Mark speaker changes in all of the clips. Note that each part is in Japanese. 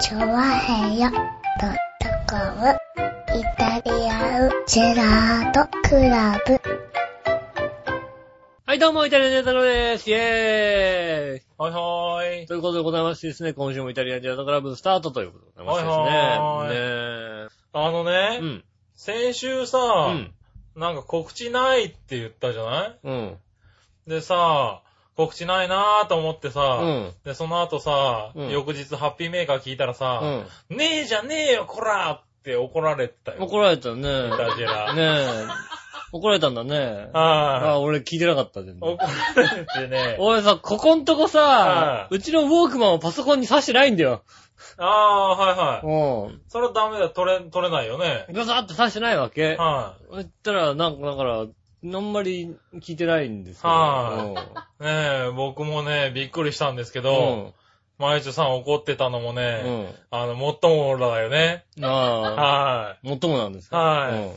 Speaker 1: チョワヘヨドットコムイタリアンジェラートクラブ。
Speaker 2: はい、どうも、イタリアンジェラートです。イェーイ
Speaker 3: はいはーい。
Speaker 2: ということでございましてですね、今週もイタリアンジェラートクラブスタートということでございま
Speaker 3: は
Speaker 2: し
Speaker 3: い
Speaker 2: てで
Speaker 3: はあのね
Speaker 2: すね。、ね
Speaker 3: 先週さ、
Speaker 2: え。うん。
Speaker 3: なんか告知ないって言ったじゃない
Speaker 2: うん。うん。
Speaker 3: でさ、告知ないなーと思ってさ、
Speaker 2: うん
Speaker 3: で、その後さ、
Speaker 2: うん
Speaker 3: 翌日ハッピーメーカー聞いたら
Speaker 2: う
Speaker 3: さ、
Speaker 2: ん。
Speaker 3: ねえじゃねえよ、こらって怒られてたよ。
Speaker 2: 怒られたね。
Speaker 3: イタジェラ。
Speaker 2: ねえ。怒られたんだね。あ
Speaker 3: は
Speaker 2: あ、俺聞いてなかった全然
Speaker 3: い。怒。られてね。
Speaker 2: 俺さ、ここんとこさ
Speaker 3: は、いう
Speaker 2: ちのウォークマンをパソコンに挿してないんだよ。
Speaker 3: あー、はいはい。
Speaker 2: うん。
Speaker 3: それはダメだ、取れ、取れないよね。
Speaker 2: ガサッと挿してないわけ。
Speaker 3: は
Speaker 2: そしたら、なんか、だから、あんまり聞いてないんですよ。
Speaker 3: はねえ、僕もね、びっくりしたんですけど、まゆちょさん怒ってたの
Speaker 2: う
Speaker 3: も
Speaker 2: ん。う
Speaker 3: ね、
Speaker 2: ん。
Speaker 3: あの、もっともだよね。
Speaker 2: うん。ああ、
Speaker 3: は
Speaker 2: もっともなんです
Speaker 3: い。
Speaker 2: か
Speaker 3: はい。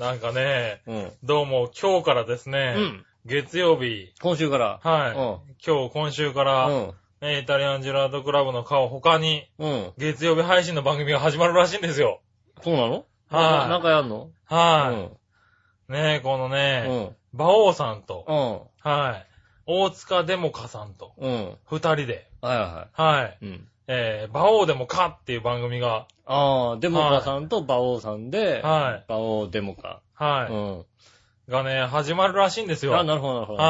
Speaker 3: なんかね、
Speaker 2: うん。うん。
Speaker 3: どうも今日からですね、
Speaker 2: うん
Speaker 3: 月曜日、
Speaker 2: 今週から。
Speaker 3: は
Speaker 2: う
Speaker 3: い、今日今週から、ねイタリアンジェラートクラブの顔他に、
Speaker 2: うん。うん。
Speaker 3: 月曜日配信の番組が始まるらしいんですよ。
Speaker 2: そうなの
Speaker 3: はい
Speaker 2: なんかやんの
Speaker 3: はい、ねえ、この
Speaker 2: うん。
Speaker 3: ね、
Speaker 2: うん。
Speaker 3: 馬王さんと、
Speaker 2: うん。
Speaker 3: はい、大塚デモカさんと、
Speaker 2: うん。
Speaker 3: 二人で、
Speaker 2: はいは
Speaker 3: はい、
Speaker 2: い。うん。
Speaker 3: えー、馬王デモカっていう番組が、
Speaker 2: ああ、デモカさんと馬王さんで、
Speaker 3: はい、
Speaker 2: 馬王デモカ。
Speaker 3: はい、
Speaker 2: うん。
Speaker 3: がね、始まるらしいんですよ。
Speaker 2: あなるほど、なるほど。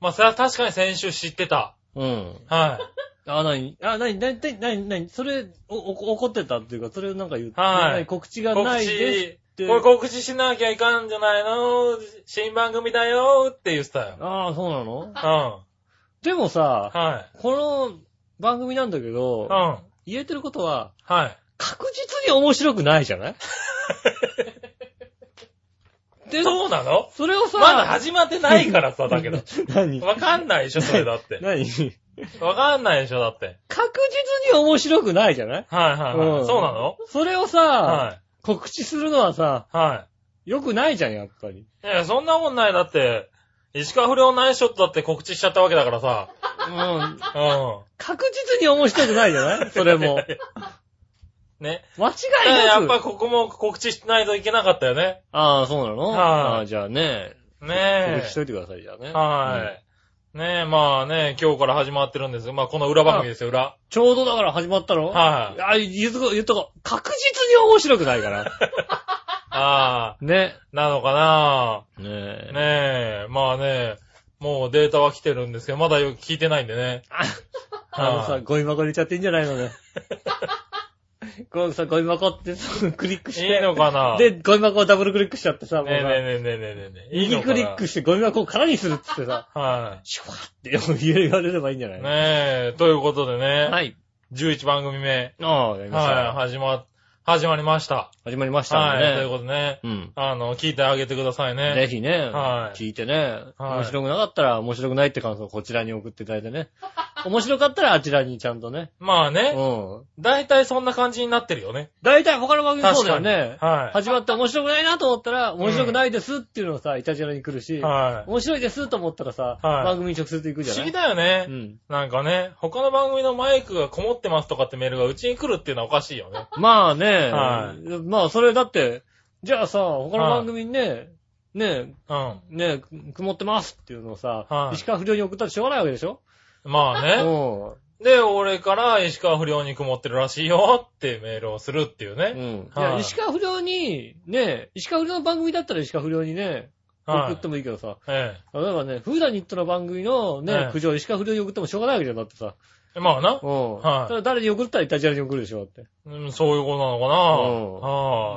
Speaker 3: まあ、それは確かに先週知ってた。
Speaker 2: うん。うん。
Speaker 3: はい。
Speaker 2: あ、なに、あ、なに、なに、なに、なに、それ、お、お怒ってたっていうか、それをなんか言って、
Speaker 3: はい
Speaker 2: 何告知がないですって。
Speaker 3: これ告知しなきゃいかんじゃないの新番組だよって言ってたよ。
Speaker 2: ああ、そうなの
Speaker 3: うん。は
Speaker 2: でもさ、
Speaker 3: い。
Speaker 2: この番組なんだけど
Speaker 3: うん。、は
Speaker 2: 言えてることは、
Speaker 3: い。
Speaker 2: 確実に面白くないじゃない で、
Speaker 3: そうなの
Speaker 2: それをさ、
Speaker 3: まだ始まってないからさ、だけど。
Speaker 2: 何
Speaker 3: わかんないでしょ、それだって。
Speaker 2: 何確
Speaker 3: わかんないでしょ、だって。
Speaker 2: 実に面白くないじゃない
Speaker 3: はいはいは
Speaker 2: うん
Speaker 3: い。そうなの
Speaker 2: それをさ、
Speaker 3: は
Speaker 2: 告知するのはさ、
Speaker 3: い。は
Speaker 2: 良くないじゃん、やっぱり。
Speaker 3: い。いや、そんなもんない。だって、石川不良ナイスショットだって告知しちゃったわけだからさ。
Speaker 2: うん。
Speaker 3: う
Speaker 2: 確実に面白くないじゃないそれ も。
Speaker 3: ん。ね。
Speaker 2: 間違い
Speaker 3: だから
Speaker 2: な
Speaker 3: や
Speaker 2: く。
Speaker 3: っぱここも告知しないといけなかったよね。
Speaker 2: ああ、そうなの
Speaker 3: はい
Speaker 2: ああ、じゃあね、
Speaker 3: ね
Speaker 2: 告知しといてください、じゃあね。
Speaker 3: え。はい。ねえ、まあね、今日から始まってるんですが、まあこの裏番組ですよ、裏。
Speaker 2: ちょうどだから始まったの
Speaker 3: は
Speaker 2: あ、
Speaker 3: い
Speaker 2: 言っとこう、言っとこう。確実に面白くない から。
Speaker 3: ああ、
Speaker 2: ね。
Speaker 3: なのかな
Speaker 2: ねえ。
Speaker 3: ねえ、まあね、もうデータは来てるんですけど、まだよく聞いてないんでね。
Speaker 2: ああの
Speaker 3: は
Speaker 2: さ、
Speaker 3: い
Speaker 2: ゴミ箱に入れちゃっていいんじゃない のね。こうさ、ゴミ箱って さクリックし
Speaker 3: い
Speaker 2: て。
Speaker 3: いのかなね
Speaker 2: で、ゴミ箱をダブルクリックしちゃってさ、もう
Speaker 3: えねえ
Speaker 2: さ
Speaker 3: ねえねえねえねえ。いい
Speaker 2: 右
Speaker 3: の
Speaker 2: ク
Speaker 3: かな
Speaker 2: リックしてゴミ箱を空にするっつって さ、
Speaker 3: は。
Speaker 2: シュワーって言われればいいんじゃないい
Speaker 3: ねえ、ということでね、
Speaker 2: はい。
Speaker 3: 11番組目、
Speaker 2: ああ、やりました。
Speaker 3: はい、始ま、始まりました。
Speaker 2: 始まりました
Speaker 3: は
Speaker 2: ん
Speaker 3: い、
Speaker 2: で
Speaker 3: と
Speaker 2: ね。
Speaker 3: いうことでね、
Speaker 2: うん。
Speaker 3: あの、聞いてあげてくださいね。
Speaker 2: ぜひね、
Speaker 3: はい
Speaker 2: 聞いてね、
Speaker 3: はい
Speaker 2: 面白くなかったら面白くないって感想をこちらに送っていただいてね。面白かったらあちらにちゃんとね。
Speaker 3: まあ
Speaker 2: う
Speaker 3: ね、
Speaker 2: ん。
Speaker 3: 大体そんな感じになってるよね。
Speaker 2: 大体他の番組そうだよね
Speaker 3: 確。か
Speaker 2: 始まって面白くないなと思ったら、面白くないですっていうのをさ、イタジェラに来るし、
Speaker 3: に。はい。はい。
Speaker 2: 面白いですと思ったらさ、
Speaker 3: はい
Speaker 2: 番組に直接行くじ
Speaker 3: 不
Speaker 2: ゃな
Speaker 3: 思
Speaker 2: い
Speaker 3: 議だよね。
Speaker 2: うん。
Speaker 3: なんかね、他の番組のマイクがこもってますとかってメールがうちに来るっていうのはおかしいよね。
Speaker 2: まあね、
Speaker 3: は
Speaker 2: まあそれだって、じゃあさ、他の番組にね、ね、
Speaker 3: うん。
Speaker 2: ね、曇ってますっていうのをさ、
Speaker 3: はい
Speaker 2: 石川不良に送ったらしょうがないわけでしょ
Speaker 3: まあね。
Speaker 2: う。
Speaker 3: で、俺から石川不良に曇ってるらしいよってメールをするっていうん
Speaker 2: う
Speaker 3: ね。
Speaker 2: ん。い
Speaker 3: はい
Speaker 2: や、石川不良に、ね、石川不良の番組だったら石川不良にね、
Speaker 3: は
Speaker 2: 送っ
Speaker 3: い
Speaker 2: て。もいいけどさ、
Speaker 3: え
Speaker 2: 例えばね、フーダニットの番組の
Speaker 3: は
Speaker 2: ね、
Speaker 3: い
Speaker 2: 苦情石川不良に送ってもしょうがないわけじゃんだってさ。
Speaker 3: え。まあな。
Speaker 2: うん。
Speaker 3: はい
Speaker 2: ただ誰に送ったらイタジェラに送るでしょって。
Speaker 3: うんそういうことなのかな。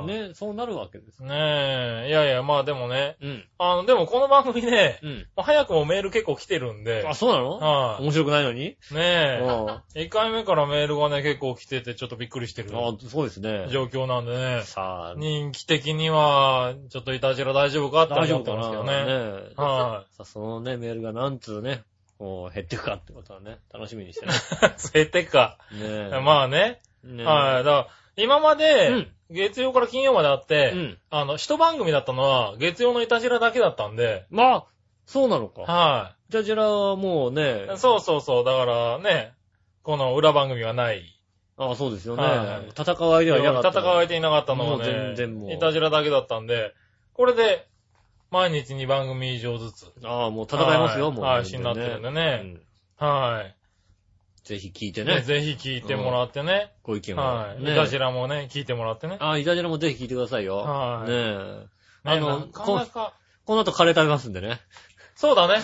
Speaker 2: うん
Speaker 3: はい。ね
Speaker 2: ね、そうなるわけです。
Speaker 3: え。いやいや、まあでもね。
Speaker 2: うん。
Speaker 3: あの、でもこの番組ね、
Speaker 2: うん。
Speaker 3: もう早くもメール結構来てるんで
Speaker 2: あ、。そうなの
Speaker 3: は
Speaker 2: 面白くないのに
Speaker 3: い。ねえ。
Speaker 2: あ
Speaker 3: 1回目からメールがね、結構来ててちょっとびっくりしてる
Speaker 2: あ、そうですね。
Speaker 3: 状況なんでね。
Speaker 2: さあ、
Speaker 3: 人気的には、ちょっといたじら大丈夫かって
Speaker 2: 大丈
Speaker 3: 思っ
Speaker 2: 夫
Speaker 3: て
Speaker 2: か
Speaker 3: ますけ
Speaker 2: な
Speaker 3: ど
Speaker 2: ね
Speaker 3: ね。
Speaker 2: え
Speaker 3: は
Speaker 2: さあ、そのね、メールがなんつうね、こう、減っていくかってことはね、楽しみに してね。
Speaker 3: い。せいてか。
Speaker 2: ねえ。
Speaker 3: まあね。
Speaker 2: あ、ねえ。
Speaker 3: はい。だから、今ま
Speaker 2: う
Speaker 3: で
Speaker 2: ん、
Speaker 3: 月曜から金曜まであって、
Speaker 2: うん
Speaker 3: あの、一番組だったのは、月曜のいたじらだけだったんで、
Speaker 2: まあ、そうなのか。
Speaker 3: は
Speaker 2: イタジェラはもうね、
Speaker 3: い。そうそうそう。だからね、この裏番組はない。
Speaker 2: ああ、そうですよね。
Speaker 3: はい
Speaker 2: 戦う相手はいなかった。
Speaker 3: 戦われていなかったの
Speaker 2: も
Speaker 3: はね、
Speaker 2: う全然もう
Speaker 3: いたじらだけだったんで、これで、毎日2番組以上ずつ。
Speaker 2: ああ、もう戦いますよ、
Speaker 3: はい
Speaker 2: もう。
Speaker 3: はい、死になってるんで
Speaker 2: う
Speaker 3: ね。
Speaker 2: ん
Speaker 3: は
Speaker 2: ぜひ聞いて
Speaker 3: い。
Speaker 2: ね
Speaker 3: ね、。ぜひ聞いてもらってね。
Speaker 2: ご意見を。
Speaker 3: はい。
Speaker 2: ね
Speaker 3: いたじらもね、聞いてもらってね。
Speaker 2: ああ、イタジラもぜひ聞いてくださいよ。
Speaker 3: はい
Speaker 2: ねえ。あ
Speaker 3: あ
Speaker 2: の
Speaker 3: の、なかなか。
Speaker 2: この後カレー食べますんでね。
Speaker 3: そうだ ね。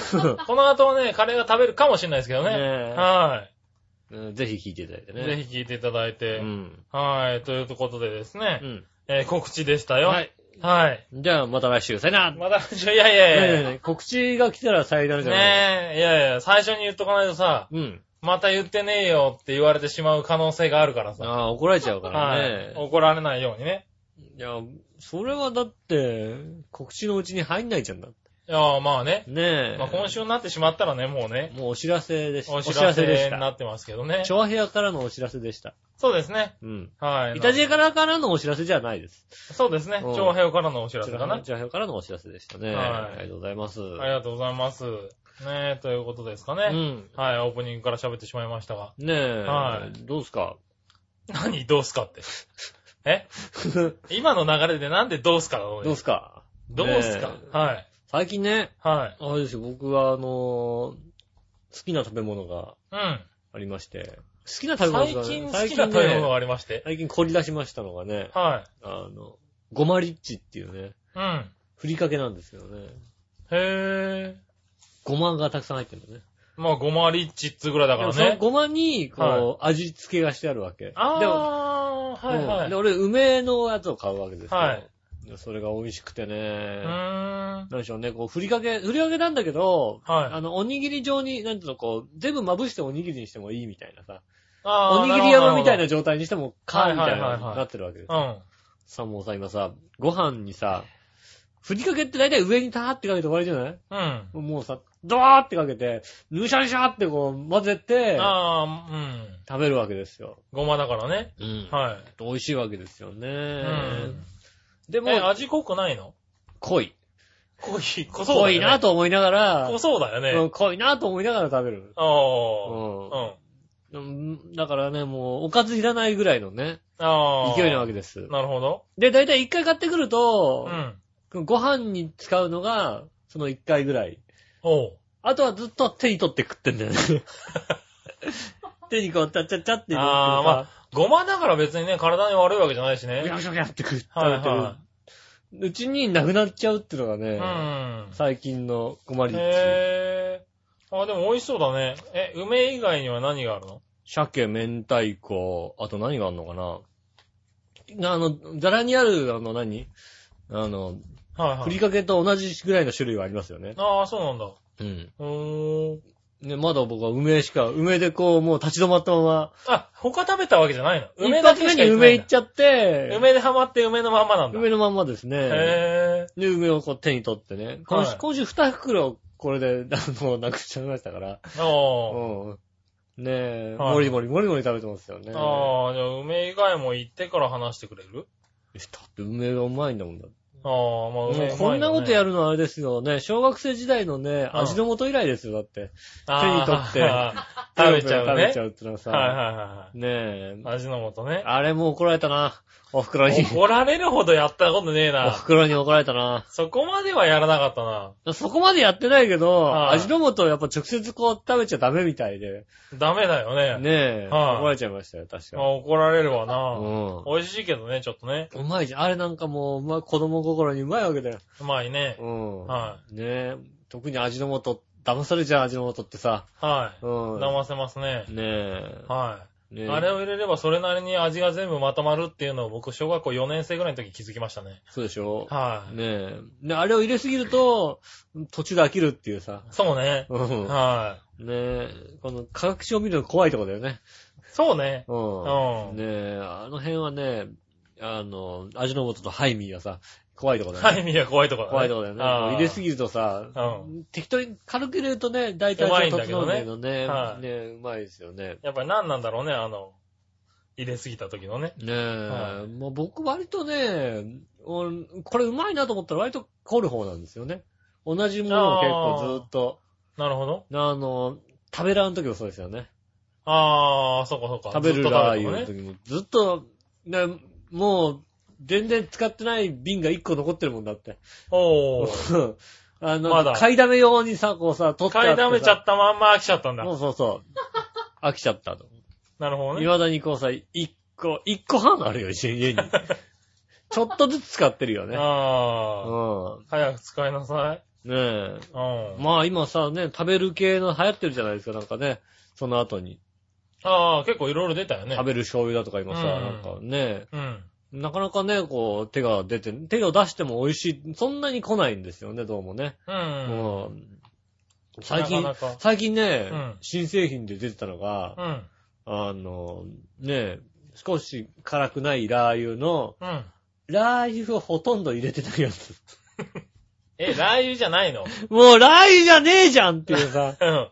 Speaker 3: この後はね、カレーが食べるかもしれないですけど
Speaker 2: ね
Speaker 3: ね。
Speaker 2: え
Speaker 3: は
Speaker 2: うんぜひ聞いていただいて
Speaker 3: い。
Speaker 2: ね。
Speaker 3: ぜひ聞いていただいうて。
Speaker 2: ん。
Speaker 3: はい。ということでですね
Speaker 2: う。ん。
Speaker 3: えー告知でしたよ。
Speaker 2: は
Speaker 3: はい。
Speaker 2: い。じゃあ、また来週。さよなら。
Speaker 3: まだ、い やいやいや
Speaker 2: ねえ告知が来たらさよならじゃない。
Speaker 3: ねえ、いやいや、最初に言っとかないとさ、
Speaker 2: うん。
Speaker 3: また言ってねえよって言われてしまう可能性があるからさ。
Speaker 2: ああ、怒られちゃうから
Speaker 3: はい
Speaker 2: ね。。
Speaker 3: 怒られないようにね。
Speaker 2: いや、それはだって、告知のうちに入んないじゃんだって。
Speaker 3: いや、まあね。
Speaker 2: ねえ。
Speaker 3: まあ今週になってしまったらね、もうね、
Speaker 2: もうお知らせでした。
Speaker 3: お知らせ
Speaker 2: で
Speaker 3: に
Speaker 2: し
Speaker 3: な
Speaker 2: た。
Speaker 3: ってますけどね。
Speaker 2: チョアヘアからのお知らせでした。
Speaker 3: そうですね。
Speaker 2: うん。
Speaker 3: はい。
Speaker 2: イタジェからからのお知らせじゃないです。
Speaker 3: そうですね。
Speaker 2: うん
Speaker 3: 長平からのお知ら
Speaker 2: チ
Speaker 3: せ
Speaker 2: ョ
Speaker 3: かな。あり
Speaker 2: アヘアからのお知らせでしたね。
Speaker 3: はい
Speaker 2: ありがとうございます。
Speaker 3: がとうございます。ねえ、ということですか
Speaker 2: う
Speaker 3: ね。
Speaker 2: ん。
Speaker 3: はい、オープニングから喋ってしまいましたが。
Speaker 2: ねえ。
Speaker 3: は
Speaker 2: どうですか
Speaker 3: 何どうすかって。 え
Speaker 2: ど
Speaker 3: 今の流れでなんでどうすかが多いう
Speaker 2: ですか
Speaker 3: どうすか
Speaker 2: ねえ
Speaker 3: はい。
Speaker 2: 最近ね、
Speaker 3: はい。
Speaker 2: あれですよ、僕はあのー好きな食べ物が
Speaker 3: うん。
Speaker 2: ありまして。好きな食べ物
Speaker 3: 最
Speaker 2: が
Speaker 3: 近
Speaker 2: ね
Speaker 3: 好きな食べ物が
Speaker 2: ね
Speaker 3: ありまして。
Speaker 2: 最近凝り出しましたのがね、
Speaker 3: は
Speaker 2: あの、ゴマリッチっていうね、
Speaker 3: い。うん。
Speaker 2: ふりかけなんですけどね。
Speaker 3: へ
Speaker 2: ごまがたくさん入ってるんだね。
Speaker 3: ぇー。まあ、ごまリッチっつぐらいだか
Speaker 2: でも
Speaker 3: ら
Speaker 2: その
Speaker 3: ね。
Speaker 2: ごまに、こう、味付けがしてあるわけ。でも
Speaker 3: あー、はいは
Speaker 2: うん
Speaker 3: い。
Speaker 2: で、
Speaker 3: う
Speaker 2: 俺、梅のやつを買うわけですよ。
Speaker 3: はい
Speaker 2: でそれが美味しくて
Speaker 3: ー
Speaker 2: ね。
Speaker 3: ん。
Speaker 2: なんでしょうね、こう、ふりかけ、ふりかけなんだけど、
Speaker 3: はい
Speaker 2: あの、おにぎり状に、なんていうの、こう、全部まぶしておにぎりにしてもいいみたいなさ、
Speaker 3: あー
Speaker 2: おにぎり山みたい。
Speaker 3: る
Speaker 2: な状態にしても、かーみたい
Speaker 3: はい
Speaker 2: な
Speaker 3: は
Speaker 2: い
Speaker 3: はいはい
Speaker 2: なってるわけです
Speaker 3: ほ。どうん。
Speaker 2: さ、もうさ、今さ、ご飯にさ、ふりかけって大体上にたーってかけて終わりじゃない
Speaker 3: うん。
Speaker 2: もうさ、ドワーってかけて、ぬしゃぬしゃってこう、混ぜて、
Speaker 3: あー、うん。
Speaker 2: 食べるわけですよ。
Speaker 3: ごまだからね。
Speaker 2: うん
Speaker 3: は
Speaker 2: 美味しいわけですよね。
Speaker 3: い。うん。
Speaker 2: でも
Speaker 3: え、、味濃くないの
Speaker 2: 濃い。
Speaker 3: 濃い、濃そ
Speaker 2: 濃
Speaker 3: うだよね。
Speaker 2: いなと思いながら、
Speaker 3: 濃そうだよ
Speaker 2: う
Speaker 3: ね
Speaker 2: ん。濃いなと思いながら食べる。
Speaker 3: あー。う
Speaker 2: う
Speaker 3: ん。
Speaker 2: んだからね、もう、おかずいらないぐらいのね、
Speaker 3: あー。
Speaker 2: 勢いなわけです。
Speaker 3: なるほど。
Speaker 2: で、だいたい一回買ってくる
Speaker 3: う
Speaker 2: と、
Speaker 3: ん。
Speaker 2: ご飯に使うのが、その一回ぐらい。
Speaker 3: おう。
Speaker 2: あとはずっと手に取って食ってん だよね。手にこう、ちゃっちゃっちゃって。
Speaker 3: あー、まあ、ごまだから別にね、体に悪いわけじゃないしね。
Speaker 2: ぐしゃぐしゃぐしゃって食って食
Speaker 3: はい
Speaker 2: べて
Speaker 3: は
Speaker 2: る。うちになくなっちゃうっていうのが
Speaker 3: い。う
Speaker 2: ね、
Speaker 3: ん。
Speaker 2: 最近の困りです。
Speaker 3: へぇー。あ、でも美味しそうだね。え、梅以外には何があるの
Speaker 2: 鮭、明太子、あと何があんのかなあの、ザラにある、あの何、あの、
Speaker 3: はいは
Speaker 2: ふり
Speaker 3: い。
Speaker 2: かけと同じぐらいの種類はありますよね。
Speaker 3: ああ、そうなんだ。
Speaker 2: うん。
Speaker 3: うーん。
Speaker 2: ね、まだ僕は梅しか、梅でこう、もう立ち止まったまま、
Speaker 3: あ、他食べたわけじゃないの梅
Speaker 2: 一
Speaker 3: だ
Speaker 2: 発
Speaker 3: け
Speaker 2: 目
Speaker 3: しか
Speaker 2: に
Speaker 3: 行ってな
Speaker 2: 梅行
Speaker 3: いんだ
Speaker 2: っちゃって、
Speaker 3: 梅でハマって梅のまんまなんだ。
Speaker 2: 梅のまんまですね。
Speaker 3: へ
Speaker 2: で、梅をこう手に取ってね。今
Speaker 3: は
Speaker 2: 週、
Speaker 3: い
Speaker 2: 今週2袋これで、 あの、なくしちゃいましたから。
Speaker 3: ぇー。あ
Speaker 2: うん。ねえ、
Speaker 3: はい
Speaker 2: もりもりもりもり食べてますよね。
Speaker 3: あ。ああ、じゃあ梅以外も行ってから話してくれる
Speaker 2: だって梅がうまいんだもんだって。
Speaker 3: ああ、まあ梅、
Speaker 2: もうこんなことや
Speaker 3: る。
Speaker 2: るのはあれですよね。小学生時代のね、
Speaker 3: うん
Speaker 2: 味の素以来ですよ、だって。
Speaker 3: あー
Speaker 2: 手に取って
Speaker 3: あー食べちゃう
Speaker 2: 食べ
Speaker 3: ね
Speaker 2: ち。ゃうってのはさ。
Speaker 3: はいはいはい
Speaker 2: ねえ。
Speaker 3: はい。味の素ね。
Speaker 2: あれも怒られたな。お袋に。
Speaker 3: 怒られるほどやったことねえ
Speaker 2: お
Speaker 3: な。
Speaker 2: 袋に怒られたな。
Speaker 3: そこまではやらなかったな。
Speaker 2: そこまでやってないけど、
Speaker 3: はい
Speaker 2: 味の素をやっぱ直接こう食べちゃダメみたいで。
Speaker 3: ダメだよね。
Speaker 2: ねえ。
Speaker 3: はい
Speaker 2: 怒られちゃいましたよ、確か
Speaker 3: まあ怒られるわ
Speaker 2: う
Speaker 3: な。
Speaker 2: ん。
Speaker 3: 美味しいけどね、ちょっとね。
Speaker 2: うまいじゃん。あれなんかもう、うまい、子供心にうまいわけだよ。
Speaker 3: うまいね。
Speaker 2: うん。
Speaker 3: は
Speaker 2: ねえ。特に味の素、騙されちゃう味の素ってさ。
Speaker 3: はい。
Speaker 2: うん。
Speaker 3: 騙せますね。
Speaker 2: ねえ。
Speaker 3: は
Speaker 2: ね
Speaker 3: い。
Speaker 2: え
Speaker 3: あれを入れればそれなりに味が全部まとまるっていうのを僕、小学校4年生ぐらいの時気づきましたね。
Speaker 2: そうでしょ
Speaker 3: はい。
Speaker 2: ねえ。ねあれを入れすぎると、途中で飽きるっていうさ。
Speaker 3: そうね。
Speaker 2: うん。ね
Speaker 3: は
Speaker 2: え。この科学書を見るの怖いとこだよね。
Speaker 3: い。そうね。
Speaker 2: うん。
Speaker 3: うん
Speaker 2: ねえ、あの辺はね、あの、味の素とハイミーはさ、怖いとこだよね。
Speaker 3: タイミーが怖いところだ
Speaker 2: 怖
Speaker 3: ね。
Speaker 2: いとこだよね。
Speaker 3: あー
Speaker 2: 入れすぎるとさ、
Speaker 3: う
Speaker 2: 適当に軽く入れるとね、大体
Speaker 3: うまいん
Speaker 2: 調
Speaker 3: だけど
Speaker 2: 整
Speaker 3: ね
Speaker 2: けどね、
Speaker 3: はい
Speaker 2: ねうまいですよね。
Speaker 3: やっぱり何なんだろうね、あの、入れすぎた時のね。
Speaker 2: ねえ、
Speaker 3: は
Speaker 2: まあ僕割とね、俺これうまいなと思ったら割と凝る方なんですよね。同じものを結構ずーっと、
Speaker 3: なるほど。
Speaker 2: あの、食べらん時もそうですよね。
Speaker 3: ああ、そうかそうか。
Speaker 2: 食べるラー油の
Speaker 3: ずっと食べるとかね
Speaker 2: 時も、ずっと、ね、もう、全然使ってない瓶が1個残ってるもんだって。
Speaker 3: おー。
Speaker 2: あの、
Speaker 3: まだ
Speaker 2: 買いだめ用にさ、こうさ、取ってあ
Speaker 3: 買
Speaker 2: っ
Speaker 3: い
Speaker 2: てさ
Speaker 3: だめちゃったまんま飽きちゃったんだ。
Speaker 2: そうそうそう。飽きちゃったと。
Speaker 3: なるほど
Speaker 2: い
Speaker 3: ね。
Speaker 2: まだにこうさ、1個、1個半あるよ、家 に。ちょっとずつ使ってるよね。
Speaker 3: ああ、
Speaker 2: う
Speaker 3: 早く使いなさい。
Speaker 2: ん。ねえ。
Speaker 3: うん。
Speaker 2: まあ今さ、ね、食べる系の流行ってるじゃないですか、なんかね。その後に。
Speaker 3: ああ、結構いろいろ出たよね。
Speaker 2: 食べる醤油だとか今さ、
Speaker 3: うん
Speaker 2: なんかね、
Speaker 3: うん。
Speaker 2: なかなかね、こう、手が出て、手を出しても美味しい、そんなに来ないんですよね、どうもね。
Speaker 3: う。
Speaker 2: うんん。最近、
Speaker 3: なかなか
Speaker 2: 最近ね、
Speaker 3: うん
Speaker 2: 新製品で出てたのが、
Speaker 3: うん。
Speaker 2: あの、ね、少し辛くないラー油の、
Speaker 3: うん。
Speaker 2: ラー油をほとんど入れてないやつ。
Speaker 3: え、ラー油じゃないの、
Speaker 2: もうラー油じゃねえじゃんっていうさ
Speaker 3: うん。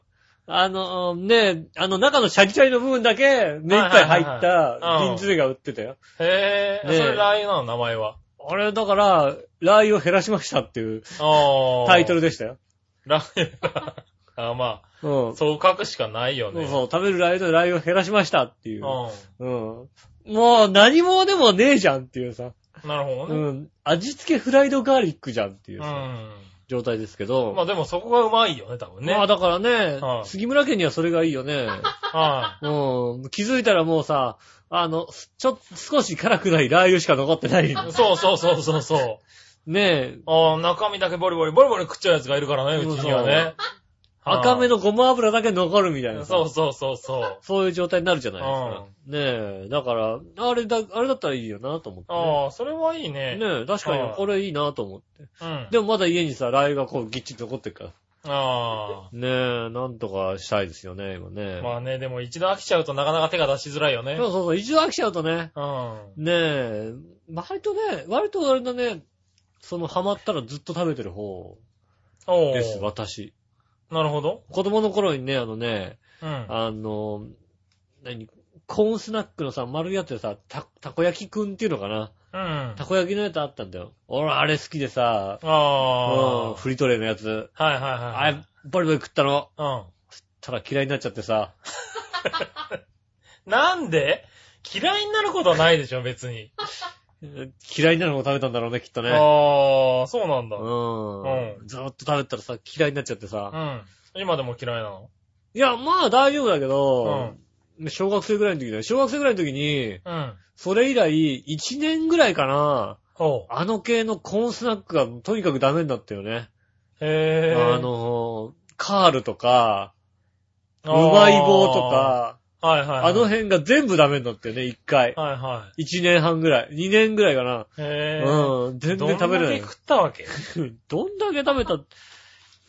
Speaker 2: あの、ね、あの中のシャリシャリの部分だけ、目いっぱい入っ
Speaker 3: はいはい
Speaker 2: た
Speaker 3: はいうん
Speaker 2: 瓶詰めが売ってたよ。
Speaker 3: へえ、
Speaker 2: ねえ
Speaker 3: それラー油なの、名前は。
Speaker 2: あれ、だから、ラー油を減らしましたっていう
Speaker 3: ああ。
Speaker 2: タイトル
Speaker 3: で。
Speaker 2: でしたよ。
Speaker 3: ラー油。 あーま
Speaker 2: うん
Speaker 3: あ、。そう書くしかないよ
Speaker 2: そう
Speaker 3: ね。
Speaker 2: そう、食べるラー油とラー油を減らしましたっていう。
Speaker 3: う
Speaker 2: うん。もう何もでもねえじゃんっていうさ。
Speaker 3: ん。なるほ
Speaker 2: う
Speaker 3: どね。。
Speaker 2: ん。味付けフライドガーリックじゃんっていううんさ状態ですけ
Speaker 3: ま
Speaker 2: ど。
Speaker 3: あでもそこがうまいよね、多分ね。
Speaker 2: まあだからね
Speaker 3: う、ん
Speaker 2: 杉村家にはそれがいいよね。
Speaker 3: は
Speaker 2: うん。気づいたらもうさ、あの、ちょっと少し辛くないラー油しか残って ない。
Speaker 3: い。そうそうそうそうそう。
Speaker 2: ねえ。
Speaker 3: ああ、中身だけボリボリ、ボリボリ食っちゃうやつがいるからね、
Speaker 2: そう
Speaker 3: う
Speaker 2: そう
Speaker 3: ちにはね。はい
Speaker 2: 赤目のごま油だけ残るみたいなさ。
Speaker 3: そうそうそうそう。
Speaker 2: そういう状態になるじゃないですか。ねえ。だから、あれだ、あれだったらいいよなと思ってね。
Speaker 3: ああ、それはいいね。
Speaker 2: ねえ、確か
Speaker 3: は
Speaker 2: に
Speaker 3: い
Speaker 2: これいいなと思って。
Speaker 3: うん。
Speaker 2: でもまだ家にさ、ラー油がこうぎっちり残ってるから。
Speaker 3: あ
Speaker 2: ねえ、なんとかしたいですよね、今ね。
Speaker 3: あ。まあね、でも一度飽きちゃうとなかなか手が出しづらいよね。
Speaker 2: そうそうそう、一度飽きちゃうとね、
Speaker 3: うん。
Speaker 2: ねえ、割とね、割とあれだね、そのハマったらずっと食べてる方
Speaker 3: お
Speaker 2: です、
Speaker 3: ー
Speaker 2: 私。
Speaker 3: なるほど。
Speaker 2: 子供の頃にね、あのね、
Speaker 3: うん。
Speaker 2: あの、何、コーンスナックのさ、丸いやつでさ、た、たこ焼きくんっていうのかな。
Speaker 3: うん。あ
Speaker 2: たこ焼きのやつあったんだよ。俺、あれ好きでさ、
Speaker 3: あ。
Speaker 2: うん、
Speaker 3: は
Speaker 2: フリトレーのやつ。
Speaker 3: いはいは
Speaker 2: あ
Speaker 3: い
Speaker 2: れ、バリバリ食ったの。
Speaker 3: はい。
Speaker 2: ただ嫌いになっちゃってさ。
Speaker 3: うん。なんで嫌いになることはないでしょ、別に。
Speaker 2: 嫌いになるもの食べたんだろうね、きっとね。
Speaker 3: ああ、そうなんだ。
Speaker 2: う。
Speaker 3: うん
Speaker 2: ずーっと食べたらさ、嫌いになっちゃってさ。
Speaker 3: うん。今でも嫌いなの
Speaker 2: いや、まあ大丈夫だけど、小学生ぐらいの時だよ。小学生ぐらいの時に、
Speaker 3: うん。
Speaker 2: それ以来、1年ぐらいかな、
Speaker 3: ほう。
Speaker 2: あの系のコーンスナックがとにかくダメになったよね。
Speaker 3: へえ。
Speaker 2: あの、カールとか、う
Speaker 3: あー
Speaker 2: まい棒と。か、
Speaker 3: はいはいはい。
Speaker 2: あの辺が全部ダメになったよね、1回。
Speaker 3: はいは
Speaker 2: 1年半ぐらい。2年ぐらいかな。
Speaker 3: い。へえ。
Speaker 2: うん。全然食べれない。
Speaker 3: どんだけ食ったわけ
Speaker 2: どんだけ食べた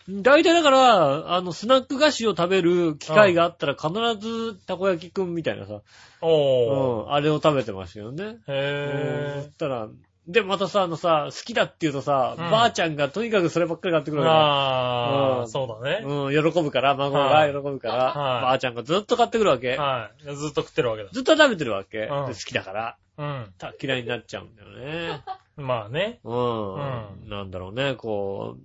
Speaker 2: 大体だから、あの、スナック菓子を食べる機会があったら必ずたこ焼きくんみたいなさ、う
Speaker 3: おー。
Speaker 2: ん、あれを食べてましたよね。うんそ
Speaker 3: へ
Speaker 2: したら、で、またさ、あのさ、好きだって言うとさ、
Speaker 3: うん
Speaker 2: ばあちゃんがとにかくそればっかり買ってく
Speaker 3: ぇ
Speaker 2: る
Speaker 3: ー。
Speaker 2: わ
Speaker 3: あ
Speaker 2: う
Speaker 3: ー、
Speaker 2: ん
Speaker 3: そうだ
Speaker 2: け。
Speaker 3: ね。
Speaker 2: うん、喜ぶから、孫が
Speaker 3: はい
Speaker 2: 喜ぶから、
Speaker 3: はい
Speaker 2: ばあちゃんがずっと買ってくるわけ。
Speaker 3: はい。ずっと食ってるわけだ。
Speaker 2: ずっと食べてるわけ。で
Speaker 3: うん
Speaker 2: 好きだから、
Speaker 3: うん。
Speaker 2: た嫌いになっちゃうんだよね。
Speaker 3: まあね。
Speaker 2: うん。なんだろうね、こ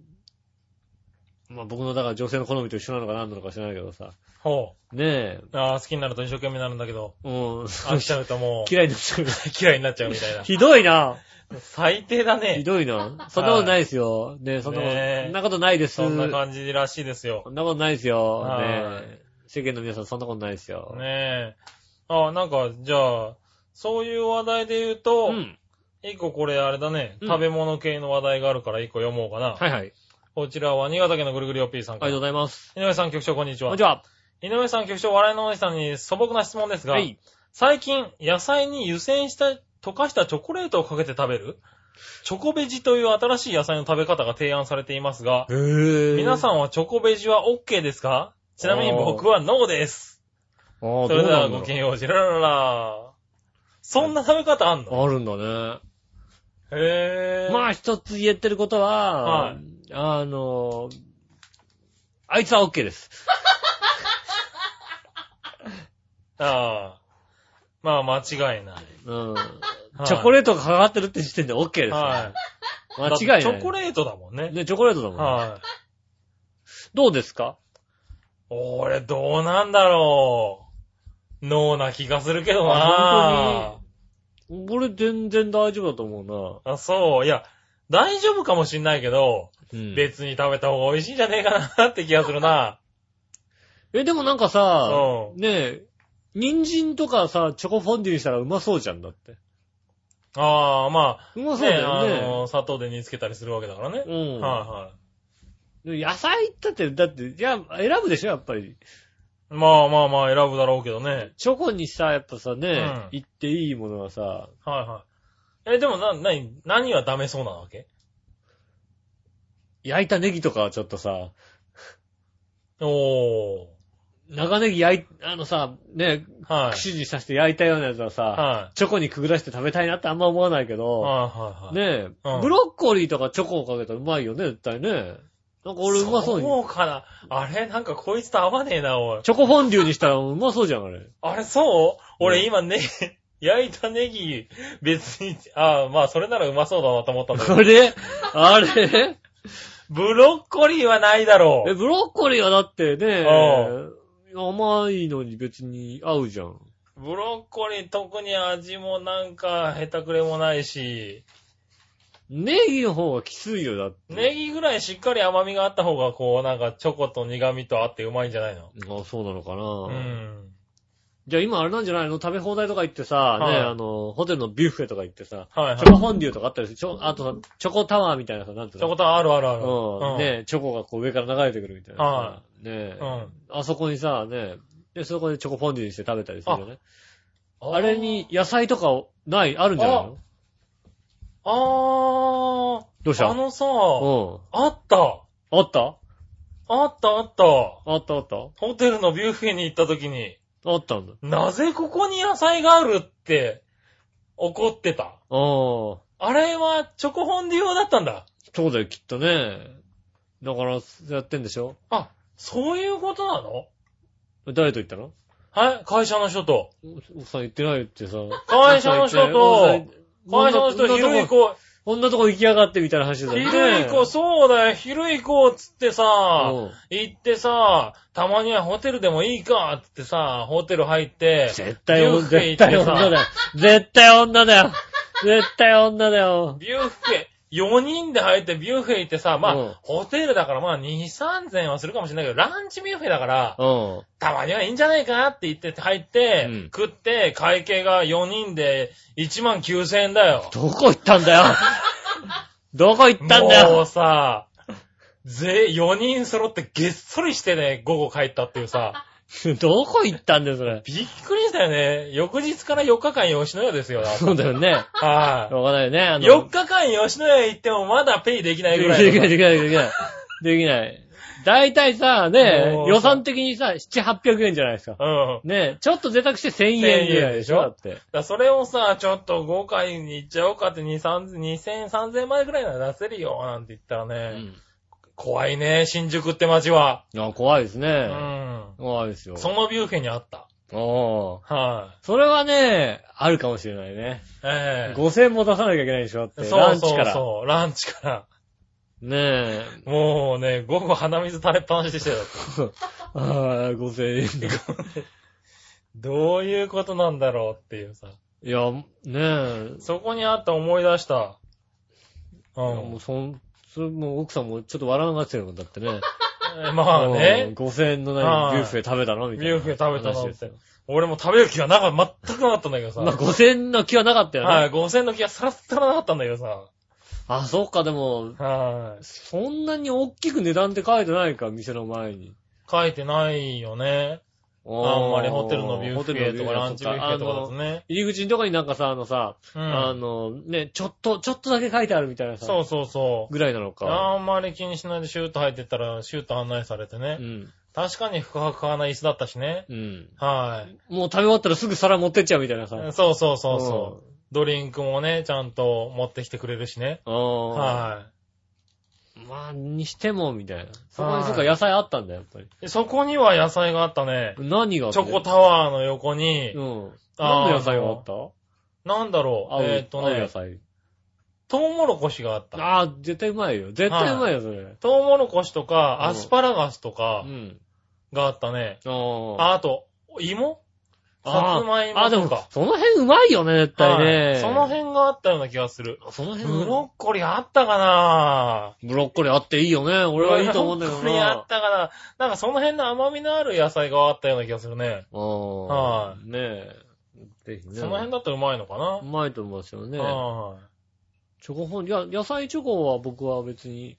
Speaker 2: う。まあ僕の、だから女性の好みと一緒なのか何なのか知らないけどさ。
Speaker 3: ほ
Speaker 2: ね
Speaker 3: う。あー、好きになると一生懸命になるんだけど、
Speaker 2: え。うん。
Speaker 3: 飽 きちゃうともう、
Speaker 2: 嫌いになっちゃう。
Speaker 3: 嫌いになっちゃうみたいな。
Speaker 2: ひどいな。
Speaker 3: 最低だ
Speaker 2: ひ
Speaker 3: ね。
Speaker 2: どいな。そんなことないですよ。ねえ、そんなこと、
Speaker 3: ねえ
Speaker 2: そんなことないです。
Speaker 3: そんな感じらしいですよ
Speaker 2: そ。んなことないですよ。ね
Speaker 3: はい
Speaker 2: え。世間の皆さんそんなことないですよ。
Speaker 3: ねえ。あー、なんか、じゃあ、そういう話題で言うと
Speaker 2: う、ん。
Speaker 3: 一個これあれだね、
Speaker 2: うん
Speaker 3: 食べ物系の話題があるから一個読もうかな。
Speaker 2: はいはい。あり
Speaker 3: こちらは新潟県のぐるぐるよっぴーさん
Speaker 2: が
Speaker 3: から
Speaker 2: とうご。ざいます。
Speaker 3: 井上さん局長こんにち
Speaker 2: こん
Speaker 3: は
Speaker 2: にち。は。
Speaker 3: 井上さん局長笑いのおじさんに素朴な質問ですが、
Speaker 2: はい。
Speaker 3: 最近野菜に湯煎した、溶かしたチョコレートをかけて食べるチョコベジという新しい野菜の食べ方が提案されていますが、
Speaker 2: へ
Speaker 3: 皆さんはチョコベジは OK ですかちなみに僕はノーです。
Speaker 2: ん。ああ、
Speaker 3: そ
Speaker 2: どう
Speaker 3: れで
Speaker 2: な
Speaker 3: は
Speaker 2: んだ
Speaker 3: ごき
Speaker 2: ろ
Speaker 3: げんよう、じらららら。そんな食べ方あんの
Speaker 2: うあるんだね。
Speaker 3: へぇー。
Speaker 2: まあ一つ言えてることは、
Speaker 3: はい
Speaker 2: あの、あいつは OK です。
Speaker 3: あーまあ、間違いない。
Speaker 2: うん。
Speaker 3: はい
Speaker 2: チョコレートがかかってるって時点で OK です。
Speaker 3: は
Speaker 2: 間違い
Speaker 3: だ
Speaker 2: な
Speaker 3: って
Speaker 2: い。
Speaker 3: チョコレートだもんね。
Speaker 2: ね、チョコレートだもんね、
Speaker 3: はい。
Speaker 2: どうですか
Speaker 3: 俺、どうなんだろう。脳な気がするけど
Speaker 2: あ
Speaker 3: な
Speaker 2: 本俺全然大丈夫だと思
Speaker 3: あ、そう。いや、大丈夫かもしんないけど、
Speaker 2: うな。うん
Speaker 3: 別に食べた方が美味しいんじゃねえかなって気がす るな。
Speaker 2: え、でもなんか
Speaker 3: う
Speaker 2: さ、
Speaker 3: ん。
Speaker 2: ねえ、人参とかさ、チョコフォンデュにしたらうまそうじゃんだって。
Speaker 3: ああ、ま
Speaker 2: うま
Speaker 3: あ、
Speaker 2: そう
Speaker 3: ね、
Speaker 2: だ
Speaker 3: あ
Speaker 2: よね。
Speaker 3: の、砂糖で煮つけたりするわけだからね。
Speaker 2: うん。
Speaker 3: は
Speaker 2: 野菜だって、だって、いや、選ぶでしょ、やっぱり。
Speaker 3: いはい。まあまあまあ、選ぶだろうけどね。
Speaker 2: チョコにさ、やっぱさね
Speaker 3: うん、
Speaker 2: 言っていいものはさ、
Speaker 3: はいはい。え、でもな、なに、何はダメそうなわけ
Speaker 2: 焼いたネギとかはちょっとさ、
Speaker 3: おー。
Speaker 2: 長ネギ焼い、あのさ、ね、
Speaker 3: はい。
Speaker 2: 串に刺して焼いたようなやつはさ、
Speaker 3: は
Speaker 2: チョコにくぐらして食べたいなってあんま思わないけ
Speaker 3: い。はい
Speaker 2: ど、
Speaker 3: はいはい。
Speaker 2: ね
Speaker 3: うん
Speaker 2: ブロッコリーとかチョコをかけたらうまいよね、絶対ね。なんか俺うまそうに。
Speaker 3: そうかな。あれなんかこいつと合わねえな、おい。
Speaker 2: チョコフォンデュにしたらうまそうじゃん、あれ。
Speaker 3: あれそう
Speaker 2: うん
Speaker 3: 俺今ね、 焼いたネギ、別に、ああ、まあそれならうまそうだなと思ったんだけ
Speaker 2: あ
Speaker 3: ど。
Speaker 2: れあれ
Speaker 3: ブロッコリーはないだろ
Speaker 2: え、
Speaker 3: う。
Speaker 2: ブロッコリーはだってね
Speaker 3: う、
Speaker 2: 甘いのに別に合うじゃん。
Speaker 3: ブロッコリー特に味もなんか下手くれもないし、
Speaker 2: ネギの方がきついよ、だって。
Speaker 3: ネギぐらいしっかり甘みがあった方がこうなんかチョコと苦味とあってうまいんじゃないの
Speaker 2: あ、そうなのか
Speaker 3: う
Speaker 2: な。
Speaker 3: ん。
Speaker 2: じゃあ今あれなんじゃないの食べ放題とか行ってさ、ね、
Speaker 3: はい
Speaker 2: あの、ホテルのビュッフェとか行ってさ、
Speaker 3: はいはい。
Speaker 2: チョコフォンデュとかあったりする。チョあとさ、チョコタワーみたいなさ、なんていう
Speaker 3: って
Speaker 2: の
Speaker 3: ことはあるあるある。
Speaker 2: うん。ねチョコがこう上から流れてくるみたいなさ。
Speaker 3: は
Speaker 2: ねえ、
Speaker 3: うん
Speaker 2: あそこにさ、ねで、そこでチョコフォンデュにして食べたりするよね。
Speaker 3: あ
Speaker 2: あれに野菜とかない、あるんじゃないの
Speaker 3: あー。
Speaker 2: どうした
Speaker 3: あのさ、
Speaker 2: うん。
Speaker 3: あった。
Speaker 2: あった
Speaker 3: あったあった。
Speaker 2: あったあった
Speaker 3: ホテルのビュッフェに行った時に、
Speaker 2: あったんだ。
Speaker 3: なぜここに野菜があるって怒ってた。
Speaker 2: ああ。
Speaker 3: あれはチョコフォンデュ用だったんだ。
Speaker 2: そうだよ、きっとね。だから、やってんでしょ
Speaker 3: あ、そういうことなの
Speaker 2: 誰と言ったの
Speaker 3: はい会社の人と。
Speaker 2: おさん言ってないってさ。
Speaker 3: 会社の人と、会社の人
Speaker 2: こんな
Speaker 3: 昼行
Speaker 2: とこ
Speaker 3: こう。
Speaker 2: こんなとこ行きやがってみたいな話だよね。
Speaker 3: 昼行こう、そうだよ、昼行こうっつってさ、
Speaker 2: うん
Speaker 3: 行ってさ、たまにはホテルでもいいかっつってさ、ホテル入って、
Speaker 2: 絶対
Speaker 3: ビュ
Speaker 2: 女、
Speaker 3: ッフェ
Speaker 2: 絶
Speaker 3: 行って
Speaker 2: 対女だよ。絶対女だよ。絶対女だよ。
Speaker 3: ビュッフェ、4人で入ってビュッフェ行ってさ、ま
Speaker 2: うん
Speaker 3: あ、ホテルだからまあ2、3000円はするかもしれないけど、ランチビュッフェだから、
Speaker 2: うん。
Speaker 3: たまにはいいんじゃないかって言って入って、
Speaker 2: うん
Speaker 3: 食って、会計が4人で1万9000円だよ。
Speaker 2: どこ行ったんだよ。どこ行ったんだ
Speaker 3: もう
Speaker 2: よ。
Speaker 3: さ、ぜ、4人揃ってげっそりしてね、午後帰ったっていうさ、
Speaker 2: どこ行ったんだよ、それ。
Speaker 3: びっくりしたよね。翌日から4日間吉野家 ですよ、だって
Speaker 2: そうだよね。
Speaker 3: はい。
Speaker 2: わかんないよね。あの、
Speaker 3: 4日間吉野家行ってもまだペイできない ぐらいの。
Speaker 2: できない、できない、できない。できない。大体さ、ね
Speaker 3: も、う
Speaker 2: 予算的にさ、7、800円じゃないですか。
Speaker 3: うん。
Speaker 2: ね、ちょっと贅沢して1000円ぐらいでしょ
Speaker 3: 1000
Speaker 2: だ
Speaker 3: 円
Speaker 2: って。
Speaker 3: だからそれをさ、ちょっと5回に行っちゃおうかって2、3、2000、3000までぐらいなら出せるよ、なんて言ったら
Speaker 2: う
Speaker 3: ね、
Speaker 2: ん。
Speaker 3: 怖いね、新宿って街は。
Speaker 2: あ怖いです
Speaker 3: う
Speaker 2: ね。
Speaker 3: ん。
Speaker 2: 怖いですよ。
Speaker 3: そのビュッフェにあった。
Speaker 2: おー
Speaker 3: はい、
Speaker 2: それはね、あるかもしれないね。
Speaker 3: ええ
Speaker 2: 5000も出さなきゃいけないでしょだって。
Speaker 3: そ
Speaker 2: ラ
Speaker 3: う
Speaker 2: ンチ
Speaker 3: そ
Speaker 2: か
Speaker 3: う
Speaker 2: ら。
Speaker 3: そう、ランチから。
Speaker 2: ねえ。
Speaker 3: もうね、午後鼻水垂れっぱなしでしたよ。
Speaker 2: ああ、5000円。
Speaker 3: どういうことなんだろうっていうさ。
Speaker 2: いや、ねえ。
Speaker 3: そこにあった思い出した。う
Speaker 2: いやも
Speaker 3: ん
Speaker 2: う。そん、それもう奥さんもちょっと笑わなってるもんだってね。
Speaker 3: えまあ
Speaker 2: うん
Speaker 3: ね、
Speaker 2: 5000円の何、
Speaker 3: はい
Speaker 2: ビュッフェ食べたのみたいな。
Speaker 3: ビュッフェ食べたの
Speaker 2: 話ですよ
Speaker 3: 俺も食べる気がなかった、全くなかったんだけどさ。
Speaker 2: まあ5000円の気はなかったよね。
Speaker 3: はい、5000の気がさらさらなかったんだけどさ。
Speaker 2: あ、そっか、でも、
Speaker 3: はい。
Speaker 2: そんなに大きく値段って書いてないか、店の前に。
Speaker 3: 書いてないよね。
Speaker 2: あ
Speaker 3: あんまりホテルのビュッフェとかランチビュッフェとかだと
Speaker 2: ね。
Speaker 3: ね。
Speaker 2: 入り口のとこになんかさ、あのさ、
Speaker 3: う
Speaker 2: あ
Speaker 3: ん。
Speaker 2: の、ね、ちょっと、ちょっとだけ書いてあるみたいなさ、
Speaker 3: そうそうそう。
Speaker 2: ぐらいなのか。
Speaker 3: あんまり気にしないでシュート入ってったら、シュート案内されて
Speaker 2: う
Speaker 3: ね。
Speaker 2: ん。
Speaker 3: 確かに服は買わない椅子だったしね。
Speaker 2: うん。
Speaker 3: はい。
Speaker 2: もう食べ終わったらすぐ皿持ってっちゃうみたいなさ。
Speaker 3: そうそうそうそう。ドリンクもね、ちゃんと持ってきてくれるしね。
Speaker 2: うん。ああ。
Speaker 3: は
Speaker 2: まあ、にしても、みたいな。そこ
Speaker 3: は
Speaker 2: に、
Speaker 3: い
Speaker 2: そっか、野菜あったんだよ、やっぱり。
Speaker 3: いで。そこには野菜があったね。
Speaker 2: 何があっ
Speaker 3: チ
Speaker 2: た
Speaker 3: ョコタワーの横に
Speaker 2: う、ん。
Speaker 3: あー
Speaker 2: 何の野菜があった青
Speaker 3: なんだろう、えーっと
Speaker 2: 青
Speaker 3: ね
Speaker 2: 野、菜。
Speaker 3: トウモロコシがあった。
Speaker 2: ああ、絶対うまいよ。絶対うまいよ、それ。
Speaker 3: トウモロコシと
Speaker 2: うん
Speaker 3: か、アスパラガスと
Speaker 2: う
Speaker 3: か
Speaker 2: ん。
Speaker 3: があったね。
Speaker 2: ああ。
Speaker 3: ああと、芋さつまいもとか。
Speaker 2: あ、でも、その辺うまいよね、絶対
Speaker 3: は
Speaker 2: ね。
Speaker 3: いその辺があったような気がする。
Speaker 2: その辺、
Speaker 3: ブロッコリーあったかな
Speaker 2: ブロッコリーあっていいよね。俺はいいと思うんだけど
Speaker 3: ブロッコリーあ
Speaker 2: な
Speaker 3: っ。たかななんかその辺の甘みのある野菜があったような気がするね。
Speaker 2: うん。。
Speaker 3: はい
Speaker 2: ねえ。ぜひね。
Speaker 3: その辺だったらうまいのかな
Speaker 2: うまいと思いますよね。
Speaker 3: は
Speaker 2: チョコフォン、いや、野菜チョコは僕は別に、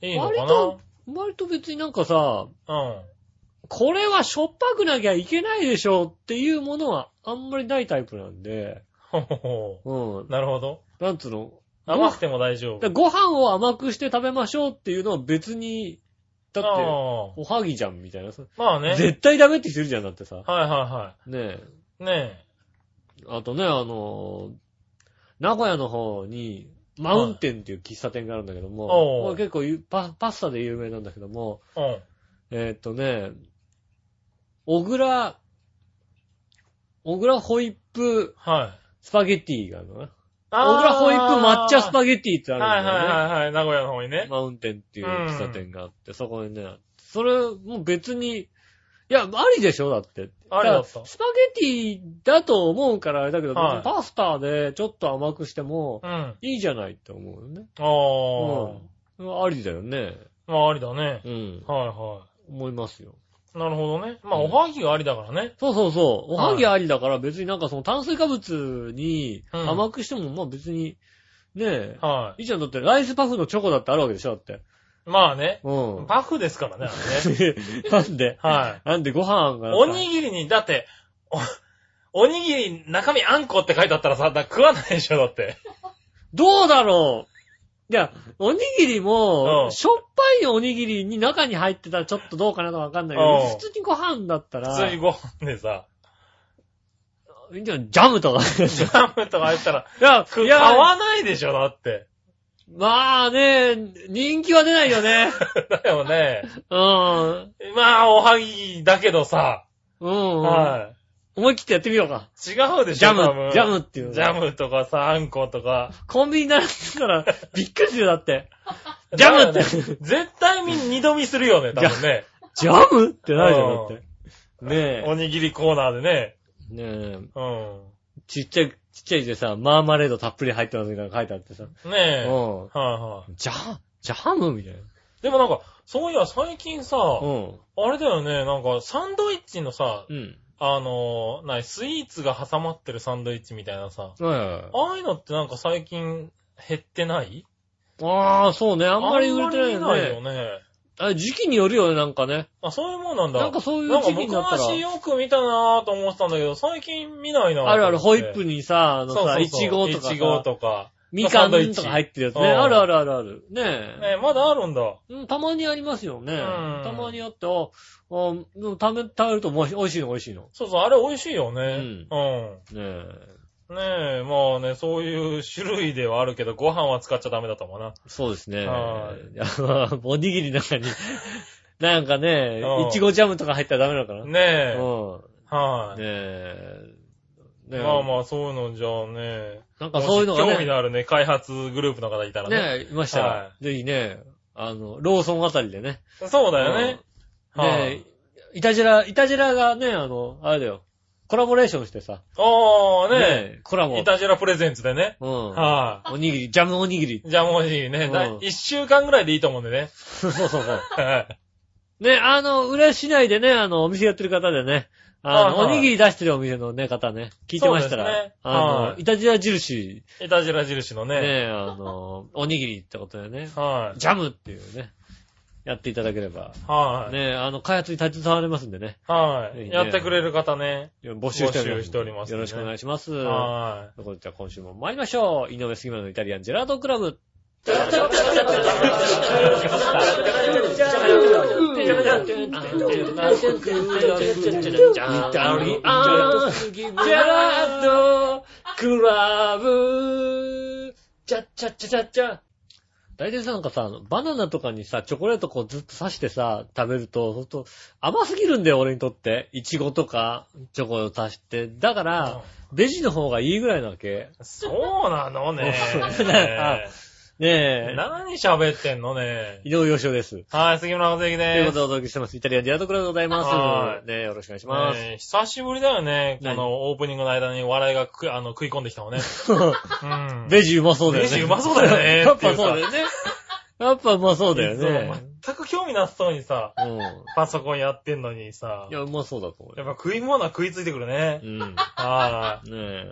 Speaker 3: い。いいの
Speaker 2: 割
Speaker 3: か
Speaker 2: と割と別になんかさ、
Speaker 3: なうん。
Speaker 2: これはしょっぱくなきゃいけないでしょうっていうものはあんまりないタイプなんで、
Speaker 3: ほほほ。
Speaker 2: うん。
Speaker 3: なるほど。
Speaker 2: なんつうの
Speaker 3: 甘くても大丈
Speaker 2: だ
Speaker 3: 夫。
Speaker 2: ご飯を甘くして食べましょうっていうのは別に、だって、
Speaker 3: あ
Speaker 2: おはぎじゃんみたいな。
Speaker 3: あまあね。
Speaker 2: 絶対ダメって人いるじゃん、だってさ。
Speaker 3: はいは
Speaker 2: ねえ。
Speaker 3: いはい。ね
Speaker 2: あとね、あのー名古屋の方に、マウンテンっていう喫茶店があるんだけども、
Speaker 3: おう
Speaker 2: これ結構ゆパパスタで有名なんだけども、
Speaker 3: え。うん。
Speaker 2: えーっとね、小倉、小倉ホイップ
Speaker 3: はい。
Speaker 2: スパゲティがあるのね。
Speaker 3: あ
Speaker 2: 小倉ホイップ抹茶ス
Speaker 3: ゲ
Speaker 2: パゲティってあるんだ
Speaker 3: はい
Speaker 2: よね。
Speaker 3: はいはいはい。名古屋の方にね。
Speaker 2: マウンテンっていう喫茶店があって、そこにね、それ、もう別に、いや、ありでしょだって。
Speaker 3: ありだった
Speaker 2: からスパゲティだと思うからあれだけど、
Speaker 3: はい
Speaker 2: 別にパスタでちょっと甘くしても
Speaker 3: う、ん。
Speaker 2: いいじゃないって思うよね。
Speaker 3: あ
Speaker 2: うん。ありだよね。
Speaker 3: あ。まあありだね。
Speaker 2: うん。
Speaker 3: はいは
Speaker 2: 思いますよ。
Speaker 3: い。なるほどね。まあ
Speaker 2: うん
Speaker 3: おはぎがありだからね。
Speaker 2: そうそうそう。おはぎありだから別になんかその炭水化物に
Speaker 3: うん
Speaker 2: 甘くしても、まあ別に、ねえ。
Speaker 3: はい
Speaker 2: いじゃん。だってライスパフのチョコだってあるわけでしょだって。
Speaker 3: い。まあね。
Speaker 2: うん。
Speaker 3: パフですからね、あ れね。
Speaker 2: なんで
Speaker 3: は
Speaker 2: なんでご飯が。
Speaker 3: い。おにぎりに、だって、お、おにぎり中身あんこって書いてあったらさ、だ食わないでしょ、だって。
Speaker 2: どうだろういや、おにぎり
Speaker 3: う
Speaker 2: も、
Speaker 3: ん
Speaker 2: しょっぱいおにぎりに中に入ってたらちょっとどうかなとわかんないけ
Speaker 3: う
Speaker 2: ど
Speaker 3: ん、
Speaker 2: 普通にご飯だったら、
Speaker 3: 普通にご飯でさ、
Speaker 2: いいんじゃないジャムとか。
Speaker 3: ジャムとか入ったら、
Speaker 2: いや、
Speaker 3: 食
Speaker 2: い
Speaker 3: 買
Speaker 2: や、
Speaker 3: わないでしょ、だって。
Speaker 2: まあね、人気は出ないよ ね。
Speaker 3: だよね。
Speaker 2: うん。
Speaker 3: まあ、おはぎだけどさ、
Speaker 2: うん。
Speaker 3: はい。
Speaker 2: 思い切ってやってみようか。
Speaker 3: 違うでし
Speaker 2: ジ
Speaker 3: ょ
Speaker 2: ャ
Speaker 3: 多
Speaker 2: ム、
Speaker 3: 分
Speaker 2: ジャムっていうの。
Speaker 3: ジャムとかさ、あんことか。
Speaker 2: コンビニ並んでた ら、びっくりするよ、だって。ジャムって
Speaker 3: だよね絶対み二度見するよね、多分ね。
Speaker 2: ジャムってないじゃん、だって。
Speaker 3: お
Speaker 2: ね
Speaker 3: にぎりコーナーでね。
Speaker 2: え。ねえ。
Speaker 3: うん。
Speaker 2: ちっちゃい、ちっちゃい字でさ、マーマレードたっぷり入ってますみたいなの書いてあってさ。
Speaker 3: ねえ。は
Speaker 2: う
Speaker 3: い、
Speaker 2: ん。
Speaker 3: はい、
Speaker 2: ジャ、ジャムみたいな。
Speaker 3: でもなんか、そういや、最近さ、
Speaker 2: うん。
Speaker 3: あれだよね、なんか、サンドイッチのさ、
Speaker 2: うん。
Speaker 3: あのー、なに、スイーツが挟まってるサンドイッチみたいなさ、
Speaker 2: はいはいはい。
Speaker 3: ああいうのってなんか最近減ってない
Speaker 2: ああ、そうね。あ
Speaker 3: あ
Speaker 2: んまり売れてない
Speaker 3: ん
Speaker 2: よ
Speaker 3: ま
Speaker 2: ね
Speaker 3: り。よね。
Speaker 2: あ時期によるよね、なんかね。
Speaker 3: あ、そういうもんなんだ。
Speaker 2: なんかそういう
Speaker 3: なんか
Speaker 2: 時期になったら。
Speaker 3: 昔よく見たなぁと思ってたんだけど、最近見ないなぁと思って
Speaker 2: あるある、ホイップにさ、あの
Speaker 3: そうそうそ
Speaker 2: さ、
Speaker 3: う
Speaker 2: いちごとか
Speaker 3: いちご
Speaker 2: さ、
Speaker 3: とか。
Speaker 2: みかん
Speaker 3: サンドイッ
Speaker 2: と
Speaker 3: チ
Speaker 2: か入ってるやつね。
Speaker 3: うん
Speaker 2: あるあるあるある。ね
Speaker 3: ね
Speaker 2: え。
Speaker 3: まだあるんだ。
Speaker 2: うんたまにありますよね。
Speaker 3: ん
Speaker 2: たまにあって、あ、あでも食べ、食べるともう美味しいの美味しいの。
Speaker 3: そうそう、あれ美味しいよね。うん。
Speaker 2: ねえ。
Speaker 3: ねえ、まあね、そういう種類ではあるけど、ご飯は使っちゃダメだったもんな。
Speaker 2: そうですね。
Speaker 3: はい
Speaker 2: や おにぎりの中に、なんかね
Speaker 3: うん、
Speaker 2: いちごジャムとか入ったらダメなのかな。
Speaker 3: ねえ。
Speaker 2: うん。
Speaker 3: はい、
Speaker 2: ねえ。ねえ
Speaker 3: まあまあ、そういうのじゃあね。
Speaker 2: なんかそういうのが
Speaker 3: もし興味
Speaker 2: ね、
Speaker 3: のあるね、開発グループの方いたらね。
Speaker 2: ねえ、いましたら
Speaker 3: は、
Speaker 2: ぜひね、あの、ローソンあたりでね。
Speaker 3: そうだよね。
Speaker 2: うん。
Speaker 3: はい、
Speaker 2: ねえ、イタジェラ、イタジェラがね、あの、あれだよ、コラボレーションしてさ、
Speaker 3: ああ、ね
Speaker 2: コラ
Speaker 3: え。
Speaker 2: ボ
Speaker 3: イ。タジェラプレゼンツでね。
Speaker 2: うん。
Speaker 3: は
Speaker 2: おにぎり、ジャムおにぎり。
Speaker 3: い、じゃあもういいね。だ
Speaker 2: うん
Speaker 3: 一週間ぐらいでいいと思うんでね。
Speaker 2: そうそうそう。
Speaker 3: はい。
Speaker 2: ね、あの、浦市内でね、あの、お店やってる方でね、あの、
Speaker 3: はいはい
Speaker 2: おにぎり出してるお店のね、方ね、聞いてましたら、
Speaker 3: そうですね
Speaker 2: あ
Speaker 3: は
Speaker 2: の、
Speaker 3: い
Speaker 2: イタジラ印、
Speaker 3: イタジェラ印のね。
Speaker 2: ね、あの、おにぎりってことでね、
Speaker 3: はい、
Speaker 2: ジャムっていうね、やっていただければ、
Speaker 3: はい、
Speaker 2: ね、あの、開発に携われますんでね、
Speaker 3: は
Speaker 2: ぜひ
Speaker 3: い。
Speaker 2: ね
Speaker 3: やってくれる方ね。
Speaker 2: 募集しております。
Speaker 3: 募集しておりますね
Speaker 2: よろしくお願いします。と
Speaker 3: は
Speaker 2: いうことで、じゃあ今週も参りましょう。井上杉村のイタリアンジェラートクラブ。クラブ。チャッチャッチャチャッチャ。大体さ、なんかさ、あのバナナとかにさ、チョコレートこうずっと刺してさ、食べると、ほんと、甘すぎるんだよ、俺にとって。いちごとか、チョコを足して。だから、ベジの方がいいぐらいなわけ。 。
Speaker 3: い。そうなのね
Speaker 2: あねえ。
Speaker 3: 何喋ってんのね。
Speaker 2: 井上洋翔です。
Speaker 3: はい、杉村和之
Speaker 2: という
Speaker 3: で
Speaker 2: こ
Speaker 3: す。
Speaker 2: とでお届けしてます。イタリアンディアトクラでございま
Speaker 3: は
Speaker 2: す。ねえ、よろしくお願いしま
Speaker 3: ねえ久しぶりだよね。こ
Speaker 2: 何
Speaker 3: のオープニングの間に笑いがくあの食い込んできたのね。
Speaker 2: す。
Speaker 3: うん。
Speaker 2: ベジうまそうだよね。
Speaker 3: ベジうまそうだよね
Speaker 2: やっぱそうだよね。やっぱうまそうだよ
Speaker 3: い
Speaker 2: ね
Speaker 3: つ。も全く興味なさそうにさ、
Speaker 2: うん。
Speaker 3: パソコンやってんのにさ
Speaker 2: い、や、うまそうだと思う
Speaker 3: やっ
Speaker 2: よ。
Speaker 3: ぱ食い物は食いついてくるね
Speaker 2: う。ん。ね
Speaker 3: は
Speaker 2: え。
Speaker 3: い。ね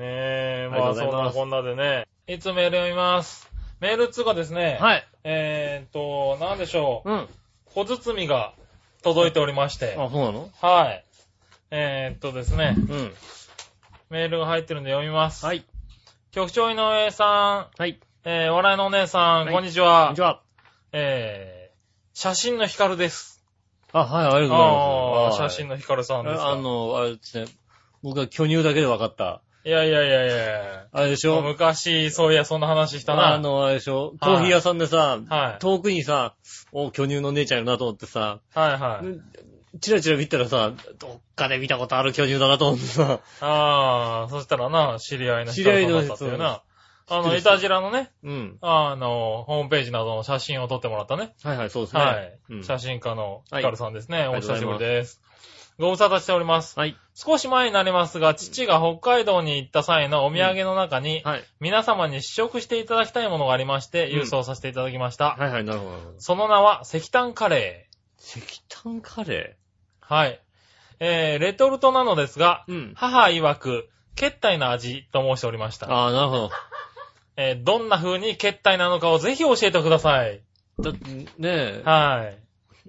Speaker 3: え、
Speaker 2: ありがとう
Speaker 3: まあ
Speaker 2: ござい
Speaker 3: そん
Speaker 2: ま
Speaker 3: な
Speaker 2: す
Speaker 3: こんなでね。いつメール読みます。メールっつうかですね、
Speaker 2: はい。
Speaker 3: えーっと、なんでしょう。
Speaker 2: うん。あ、
Speaker 3: 小包みが届いておりまして、
Speaker 2: そうなの
Speaker 3: はい。えーっとですね、
Speaker 2: うん。
Speaker 3: メールが入ってるんで読みます。
Speaker 2: はい。
Speaker 3: 局長井上さ
Speaker 2: はい。
Speaker 3: ん、えー、笑いのお姉さん、
Speaker 2: はい
Speaker 3: こんにち
Speaker 2: こん
Speaker 3: は。
Speaker 2: にちは。
Speaker 3: えー、写真のヒカルです。
Speaker 2: あ、はい、ありがとう
Speaker 3: ああ
Speaker 2: ございます。
Speaker 3: ー、写真のヒカルさんです
Speaker 2: あ
Speaker 3: か。
Speaker 2: あの、あれですね。僕は巨乳だけで分かった。
Speaker 3: いやいやいやいや
Speaker 2: あれでしょ
Speaker 3: 昔、そういや、そんな話したな。
Speaker 2: あの、あれでしょコーヒー屋さんでさ、
Speaker 3: はい。
Speaker 2: 遠くにさ、お、巨乳の姉ちゃんいるなと思ってさ、
Speaker 3: はいはい。
Speaker 2: チラチラ見たらさ、どっかで見たことある巨乳だなと思ってさ、
Speaker 3: ああ、そしたらな、知り合いの
Speaker 2: 知り合い
Speaker 3: 人
Speaker 2: の
Speaker 3: だったっていうな。あ
Speaker 2: 知って
Speaker 3: の、
Speaker 2: る
Speaker 3: イタジラのね、
Speaker 2: うん。
Speaker 3: あの、ホームページなどの写真を撮ってもらったね。
Speaker 2: はいはい、そうですね。
Speaker 3: はい。
Speaker 2: うん
Speaker 3: 写真家のヒカルさんですね。
Speaker 2: い
Speaker 3: お久しぶりです。ご無沙汰しております。
Speaker 2: はい。
Speaker 3: 少し前になりますが、父が北海道に行った際のお土産の中に、
Speaker 2: はい。
Speaker 3: 皆様に試食していただきたいものがありまして、
Speaker 2: うん
Speaker 3: 郵送させていただきました。
Speaker 2: はいはい、なるほどなるほど。
Speaker 3: その名は、石炭カレー。
Speaker 2: 石炭カレ
Speaker 3: はい。えー、レトルトなのですが、
Speaker 2: ーうん。
Speaker 3: 母曰く、決体な味と申しておりました。
Speaker 2: ああ、なるほど。
Speaker 3: えー、どんな風に決体なのかをぜひ教えてください。
Speaker 2: だって、ねえ、
Speaker 3: はい。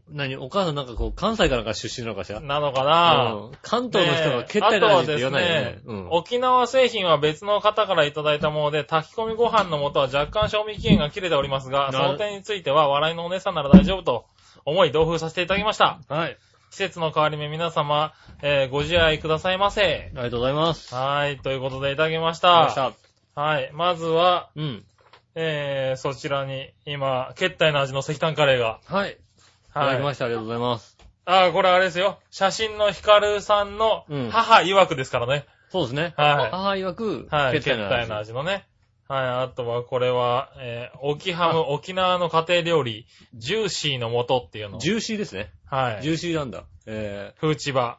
Speaker 2: 何、お母さんなんかこう、関西からか出身なのかしら
Speaker 3: なのかな
Speaker 2: うん関東の人が蹴ったり
Speaker 3: ねえ
Speaker 2: なんて言わないよね。
Speaker 3: あとはです
Speaker 2: うん。
Speaker 3: 沖縄製品は別の方からいただいたもので、炊き込みご飯の素は若干賞味期限が切れておりますが、そ
Speaker 2: な
Speaker 3: の点については笑いのお姉さんなら大丈夫と思い同封させていただきました。
Speaker 2: はい。
Speaker 3: 季節の変わり目皆様、えーご自愛くださいませ
Speaker 2: あ。りがとうございます。
Speaker 3: はい、ということでいただきまし
Speaker 2: ありがと
Speaker 3: た。
Speaker 2: うございまし
Speaker 3: はい、まずは、
Speaker 2: た。うん。
Speaker 3: えー、そちらに今、決体の味の石炭カレーが。
Speaker 2: はい。いた
Speaker 3: は
Speaker 2: だきま
Speaker 3: い。
Speaker 2: した。ありがとうございます。
Speaker 3: あー、これあれですよ。写真のヒカルさんの
Speaker 2: うん
Speaker 3: 母曰くですからね。
Speaker 2: そうですね。
Speaker 3: はい
Speaker 2: 母曰く、
Speaker 3: はい。
Speaker 2: 決
Speaker 3: 決
Speaker 2: 定な
Speaker 3: 体
Speaker 2: ん
Speaker 3: の
Speaker 2: です。
Speaker 3: 味のね。はい。あとは、これは、えー、沖ハム、沖縄の家庭料理、ジューシーの素っていうの。
Speaker 2: ジューシーですね。
Speaker 3: はい
Speaker 2: ジ。ューシーなんだ。え
Speaker 3: 風千葉。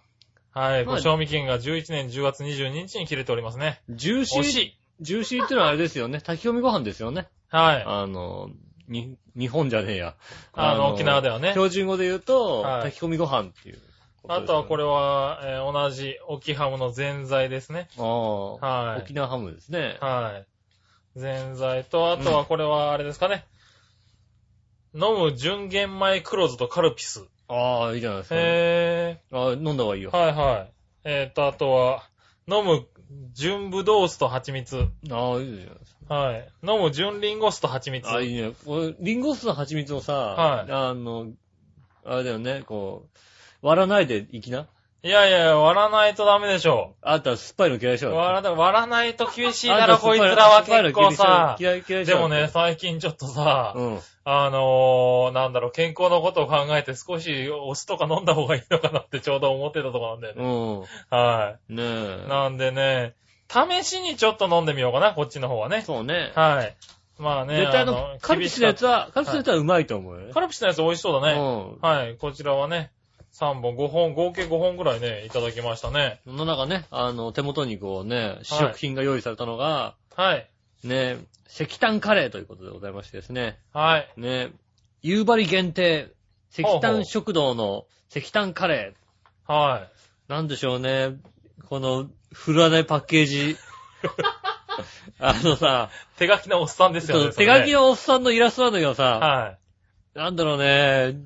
Speaker 3: はい。
Speaker 2: まあ
Speaker 3: ご賞味期限が11年10月22日に切れておりますね。
Speaker 2: ー、ジューシ
Speaker 3: 惜し
Speaker 2: ー、
Speaker 3: い。
Speaker 2: ジューシーってのはあれですよね。炊き込みご飯ですよね。
Speaker 3: はい。
Speaker 2: あの、に、日本じゃねえや。
Speaker 3: あの、沖縄ではね。
Speaker 2: 標準語で言うと、
Speaker 3: はい
Speaker 2: 炊き込みご飯っていうことですよ
Speaker 3: あ
Speaker 2: ね、
Speaker 3: とは、これは、えー同じ沖ハムの前菜ですね。
Speaker 2: ああ、
Speaker 3: はい
Speaker 2: 沖縄ハムですね。
Speaker 3: はい。前菜と、あとは、これは、あれですかね。飲む純玄米黒酢とカルピス。
Speaker 2: ああ、いいじゃないですか。
Speaker 3: へー。
Speaker 2: ああ飲んだ方がいいよ。
Speaker 3: はいはい。えっ、と、あとは、飲む純ぶどう酢と蜂蜜。
Speaker 2: ああ、いいじゃないですか。
Speaker 3: はい。飲む純リンゴ酢と蜂蜜。
Speaker 2: ああ、いいね。俺リンゴ酢の蜂蜜をさ、
Speaker 3: はい
Speaker 2: あの、あれだよね、こう、割らないでいきな。
Speaker 3: いやいや、割らないとダメでしょ
Speaker 2: あんた酸っぱいの嫌いでし
Speaker 3: う。
Speaker 2: ょ。
Speaker 3: 割らない割らないと厳しい
Speaker 2: あ
Speaker 3: だ
Speaker 2: んた
Speaker 3: ろ、
Speaker 2: 酸
Speaker 3: こ
Speaker 2: っ
Speaker 3: いつ
Speaker 2: ぱ
Speaker 3: ら
Speaker 2: の
Speaker 3: は結構さ。
Speaker 2: 酸っぱいの嫌いでしょ嫌い嫌いじ
Speaker 3: で
Speaker 2: ゃん
Speaker 3: もね、、最近ちょっとさ、
Speaker 2: うん。
Speaker 3: あのー、なんだろう、健康のことを考えて少しお酢とか飲んだ方がいいのかなってちょうど思ってたとこなんだよね。
Speaker 2: う
Speaker 3: は
Speaker 2: ん。ね
Speaker 3: い。
Speaker 2: え。
Speaker 3: なんでね、試しにちょっと飲んでみようかな、こっちの方はね。
Speaker 2: そうね。
Speaker 3: はい。まあね、
Speaker 2: 絶対あの、カルピスのやつは、カルピスのやつはうまいと思うよね。
Speaker 3: カルピスのやつ美味しそうだね。
Speaker 2: う
Speaker 3: はい、こちらはね、3本、5本、合計5本ぐらいね、いただきましたね。
Speaker 2: ん。その中ね、あの、手元にこうね、試食品が用意されたのが、
Speaker 3: はい、
Speaker 2: ね、石炭カレーということでございましてですね。
Speaker 3: はい。
Speaker 2: ね、夕張限定、石炭食堂の石炭カレ
Speaker 3: はい。
Speaker 2: ー。なんでしょうね。この、振らないパッケー ジ。あのさ、
Speaker 3: 手書きのおっさんですよ
Speaker 2: そ
Speaker 3: ね。
Speaker 2: う手書き
Speaker 3: の。
Speaker 2: のおっさんのイラストなんだけどさ、
Speaker 3: は
Speaker 2: なんだろうね、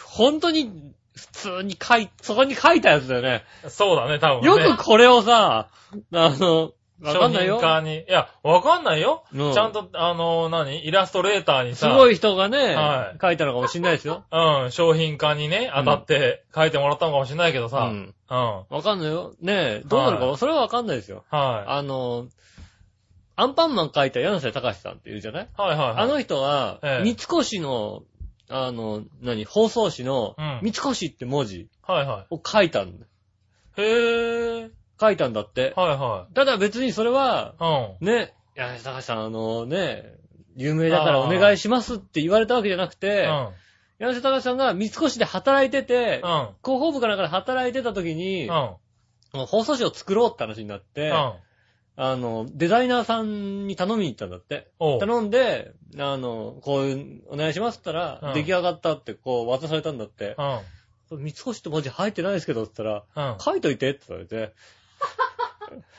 Speaker 2: 本当に、普通に書い、そこに書いたやつだよね。
Speaker 3: い。そうだね、多分、ね。
Speaker 2: よくこれをさ、あの、わかんない
Speaker 3: 商
Speaker 2: よ
Speaker 3: 品。化に。いや、わかんないよ。
Speaker 2: うん
Speaker 3: ちゃんと、あの、何イラストレーターに
Speaker 2: す
Speaker 3: さ、
Speaker 2: ごい人がね、
Speaker 3: はい
Speaker 2: 書いたのかもしんないですよ。
Speaker 3: うん、商品化にね、当たって書いてもらったのかもしれないけど
Speaker 2: う
Speaker 3: さ、 うん。
Speaker 2: ん。わかんないよ。ねえ、どうなのか、
Speaker 3: は
Speaker 2: それはわかんないですよ。
Speaker 3: はい。
Speaker 2: あの、アンパンマン書いた柳瀬隆さんっていうじゃない
Speaker 3: はいはいはい。
Speaker 2: あの人は
Speaker 3: え、え
Speaker 2: 三越の、あの、何、放送紙の
Speaker 3: うん、
Speaker 2: 三越って文字
Speaker 3: はいは
Speaker 2: を書いたんだ。
Speaker 3: い。へー。
Speaker 2: 書いたんだって。
Speaker 3: はいは
Speaker 2: ただ別にそれは、
Speaker 3: い。うん。
Speaker 2: ね、柳瀬隆さん、あのね、有名だからお願いしますって言われたわけじゃなく
Speaker 3: う
Speaker 2: て、
Speaker 3: ん。
Speaker 2: 山下隆さんが三越で働いてて、
Speaker 3: うん。
Speaker 2: 広報部かなんかで働いてた時に、
Speaker 3: うん。
Speaker 2: 放送紙を作ろうって話になって、
Speaker 3: うん。
Speaker 2: あの、デザイナーさんに頼みに行ったんだって。
Speaker 3: おう。
Speaker 2: 頼んで、あの、こういう、お願いしますって言った
Speaker 3: う
Speaker 2: ら、
Speaker 3: ん
Speaker 2: 出来上がったってこう渡されたんだって
Speaker 3: う。ん。
Speaker 2: 三越って文字入ってないですけどって言ったら、
Speaker 3: うん。
Speaker 2: 書いといてって言われて、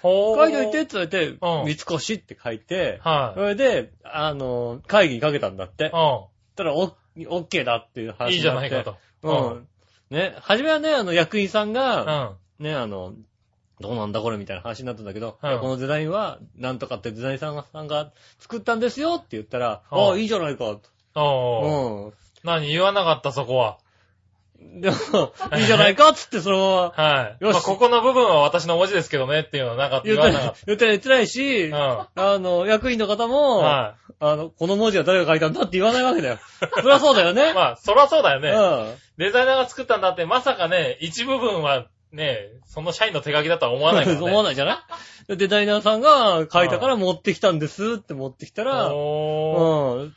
Speaker 3: ほ
Speaker 2: 書いといてって言われて、
Speaker 3: う
Speaker 2: 三
Speaker 3: ん
Speaker 2: 越って書いて、
Speaker 3: はい
Speaker 2: そ。れで、あの、会議にかけたんだって。
Speaker 3: う
Speaker 2: たら、オッケーだっていう話になって。
Speaker 3: ん。いいじゃないかと。
Speaker 2: うん。ね、はじめはね、あの、役員さん
Speaker 3: う
Speaker 2: が、
Speaker 3: ん。
Speaker 2: ね、あの、どうなんだこれみたいな話になったんだけど、
Speaker 3: うん
Speaker 2: いやこのデザインは、なんとかってデザインさんがさんが作ったんですよって言ったら、
Speaker 3: うん
Speaker 2: ああ、いいじゃないか。う
Speaker 3: おう。
Speaker 2: ん。
Speaker 3: 何言わなかったそこは。
Speaker 2: でもいいじゃないかっつって、そのまま
Speaker 3: はい。
Speaker 2: よし
Speaker 3: まあここの部分は私の文字ですけどねっていうのはなかった。
Speaker 2: 言
Speaker 3: 言
Speaker 2: っ
Speaker 3: わ
Speaker 2: た
Speaker 3: なからっ、
Speaker 2: 言ったら言ってないし、
Speaker 3: た。
Speaker 2: あの、役員の方
Speaker 3: うん。
Speaker 2: も、あ
Speaker 3: は
Speaker 2: の、この文字は誰が書いたんだって言わないわけだよ。 そりゃそうだよ
Speaker 3: い。
Speaker 2: ね。
Speaker 3: まあ、そらそうだよね。
Speaker 2: うん。
Speaker 3: デザイナーが作ったんだって、まさかね、一部分はね、その社員の手書きだとは思わな いからね。
Speaker 2: 思わないじゃないデザイナーさんが書いたから持ってきたんですって持ってきたら、うん。
Speaker 3: おー。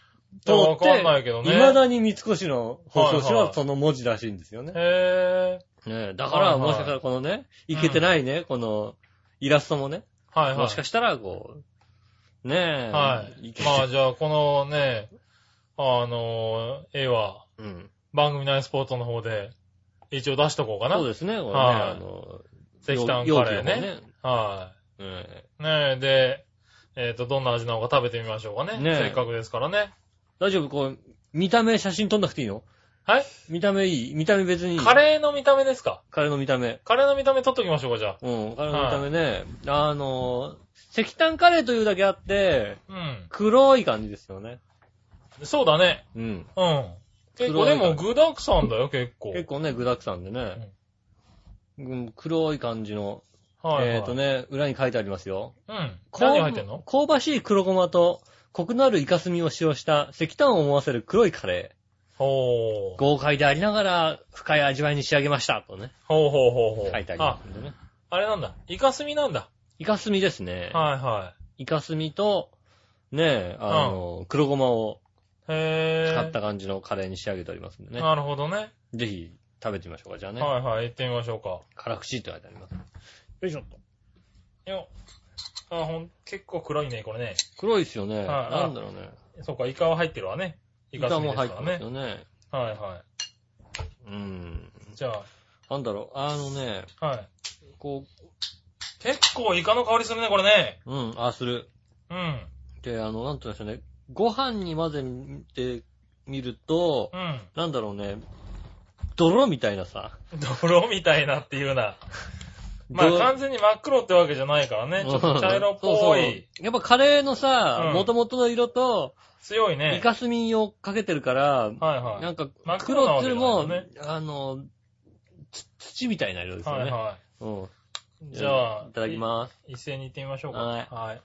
Speaker 2: 通
Speaker 3: わ
Speaker 2: って、
Speaker 3: かんないけどね
Speaker 2: 未だに三越の放送紙
Speaker 3: はい
Speaker 2: は
Speaker 3: はい
Speaker 2: その文字らしいんですよね。
Speaker 3: へ
Speaker 2: ねえだから、
Speaker 3: はいはい
Speaker 2: もしかしたらこのね、いけてないね、このイラストもね、
Speaker 3: ー。はいはい。
Speaker 2: もしかしたらこう、ねえ、
Speaker 3: はい
Speaker 2: け。て
Speaker 3: まあじゃあ、このね、あのー、絵は、
Speaker 2: うん。
Speaker 3: 番組内スポーツの方で、一応出しとこうかな。
Speaker 2: そうですね、これね、
Speaker 3: はい
Speaker 2: あの、
Speaker 3: 石炭
Speaker 2: 容
Speaker 3: カ
Speaker 2: 器
Speaker 3: レ
Speaker 2: の
Speaker 3: ー
Speaker 2: 方
Speaker 3: ね。は
Speaker 2: ねえ
Speaker 3: い。ねえ、で、えっ、と、どんな味なのか食べてみましょうかね。
Speaker 2: ねえ
Speaker 3: せっかくですからね。
Speaker 2: 大丈夫こう、見た目写真撮んなくていいの
Speaker 3: はい
Speaker 2: 見た目いい見た目別にいい。
Speaker 3: カレーの見た目ですか
Speaker 2: カレーの見た目。
Speaker 3: カレーの見た目取っときましょうか、じゃあ。
Speaker 2: うん、カレーの見た目ね。あの、石炭カレーというだけあって、
Speaker 3: うん。
Speaker 2: 黒い感じですよね。
Speaker 3: そうだね。
Speaker 2: うん。
Speaker 3: うん。結
Speaker 2: 黒
Speaker 3: 構で
Speaker 2: いから
Speaker 3: も具沢山だよ、結構。
Speaker 2: 結構ね、具沢山でね。うん、黒い感じの。
Speaker 3: はい、はい。
Speaker 2: えっ、と。ね、裏に書いてありますよ。
Speaker 3: うん。何入ってんの
Speaker 2: 香ばしい黒ごまと、コクのあるイカスミを使用した石炭を思わせる黒いカレ
Speaker 3: ほ
Speaker 2: ー。
Speaker 3: う。
Speaker 2: 豪快でありながら、深い味わいに仕上げました。とね、
Speaker 3: ほうほうほうほう。
Speaker 2: 書いてあり
Speaker 3: あ
Speaker 2: ま、すんでね。
Speaker 3: あれなんだ。イカスミなんだ。
Speaker 2: イカスミですね。
Speaker 3: はいは
Speaker 2: イカスミと、ねえ、あの、黒ごまを
Speaker 3: い。へぇー。
Speaker 2: 使った感じのカレーに仕上げておりますんでね。
Speaker 3: なるほどね。
Speaker 2: ぜひ食べてみましょうか。じゃあね。
Speaker 3: はいはい。行ってみましょうか。
Speaker 2: 辛口って書いてあります。よいしょっと。
Speaker 3: よっあ、ほん、結構黒いね、これね。
Speaker 2: 黒いですよね。
Speaker 3: はい
Speaker 2: なんだろうね。
Speaker 3: そうか、イカは入ってるわね。イ
Speaker 2: イ
Speaker 3: カ
Speaker 2: カ
Speaker 3: スミで
Speaker 2: も
Speaker 3: すか
Speaker 2: 入って
Speaker 3: ら
Speaker 2: ます
Speaker 3: ね。
Speaker 2: よね。
Speaker 3: はいは
Speaker 2: うん。
Speaker 3: い。じゃ
Speaker 2: なんだろう、あのね、
Speaker 3: あ、はい。
Speaker 2: こ
Speaker 3: 結構イカの香りするね、これね。
Speaker 2: う、うん、あ、する。
Speaker 3: うん。
Speaker 2: で、あの、なんて言うんでしょうね。ご飯に混ぜてみると
Speaker 3: う、ん。
Speaker 2: なんだろうね、泥みたいなさ。
Speaker 3: 泥みたいなっていうな。まあ
Speaker 2: 泥
Speaker 3: 完全に真っ黒ってわけじゃないからね。ちょっと茶色っ ぽ
Speaker 2: そう
Speaker 3: い。
Speaker 2: そうやっぱカレーのさ
Speaker 3: う、ん
Speaker 2: 元々の色と、
Speaker 3: 強い
Speaker 2: イ
Speaker 3: ね。
Speaker 2: カスミをかけてるから、
Speaker 3: はいはい。
Speaker 2: なんか
Speaker 3: 真っ、黒な
Speaker 2: 黒っ
Speaker 3: わ
Speaker 2: て
Speaker 3: け
Speaker 2: いう
Speaker 3: じ
Speaker 2: よ
Speaker 3: ゃ
Speaker 2: り
Speaker 3: ない
Speaker 2: も
Speaker 3: よね、
Speaker 2: あの、つ土みたいな色ですよ
Speaker 3: は
Speaker 2: ね
Speaker 3: い。は
Speaker 2: うん
Speaker 3: い。じゃあ、
Speaker 2: いただきます。
Speaker 3: い一斉に行ってみましょうか。
Speaker 2: はい
Speaker 3: はい。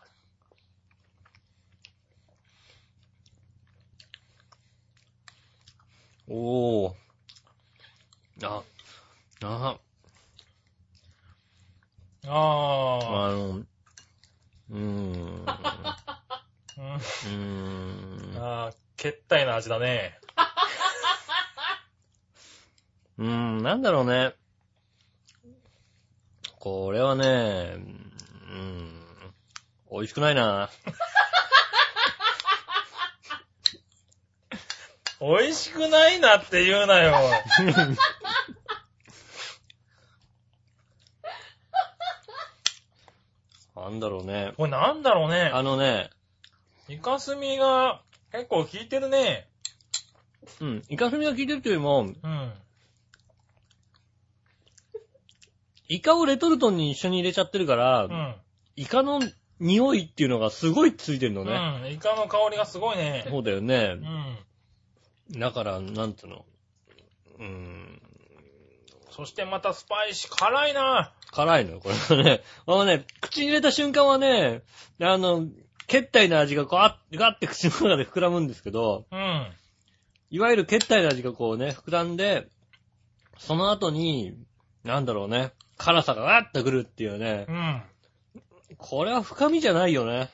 Speaker 2: おー。あ、あ、
Speaker 3: あ
Speaker 2: あの、うーん。う
Speaker 3: ー。うん
Speaker 2: ーん。
Speaker 3: あー、決体な味だね。
Speaker 2: うーん、なんだろうね。これはね、うーん、美味しくないな。
Speaker 3: 美味しくないなって言う なよ。
Speaker 2: なんだろうね。
Speaker 3: これなんだろうね。
Speaker 2: あのね、
Speaker 3: イカスミが結構効いてるね。
Speaker 2: うん、イカスミが効いてるというよりも、
Speaker 3: うん。
Speaker 2: イカをレトルトに一緒に入れちゃってるから、
Speaker 3: うん。
Speaker 2: イカの匂いっていうのがすごいついてるのね。
Speaker 3: うん。イカの香りがすごいね。
Speaker 2: そうだよね
Speaker 3: う。ん。
Speaker 2: だから、なんていうの。うーん。
Speaker 3: そしてまたスパイシー、辛いな。
Speaker 2: 辛いのよ、これはね。 あのね、口に入れた瞬間はね、あの、決体の味がこう、あガって口の中で膨らむんですけど、
Speaker 3: うん。
Speaker 2: いわゆる決体の味がこうね、膨らんで、その後に、なんだろうね、辛さがわっとくるっていうね
Speaker 3: う。ん。
Speaker 2: これは深みじゃないよね。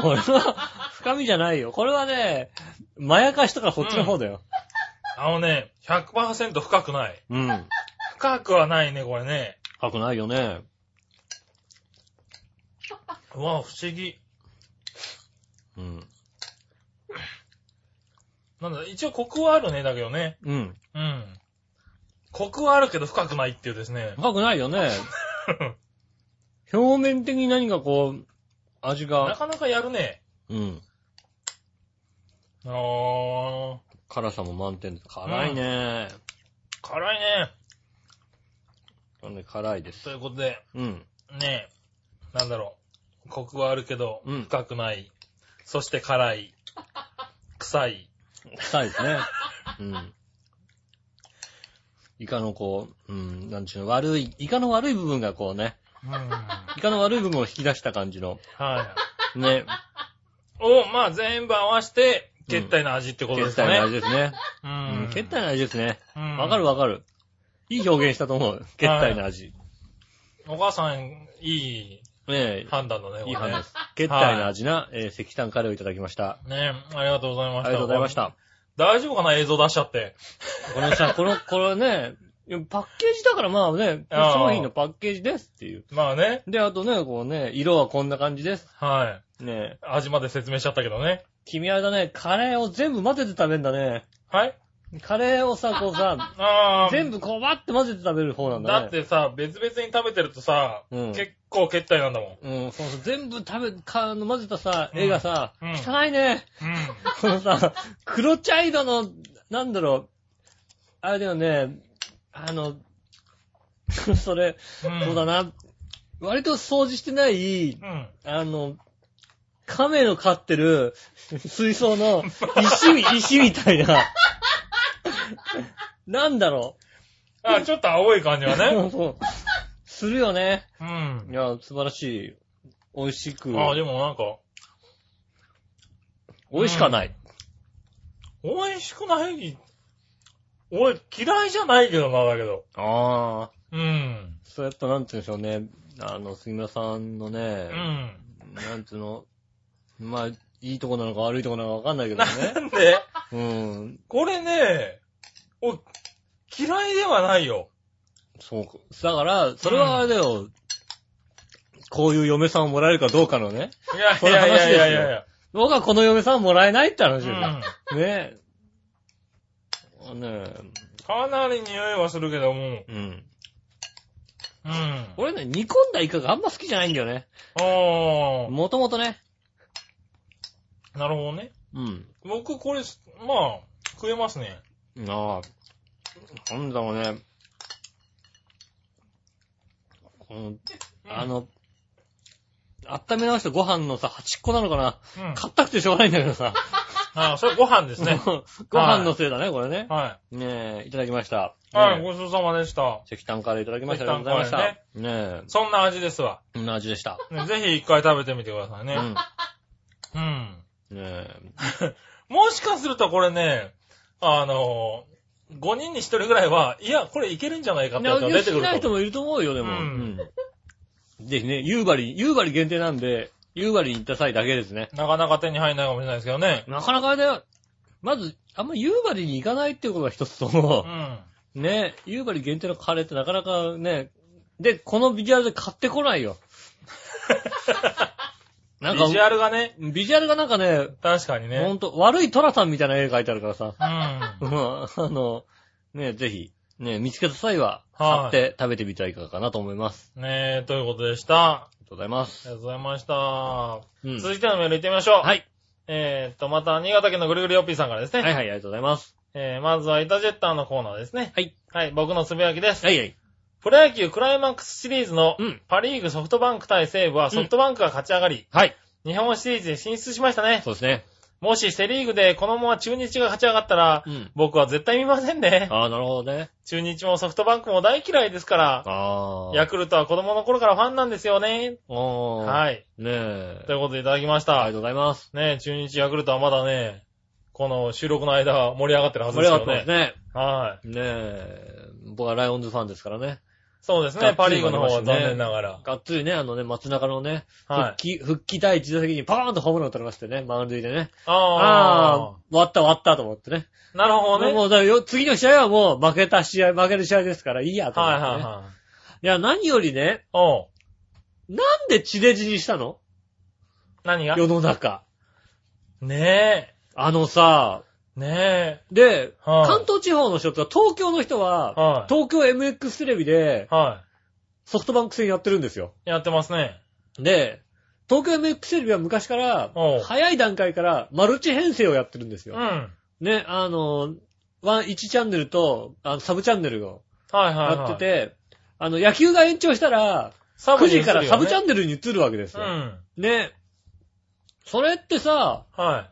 Speaker 2: これは、深みじゃないよ。これはね、まやかしとかそっちの方だよ。
Speaker 3: あのね、100%深くない。
Speaker 2: うん。
Speaker 3: 深くはないね、これね。
Speaker 2: 深くないよね。
Speaker 3: うわ、不思議。
Speaker 2: うん。
Speaker 3: なんだ、一応コクはあるね、だけどね。
Speaker 2: うん。
Speaker 3: うん。コクはあるけど深くないっていうですね。
Speaker 2: 深くないよね。表面的に何かこう、味
Speaker 3: な
Speaker 2: が、
Speaker 3: かなかやるね。
Speaker 2: うん。
Speaker 3: あー、
Speaker 2: 辛さも満点。辛いね。
Speaker 3: 辛いね。
Speaker 2: これね辛いで
Speaker 3: と
Speaker 2: す
Speaker 3: い。うことで、
Speaker 2: うん。
Speaker 3: ねえ、なんだろう。コクはあるけど、
Speaker 2: うん
Speaker 3: 深くない。そして辛い。臭い。
Speaker 2: 臭いですね。うん。イカのこう、うん、なんちゅうの、悪い、イカの悪い部分がこうね、
Speaker 3: うん。は
Speaker 2: イカの悪い部分を引き出した感じの、
Speaker 3: い。
Speaker 2: ね、
Speaker 3: を、まあ全部合わせて、決体の味ってことで
Speaker 2: 決
Speaker 3: すか
Speaker 2: 体の
Speaker 3: ね
Speaker 2: 味。ですね。
Speaker 3: う
Speaker 2: うん
Speaker 3: ん。、
Speaker 2: 決体の味ですね。
Speaker 3: うん
Speaker 2: わかるわかる。いい表現したと思う。決体の味。
Speaker 3: お母さん、いい
Speaker 2: ね
Speaker 3: 判断だ
Speaker 2: え、
Speaker 3: ね、これね
Speaker 2: いい話です。決体の味な、えー石炭カレーをいただきました。
Speaker 3: ねえ、ありがとうございま
Speaker 2: あ
Speaker 3: し
Speaker 2: り
Speaker 3: た。
Speaker 2: がとうございまし。た。
Speaker 3: 大丈夫かな、映像出しちゃって。
Speaker 2: このさ、この、これね、いやパッケージだからまあね、
Speaker 3: あー
Speaker 2: 商品のパッケージですっていう。
Speaker 3: まあね、
Speaker 2: で、あとね、こうね、色はこんな感じです。
Speaker 3: はい。
Speaker 2: ねえ。
Speaker 3: 味まで説明しちゃったけどね。
Speaker 2: 君あれだね、カレーを全部混ぜて食べんだね。
Speaker 3: はい
Speaker 2: カレーをさ、こうさ、
Speaker 3: ああ、
Speaker 2: 全部こうバって混ぜて食べる方なんだ
Speaker 3: だ
Speaker 2: ね。
Speaker 3: ってさ、別々に食べてるとさ、
Speaker 2: うん
Speaker 3: 結構決体なんだもん。
Speaker 2: うん、そうそう、全部食べ、か、あの混ぜたさ、
Speaker 3: うん
Speaker 2: 絵がさ、
Speaker 3: うん
Speaker 2: 汚いね。
Speaker 3: う
Speaker 2: このさ、黒茶色の、なんだろう、あれだよね、あの、それ、
Speaker 3: ん。
Speaker 2: そうだ
Speaker 3: ね。
Speaker 2: な、割と掃除してない、
Speaker 3: うん。
Speaker 2: あの、亀の飼ってる水槽の石 み、石みたいな。なんだろ
Speaker 3: あ、ちょっと青い感じ
Speaker 2: う。
Speaker 3: がね。
Speaker 2: そうするよね。
Speaker 3: うん
Speaker 2: い。や、素晴らしい。美味しく。
Speaker 3: あ、でもなんか、
Speaker 2: 美味しかない。
Speaker 3: 美味しくない。俺、嫌いじゃないけどな、だけど。
Speaker 2: ああ。
Speaker 3: うん。
Speaker 2: そうやっぱなんて言うんでしょうね。あの、杉村さんの
Speaker 3: う
Speaker 2: ね、
Speaker 3: ん。
Speaker 2: なんていうの、まあ、いいとこなのか悪いとこなのかわかんないけどね。
Speaker 3: なんで
Speaker 2: うん。
Speaker 3: これね、お、嫌いではないよ。
Speaker 2: そうか。だから、それはあれだよ、こういう嫁さんをもらえるかどうかのね。
Speaker 3: いやいやいやいやいやいや。
Speaker 2: 僕はこの嫁さんもらえないって話
Speaker 3: う
Speaker 2: だよ
Speaker 3: ん。
Speaker 2: ねえ。ね
Speaker 3: かなり匂いはするけども、
Speaker 2: え。うん。
Speaker 3: うん。
Speaker 2: 俺ね、煮込んだイカがあんま好きじゃないんだよね。
Speaker 3: あ
Speaker 2: もともとね。
Speaker 3: あ、なるほどね。
Speaker 2: うん。
Speaker 3: 僕、これ、まあ、食えますね。
Speaker 2: ああ。なんだろうね。この、あの、温め直したご飯のさ、端っこなのかな
Speaker 3: うん。
Speaker 2: 硬くてしょうがないんだけどさ。
Speaker 3: ああ、それご飯です ね。
Speaker 2: ご飯のせいだね、これね。
Speaker 3: は
Speaker 2: ねえ、いただきました。
Speaker 3: い。はい、
Speaker 2: ね
Speaker 3: ごちそうさまでした。
Speaker 2: え石炭カレーいただきました。ありがとうございました。
Speaker 3: 石
Speaker 2: ねえ、
Speaker 3: そんな味ですわ。
Speaker 2: こんな味でした。
Speaker 3: ねぜひ一回食べてみてください
Speaker 2: うん
Speaker 3: ね。。うん。
Speaker 2: ね
Speaker 3: もしかするとこれね、あの、5人に1人ぐらいは、いや、これいけるんじゃない
Speaker 2: え。
Speaker 3: かってやつが出てく
Speaker 2: 好きな
Speaker 3: る
Speaker 2: 人
Speaker 3: と。
Speaker 2: もいると思うよ、でも。
Speaker 3: う
Speaker 2: うんん。ぜひね、夕張、夕張限定なんで、夕張に行った際だけですね。
Speaker 3: なかなか手に入んないかもしれないですけどね。
Speaker 2: なかなかあれだよ。まず、あんま夕張に行かないってことが一つ
Speaker 3: う
Speaker 2: と、
Speaker 3: ん。
Speaker 2: ね、夕張限定のカレーってなかなかね、で、このビジュアルで買ってこない よ。なんか
Speaker 3: ビジ、ュアルがね、
Speaker 2: ビジュアルがなんかね、
Speaker 3: 確かに
Speaker 2: ほ
Speaker 3: ね。
Speaker 2: んと、悪いトラさんみたいな絵が描いてあるからさ。
Speaker 3: うん。
Speaker 2: うんあの、ね、ぜひ、ね、見つけた際は、
Speaker 3: は
Speaker 2: 買
Speaker 3: い
Speaker 2: って食べてみてはいかがかなと思います。
Speaker 3: ねえ、ということでした。あ
Speaker 2: ありがとうございます。
Speaker 3: りがとうございました。
Speaker 2: うん。
Speaker 3: 続いてのメール行ってみましょう。
Speaker 2: はい。
Speaker 3: えーっと、また、新潟県のぐるぐるよっぴーさんからですね。
Speaker 2: はいはい、ありがとうございます。
Speaker 3: えー、まずは、イタジェッターのコーナーですね。
Speaker 2: はい。
Speaker 3: はい、僕のつぶやきです。
Speaker 2: はいはい。
Speaker 3: プロ野球クライマックスシリーズの
Speaker 2: うん。
Speaker 3: パリーグソフトバンク対西武はソフトバンクが勝ち上がり、
Speaker 2: はい。
Speaker 3: 日本シリーズへ進出しましたね。
Speaker 2: そうですね。
Speaker 3: もしセリーグでこのまま中日が勝ち上がったら、
Speaker 2: うん。
Speaker 3: 僕は絶対見ませんね。
Speaker 2: ああ、なるほどね。
Speaker 3: 中日もソフトバンクも大嫌いですから、
Speaker 2: ああ。
Speaker 3: ヤクルトは子供の頃からファンなんですよね。
Speaker 2: おー。い。
Speaker 3: はい。
Speaker 2: ね
Speaker 3: と
Speaker 2: え。
Speaker 3: いうことでいただきまし
Speaker 2: ありが
Speaker 3: た
Speaker 2: とう。ございます。
Speaker 3: ねえ、中日ヤクルトはまだね、この収録の間盛り上がってるはず
Speaker 2: 盛
Speaker 3: で
Speaker 2: り
Speaker 3: す
Speaker 2: 上が
Speaker 3: よ
Speaker 2: ってます
Speaker 3: ね。
Speaker 2: ね。ね
Speaker 3: は
Speaker 2: え。僕はライオンズファンですからね。
Speaker 3: い。そうです
Speaker 2: がっつ
Speaker 3: ね。
Speaker 2: り
Speaker 3: パリーグの方は
Speaker 2: もありま
Speaker 3: 残
Speaker 2: したね
Speaker 3: 念ながら。
Speaker 2: がっつりね、あのね、松中のね、復
Speaker 3: はい。
Speaker 2: 帰、復帰第一打席にパーンとホームラン打たれましてね、満塁でね。あ
Speaker 3: あ
Speaker 2: あ、終わった終わったと思ってね。
Speaker 3: あ。なるほどね。はい
Speaker 2: もうだからよ次の試合はもう負けた試合、負ける試合ですからいいやと思って、ね。
Speaker 3: はいは
Speaker 2: い
Speaker 3: い。
Speaker 2: や、何よりね、
Speaker 3: おう。
Speaker 2: なんで地デジにしたの
Speaker 3: 何が
Speaker 2: 世の中。
Speaker 3: ね
Speaker 2: あのさ、
Speaker 3: え。ね
Speaker 2: で、
Speaker 3: え。はい。
Speaker 2: 関東地方の人とか東京の人は、
Speaker 3: は
Speaker 2: 東京 MX テレビで
Speaker 3: い。は
Speaker 2: ソフトバンク戦やってるんですよ。
Speaker 3: い。やってますね。
Speaker 2: で、東京 MX テレビは昔から
Speaker 3: おう、
Speaker 2: 早い段階からマルチ編成をやってるんです
Speaker 3: う
Speaker 2: よ
Speaker 3: ん。。はい
Speaker 2: ね、あの、ワン、1チャンネルと、あのサブチャンネルを
Speaker 3: はいはい。
Speaker 2: やってて、あの、野球が延長したら、
Speaker 3: サブ
Speaker 2: 9
Speaker 3: に
Speaker 2: 時
Speaker 3: 移るよね、
Speaker 2: からサブチャンネルに移るわけです
Speaker 3: う
Speaker 2: よ。
Speaker 3: ん。
Speaker 2: ね。それってさ、
Speaker 3: は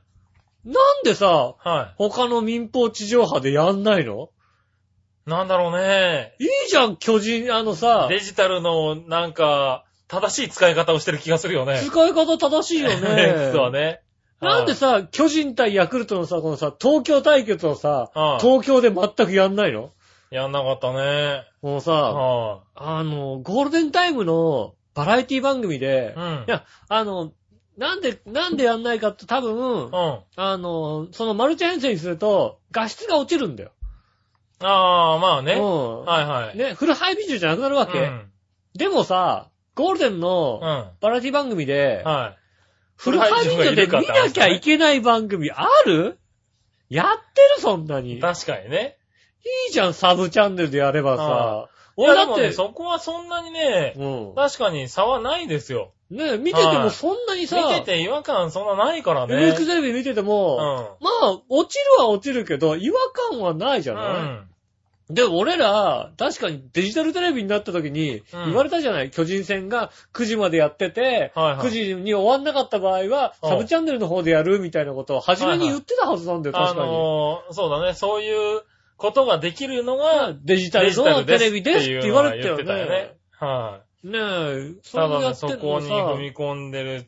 Speaker 3: い。
Speaker 2: なんでさ、
Speaker 3: は
Speaker 2: 他の民放地上波でやんないの
Speaker 3: い。なんだろうね。
Speaker 2: いいじゃん、巨人、あのさ、
Speaker 3: デジタルの、なんか、正しい使い方をしてる気がするよね。
Speaker 2: 使い方正しい よね。
Speaker 3: X はね。
Speaker 2: なんでさ、巨人対ヤクルトのさ、このさ、東京対決をさ、
Speaker 3: はい
Speaker 2: 東京で全くやんないの
Speaker 3: やんなかったね。
Speaker 2: もうさ、
Speaker 3: は
Speaker 2: あの、ゴールデンタイムのバラエティ番組
Speaker 3: い。
Speaker 2: で
Speaker 3: う、ん。
Speaker 2: いや、あの、なんで、なんでやんないかって多分
Speaker 3: う、ん。
Speaker 2: あの、そのマルチ編成にすると、画質が落ちるんだよ。
Speaker 3: ああ、まあね。
Speaker 2: うん
Speaker 3: はいはい。
Speaker 2: ね、フルハイビジュじゃなくなるわけ。
Speaker 3: うん。
Speaker 2: でもさ、ゴールデン
Speaker 3: う
Speaker 2: の
Speaker 3: ん。は
Speaker 2: バラエティ番組で、
Speaker 3: い。
Speaker 2: フルハイビジョンで見なきゃいけない番組あるやってるそんなに。いい
Speaker 3: 確かにね。
Speaker 2: じゃん、サブチャンネルでやれば
Speaker 3: あ
Speaker 2: さ。
Speaker 3: いや
Speaker 2: 俺
Speaker 3: で
Speaker 2: だ
Speaker 3: も
Speaker 2: って、
Speaker 3: ね、そこはそんなにね、
Speaker 2: うん。
Speaker 3: 確かに差はないですよ。
Speaker 2: ね、見てて
Speaker 3: は
Speaker 2: も
Speaker 3: い
Speaker 2: そんなに
Speaker 3: 見
Speaker 2: さ、
Speaker 3: てて違和感そんなないからね。
Speaker 2: MX テレビ見てて
Speaker 3: う
Speaker 2: も、
Speaker 3: ん。
Speaker 2: まあ、落ちるは落ちるけど、違和感はないじ
Speaker 3: う。
Speaker 2: ゃなんいで、俺ら、確かにデジタルテレビになった時に、
Speaker 3: うん
Speaker 2: 言われたじゃない巨人戦が9時までやってて、
Speaker 3: はいはい
Speaker 2: 9時に終わんなかった場合は、
Speaker 3: うん
Speaker 2: サブチャンネルの方でやるみたいなことを初めに言ってたはずなんだよ、
Speaker 3: あ
Speaker 2: 確かに。
Speaker 3: のー、そうだね、そういうことができるの
Speaker 2: まあ
Speaker 3: が、
Speaker 2: デジタルのテレビですって言われてたよ
Speaker 3: デジタルで
Speaker 2: ね。
Speaker 3: すっていうのは言ってたよね。はい。
Speaker 2: ねえ、
Speaker 3: た
Speaker 2: うや
Speaker 3: だね、
Speaker 2: って
Speaker 3: そ
Speaker 2: んの
Speaker 3: こに踏み込んでる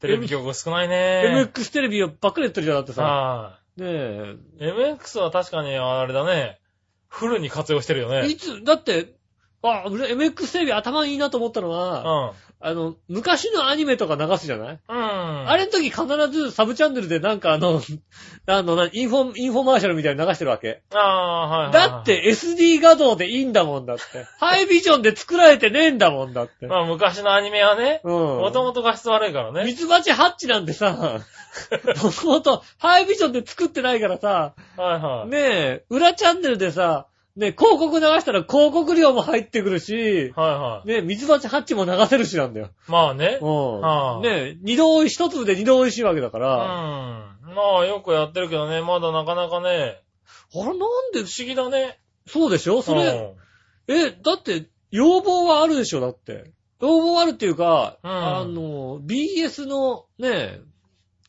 Speaker 3: テレビ局が少ないね。
Speaker 2: MX テレビばっかりやってるじゃんだってさ。
Speaker 3: は
Speaker 2: ねえ、
Speaker 3: い。MX は確かに、あれだね、フルに活用してるよね。
Speaker 2: いつ、だって、あ、俺 MX テレビ頭いいなと思ったの
Speaker 3: う
Speaker 2: は、
Speaker 3: ん。
Speaker 2: あの、昔のアニメとか流すじゃない
Speaker 3: うん。
Speaker 2: あれの時必ずサブチャンネルでなんかあの、 あの、なインフォ、インフォマーシャルみたいに流してるわけ。
Speaker 3: ああ、はいはいはい。
Speaker 2: だっ、て SD 画像でいいんだもんだって。ハイビジョンで作られてねえんだもんだって。
Speaker 3: まあ昔のアニメはね、
Speaker 2: うん。
Speaker 3: もともと画質悪いから
Speaker 2: ミ
Speaker 3: ね。
Speaker 2: ツバチハッチなんて さ、もともとハイビジョンで作ってないからさ、
Speaker 3: はいはい。
Speaker 2: ねえ、裏チャンネルでさ、ねえ、広告流したら広告料も入ってくるし、
Speaker 3: はいはい。
Speaker 2: ねえ、ミツバチハッチも流せるしなんだよ。
Speaker 3: まあね。うん。あ
Speaker 2: う
Speaker 3: あ
Speaker 2: ん。ねえ、二度美味し、一粒で二度美味しいわけだから、
Speaker 3: まあよくやってるけどね、まだなかなかね、
Speaker 2: あれなん
Speaker 3: 不
Speaker 2: で、
Speaker 3: 思議だね。
Speaker 2: そうでしょそれ、え、だって、要望はあるでしょだって。要望はあるっていうか、
Speaker 3: うん
Speaker 2: あの、BS の、ね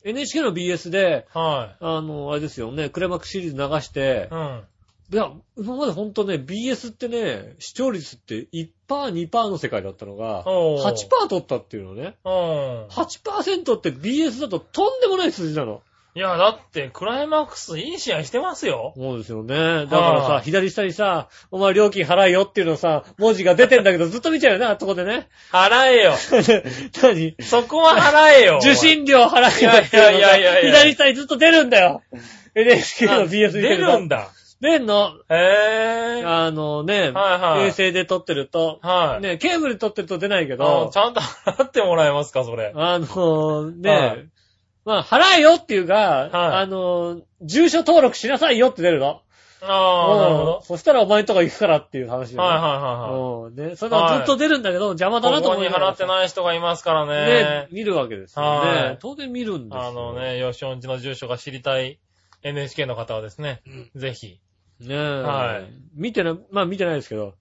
Speaker 2: え、NHK の BS で、
Speaker 3: うん。は
Speaker 2: あの、あれですよね、クレマックスシリーズ流して
Speaker 3: い。、うん。
Speaker 2: いや、今までほんとね、BS ってね、視聴率って1%、2%の世界だったのが、
Speaker 3: おー
Speaker 2: 8%取ったっていうのね。
Speaker 3: うん。
Speaker 2: 8%って BS だととんでもない数字なの。
Speaker 3: いや、だって、クライマックスいい試合してますよ。
Speaker 2: そうですよね。だから
Speaker 3: は
Speaker 2: さ、
Speaker 3: い
Speaker 2: 左下にさ、お前料金払えよっていうのさ、文字が出てんだけどずっと見ちゃうよね、あそこで ね。
Speaker 3: 払えよ。
Speaker 2: 何
Speaker 3: そこは払えよ。
Speaker 2: 受信料払えよって
Speaker 3: いやいやいやい
Speaker 2: いう
Speaker 3: や
Speaker 2: のが、左下にずっと出るんだよ。NHK の
Speaker 3: あ
Speaker 2: BS 見て
Speaker 3: 出るん
Speaker 2: だ。
Speaker 3: だ。
Speaker 2: 出んの。
Speaker 3: へえ。
Speaker 2: あのね、
Speaker 3: はいはい
Speaker 2: 衛星で撮ってると、
Speaker 3: はい。
Speaker 2: ね、ケーブル撮ってると出ないけ
Speaker 3: あ
Speaker 2: ど
Speaker 3: ち、ゃんと払ってもらえますか、それ。
Speaker 2: あのーね、
Speaker 3: はい
Speaker 2: まあ、払えよっていうか、
Speaker 3: はい
Speaker 2: あのー住所登録しなさいよって出るの。
Speaker 3: ああ、なるほ
Speaker 2: うんそしたらお前んとこ行くからっていう話
Speaker 3: ど。
Speaker 2: よ
Speaker 3: は
Speaker 2: ね
Speaker 3: いはいはいはい。
Speaker 2: うんね、それはずっと出るんだけど、邪魔だなと
Speaker 3: ここ
Speaker 2: 思
Speaker 3: に
Speaker 2: ながら
Speaker 3: 払ってない人がいますから
Speaker 2: ね
Speaker 3: ね。
Speaker 2: 見るわけですよ
Speaker 3: は
Speaker 2: ね
Speaker 3: い。
Speaker 2: 当然見るんですよ。
Speaker 3: あの。ね、吉本の住所が知りたい NHK の方はですね、ぜひ。
Speaker 2: ね
Speaker 3: はい
Speaker 2: 見てな、まあ見てないですけ ど。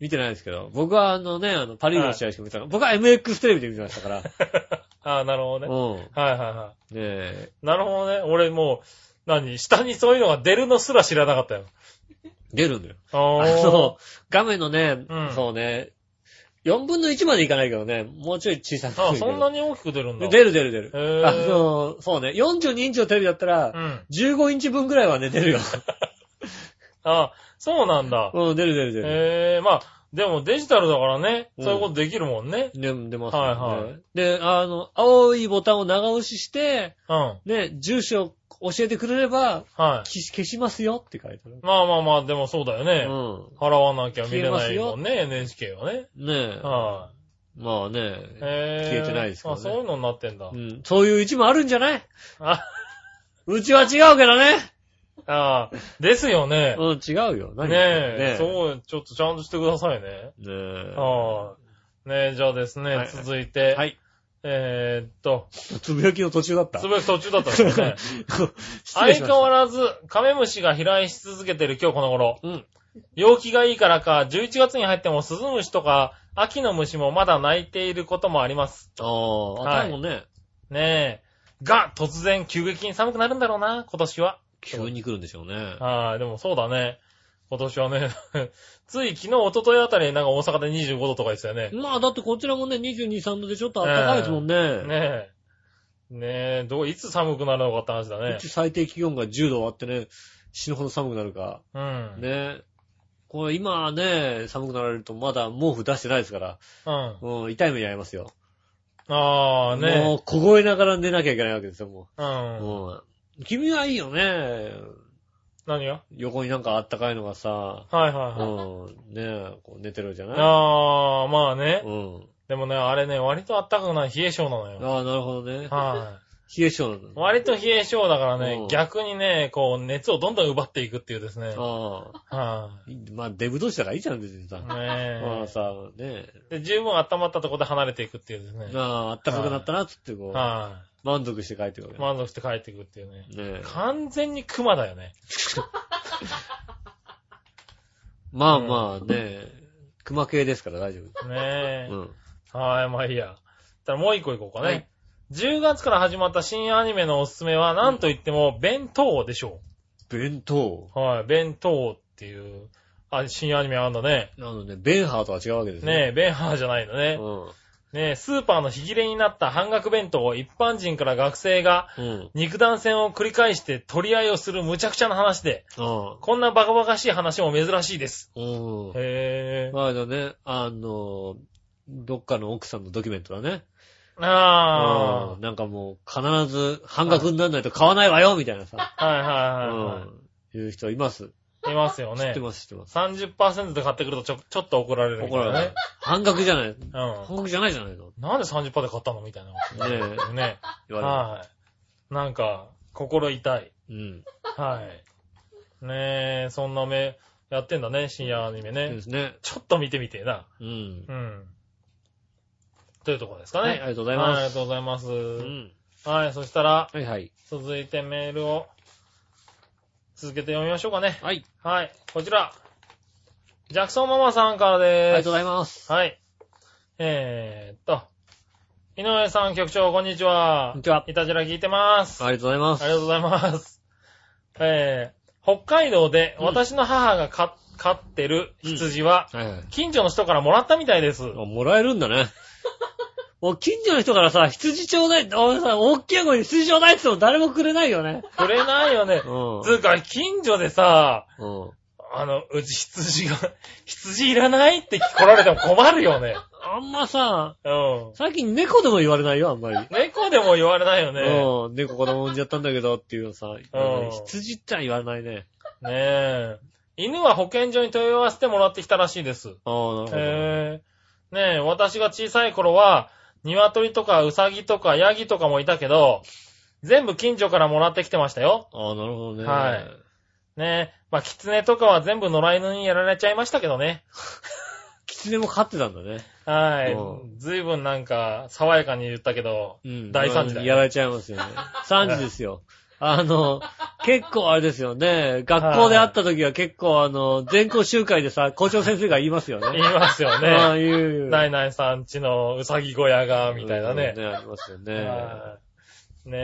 Speaker 2: 見てないですけど。僕はあのね、あの、パリーグの試合しか見てない。僕は MX テレビで見てましたから。
Speaker 3: ああ、なるほ
Speaker 2: う
Speaker 3: ど
Speaker 2: ん
Speaker 3: ね。。はいはいは
Speaker 2: ねえ。
Speaker 3: い。なるほどね。俺もう、何下にそういうのが出るのすら知らなかったよ。
Speaker 2: 出るんだよ。
Speaker 3: あ
Speaker 2: あ
Speaker 3: ー
Speaker 2: の、画面のね、
Speaker 3: うん
Speaker 2: そうね、4分の1までいかないけどね、もうちょい小さくな
Speaker 3: あ
Speaker 2: るけど
Speaker 3: そんなに大きく出るんだ。
Speaker 2: 出る出る出る
Speaker 3: へ。ー
Speaker 2: あの、そうね、42インチのテレビだったら、
Speaker 3: うん。
Speaker 2: 15インチ分ぐらいはね、出るよ。
Speaker 3: あ、そうなんだ。
Speaker 2: うん、出る出る出る。
Speaker 3: ええまあ、でもデジタルだからね、
Speaker 2: うん
Speaker 3: そういうことできるもんね。
Speaker 2: で出ますよね、
Speaker 3: はいはい
Speaker 2: で、あの、青いボタンを長押しして、
Speaker 3: うん。はい。
Speaker 2: ね、住所教えてくれれば、
Speaker 3: ま
Speaker 2: 消し消しますよって書いてある。
Speaker 3: あまあまあ、でもそうだよね。
Speaker 2: う
Speaker 3: 払わなきゃ見れないもんね、NHK はね。
Speaker 2: ん。ねえ。
Speaker 3: はい、
Speaker 2: まあね
Speaker 3: ええ
Speaker 2: 消えてないですけどね
Speaker 3: あ、そういうのになってんだ。
Speaker 2: うん。そういう位置もあるんじゃない
Speaker 3: あ、
Speaker 2: うちは違うけどね。
Speaker 3: あですよね。
Speaker 2: うん、違うよ。何
Speaker 3: ねえ、そう、ちょっとちゃんとしてくださいね。
Speaker 2: ねえ。
Speaker 3: はい、ねえ、じゃあですね、
Speaker 2: はい
Speaker 3: 続いて、
Speaker 2: はい。
Speaker 3: えーっと、
Speaker 2: つぶやきの途中だった。
Speaker 3: つぶやき途中だったんです ね。相変わらず、カメムシが飛来し続けてる今日この頃。
Speaker 2: うん。
Speaker 3: 陽気がいいからか、11月に入ってもスズムシとか、秋の虫もまだ鳴いていることもあります。
Speaker 2: ああ、あたいもね、
Speaker 3: ねえ。が、突然急激に寒くなるんだろうな、今年は。
Speaker 2: 急に来るんでしょうね。
Speaker 3: はい、でもそうだね。今年はね、 つい昨日、一昨日あたり、なんか大阪で25度とかでしたよね。
Speaker 2: まあ、だってこちらもね、22、3度でちょっと暖かいですもんね。
Speaker 3: ねえ。ねえ、どう、いつ寒くなるのかって話だね
Speaker 2: うち。最低気温が10度終わってね、死ぬほど寒くなるか。
Speaker 3: うん。
Speaker 2: ね。これ今ね、寒くなられるとまだ毛布出してないですから、
Speaker 3: うん。
Speaker 2: うん、痛い目に遭いますよ。
Speaker 3: ああ、
Speaker 2: も
Speaker 3: ね
Speaker 2: う凍えながら寝なきゃいけないわけですよ、も
Speaker 3: え。う
Speaker 2: う。
Speaker 3: ん。
Speaker 2: うん。君はいいよね。
Speaker 3: 何が
Speaker 2: 横になんかあったかいのがさ、
Speaker 3: はいはいは
Speaker 2: う
Speaker 3: い。
Speaker 2: ん、ねえ、こう寝てるじゃない
Speaker 3: ああ、まあね
Speaker 2: う。ん。
Speaker 3: でもね、あれね、割と暖かくない冷え性なのよ。
Speaker 2: ああ、なるほどね。
Speaker 3: は
Speaker 2: 冷え性なん
Speaker 3: い。
Speaker 2: だ。
Speaker 3: 割と冷え性だから
Speaker 2: う
Speaker 3: ね
Speaker 2: ん、
Speaker 3: 逆にね、こう、熱をどんどん奪っていくっていうですね。は
Speaker 2: ああ。
Speaker 3: い。
Speaker 2: まあ、デブ同士だからいいじゃん、別にさ。
Speaker 3: ね
Speaker 2: まあ
Speaker 3: え。
Speaker 2: さ、ね
Speaker 3: で、十分温まったところで離れていくっていうですね。
Speaker 2: まあ、あったかくなったな、つってこう、
Speaker 3: は
Speaker 2: 満足して帰ってくる
Speaker 3: い。
Speaker 2: わ
Speaker 3: 満足して帰っていくっていうね。
Speaker 2: け。ねえ
Speaker 3: 完全に熊だよね。
Speaker 2: まあまあね、熊系ですから大丈
Speaker 3: ねえ
Speaker 2: 夫。。うん。
Speaker 3: はい、まあいいや。ただもう一個いこうかね。
Speaker 2: はい
Speaker 3: 10月から始まった新アニメのおすすめは、なんといっても、弁当でしょ
Speaker 2: 弁当。
Speaker 3: う。はい、弁当っていう、あ、新アニメあんだね。
Speaker 2: なので、ベンハーとは違うわけです
Speaker 3: ね
Speaker 2: ね。
Speaker 3: え、ベンハーじゃないのね。ねえ、スーパーの火切れになった半額弁当を一般人から学生が
Speaker 2: うん。うん。
Speaker 3: 肉弾戦を繰り返して取り合いをする無茶苦茶な話で、
Speaker 2: あ
Speaker 3: こんなバカバカしい話も珍しいです。
Speaker 2: あ。うん。
Speaker 3: へえ。
Speaker 2: まああのね、あの、どっかの奥さんのドキュメントだね。
Speaker 3: あ
Speaker 2: うんなんかもう、必ず半額にならないと買わないわよみたいなさ。
Speaker 3: あ。はいは
Speaker 2: う
Speaker 3: いはい
Speaker 2: ん。いう人います。
Speaker 3: はい。いますよ
Speaker 2: 知っ
Speaker 3: ね
Speaker 2: て。ます、知ってます。
Speaker 3: 30%で買ってくるとちょ、ちょっと怒られるみた
Speaker 2: 怒
Speaker 3: いな
Speaker 2: られる
Speaker 3: ね。。
Speaker 2: 半額じゃない。
Speaker 3: う
Speaker 2: 半額じゃないじゃないの。
Speaker 3: ん。なんで30%で買ったのみたいな。
Speaker 2: ねえ
Speaker 3: ね。
Speaker 2: 言わ
Speaker 3: はい。なんか、心痛い。
Speaker 2: れる。
Speaker 3: はい。ねえ、そんな目、やってんだね、深夜アニメ
Speaker 2: うん。で
Speaker 3: ね
Speaker 2: す。ね。
Speaker 3: ちょっと見てみてえな。
Speaker 2: うん。
Speaker 3: うん。というところですかね。
Speaker 2: はい、ありが
Speaker 3: はい、
Speaker 2: とうござ
Speaker 3: あ
Speaker 2: い
Speaker 3: り
Speaker 2: ま
Speaker 3: がと
Speaker 2: す。
Speaker 3: うございます。
Speaker 2: うん。
Speaker 3: はい、そしたら、
Speaker 2: はいはい。
Speaker 3: 続いてメールを、続けて読みましょうかね。
Speaker 2: はい。
Speaker 3: はい、こちら。ジャクソンママさんから
Speaker 2: あり
Speaker 3: で
Speaker 2: が
Speaker 3: す
Speaker 2: とう。ございます。
Speaker 3: はい。えーっと、井上さん局長、こんにち
Speaker 2: こ
Speaker 3: は
Speaker 2: んに。ちは。
Speaker 3: いたじら聞いてます。
Speaker 2: ありがとうございます
Speaker 3: あ。りがとうございます。えー、北海道で
Speaker 2: うん
Speaker 3: 私の母が飼飼ってる羊は、
Speaker 2: はいはい。
Speaker 3: 近所の人からもらったみたいです。
Speaker 2: あもらえるんだ ね。もう近所の人からさ、羊ちょうだいって、俺さ、大きい声に羊ちょうだいって言っても誰もくれないよね。
Speaker 3: くれないよね
Speaker 2: う。ん。
Speaker 3: つうか、近所でさ、
Speaker 2: うん。
Speaker 3: あの、うち羊が、 羊いらないって来られても困るよね。
Speaker 2: あんまさ、
Speaker 3: うん。
Speaker 2: 最近猫でも言われないよ、あんまり。
Speaker 3: 猫でも言われないよね。
Speaker 2: うん。猫子供産んじゃったんだけどっていうのさ、
Speaker 3: ん
Speaker 2: 羊っては言われないね。
Speaker 3: ねえ。犬は保健所に問い合わせてもらってきたらしいです。
Speaker 2: ああ、なる
Speaker 3: へえ。ねえ、私が小さい頃は、鶏とかウサギとかヤギとかもいたけど、全部近所からもらってきてましたよ。
Speaker 2: ほど。ああ、なるほどね。
Speaker 3: はいねえ、まあ、キツネとかは全部野良犬にやられちゃいましたけどね。
Speaker 2: 狐も飼ってたんだね。
Speaker 3: はい
Speaker 2: うん。
Speaker 3: ずいぶんなんか、爽やかに言ったけど、
Speaker 2: うん。
Speaker 3: 大惨事だよね
Speaker 2: やられちゃいますよね。惨事です よ。あの、結構あれですよね。学校で会った時は結構あの、全校集会でさ、校長先生が言いますよね。
Speaker 3: 言いますよ
Speaker 2: ああ
Speaker 3: ね。
Speaker 2: いう。
Speaker 3: ナイナイさんちのウサギ小屋が、みたいなね
Speaker 2: うん。ね、ありますよね。
Speaker 3: はいね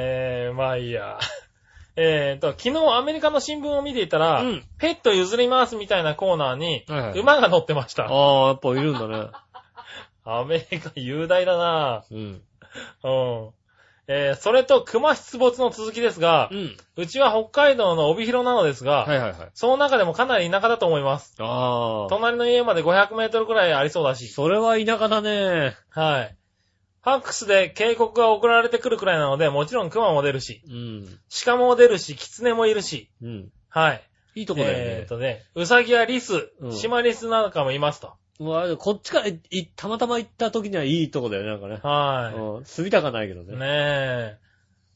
Speaker 3: え、まあいいや。 えっと、昨日アメリカの新聞を見ていたら、
Speaker 2: うん
Speaker 3: ペット譲りますみたいなコーナーに
Speaker 2: はいはい、
Speaker 3: 馬が乗ってました。
Speaker 2: ああ、やっぱいるんだね。
Speaker 3: アメリカ雄大だな
Speaker 2: うん。
Speaker 3: うん。えー、それと熊出没の続きですが
Speaker 2: う、ん。
Speaker 3: うちは北海道の帯広なのですが、
Speaker 2: はいはいはい。
Speaker 3: その中でもかなり田舎だと思います。
Speaker 2: ああ。
Speaker 3: 隣の家まで500メートルくらいありそうだし、
Speaker 2: それは田舎だね。
Speaker 3: はい。ファックスで警告が送られてくるくらいなので、もちろん熊も出るし、
Speaker 2: うん。
Speaker 3: 鹿も出るし、狐もいるし、
Speaker 2: うん。
Speaker 3: はい。
Speaker 2: いいとこだよね。
Speaker 3: えーっとね、ウサギやリス
Speaker 2: う、ん
Speaker 3: シマリスなんかもいますと。
Speaker 2: もうあれこっちからい、いたまたま行った時にはいいとこだよね、なんかね。
Speaker 3: は
Speaker 2: うん。住みたかないけど
Speaker 3: い。
Speaker 2: ね。
Speaker 3: ねえ。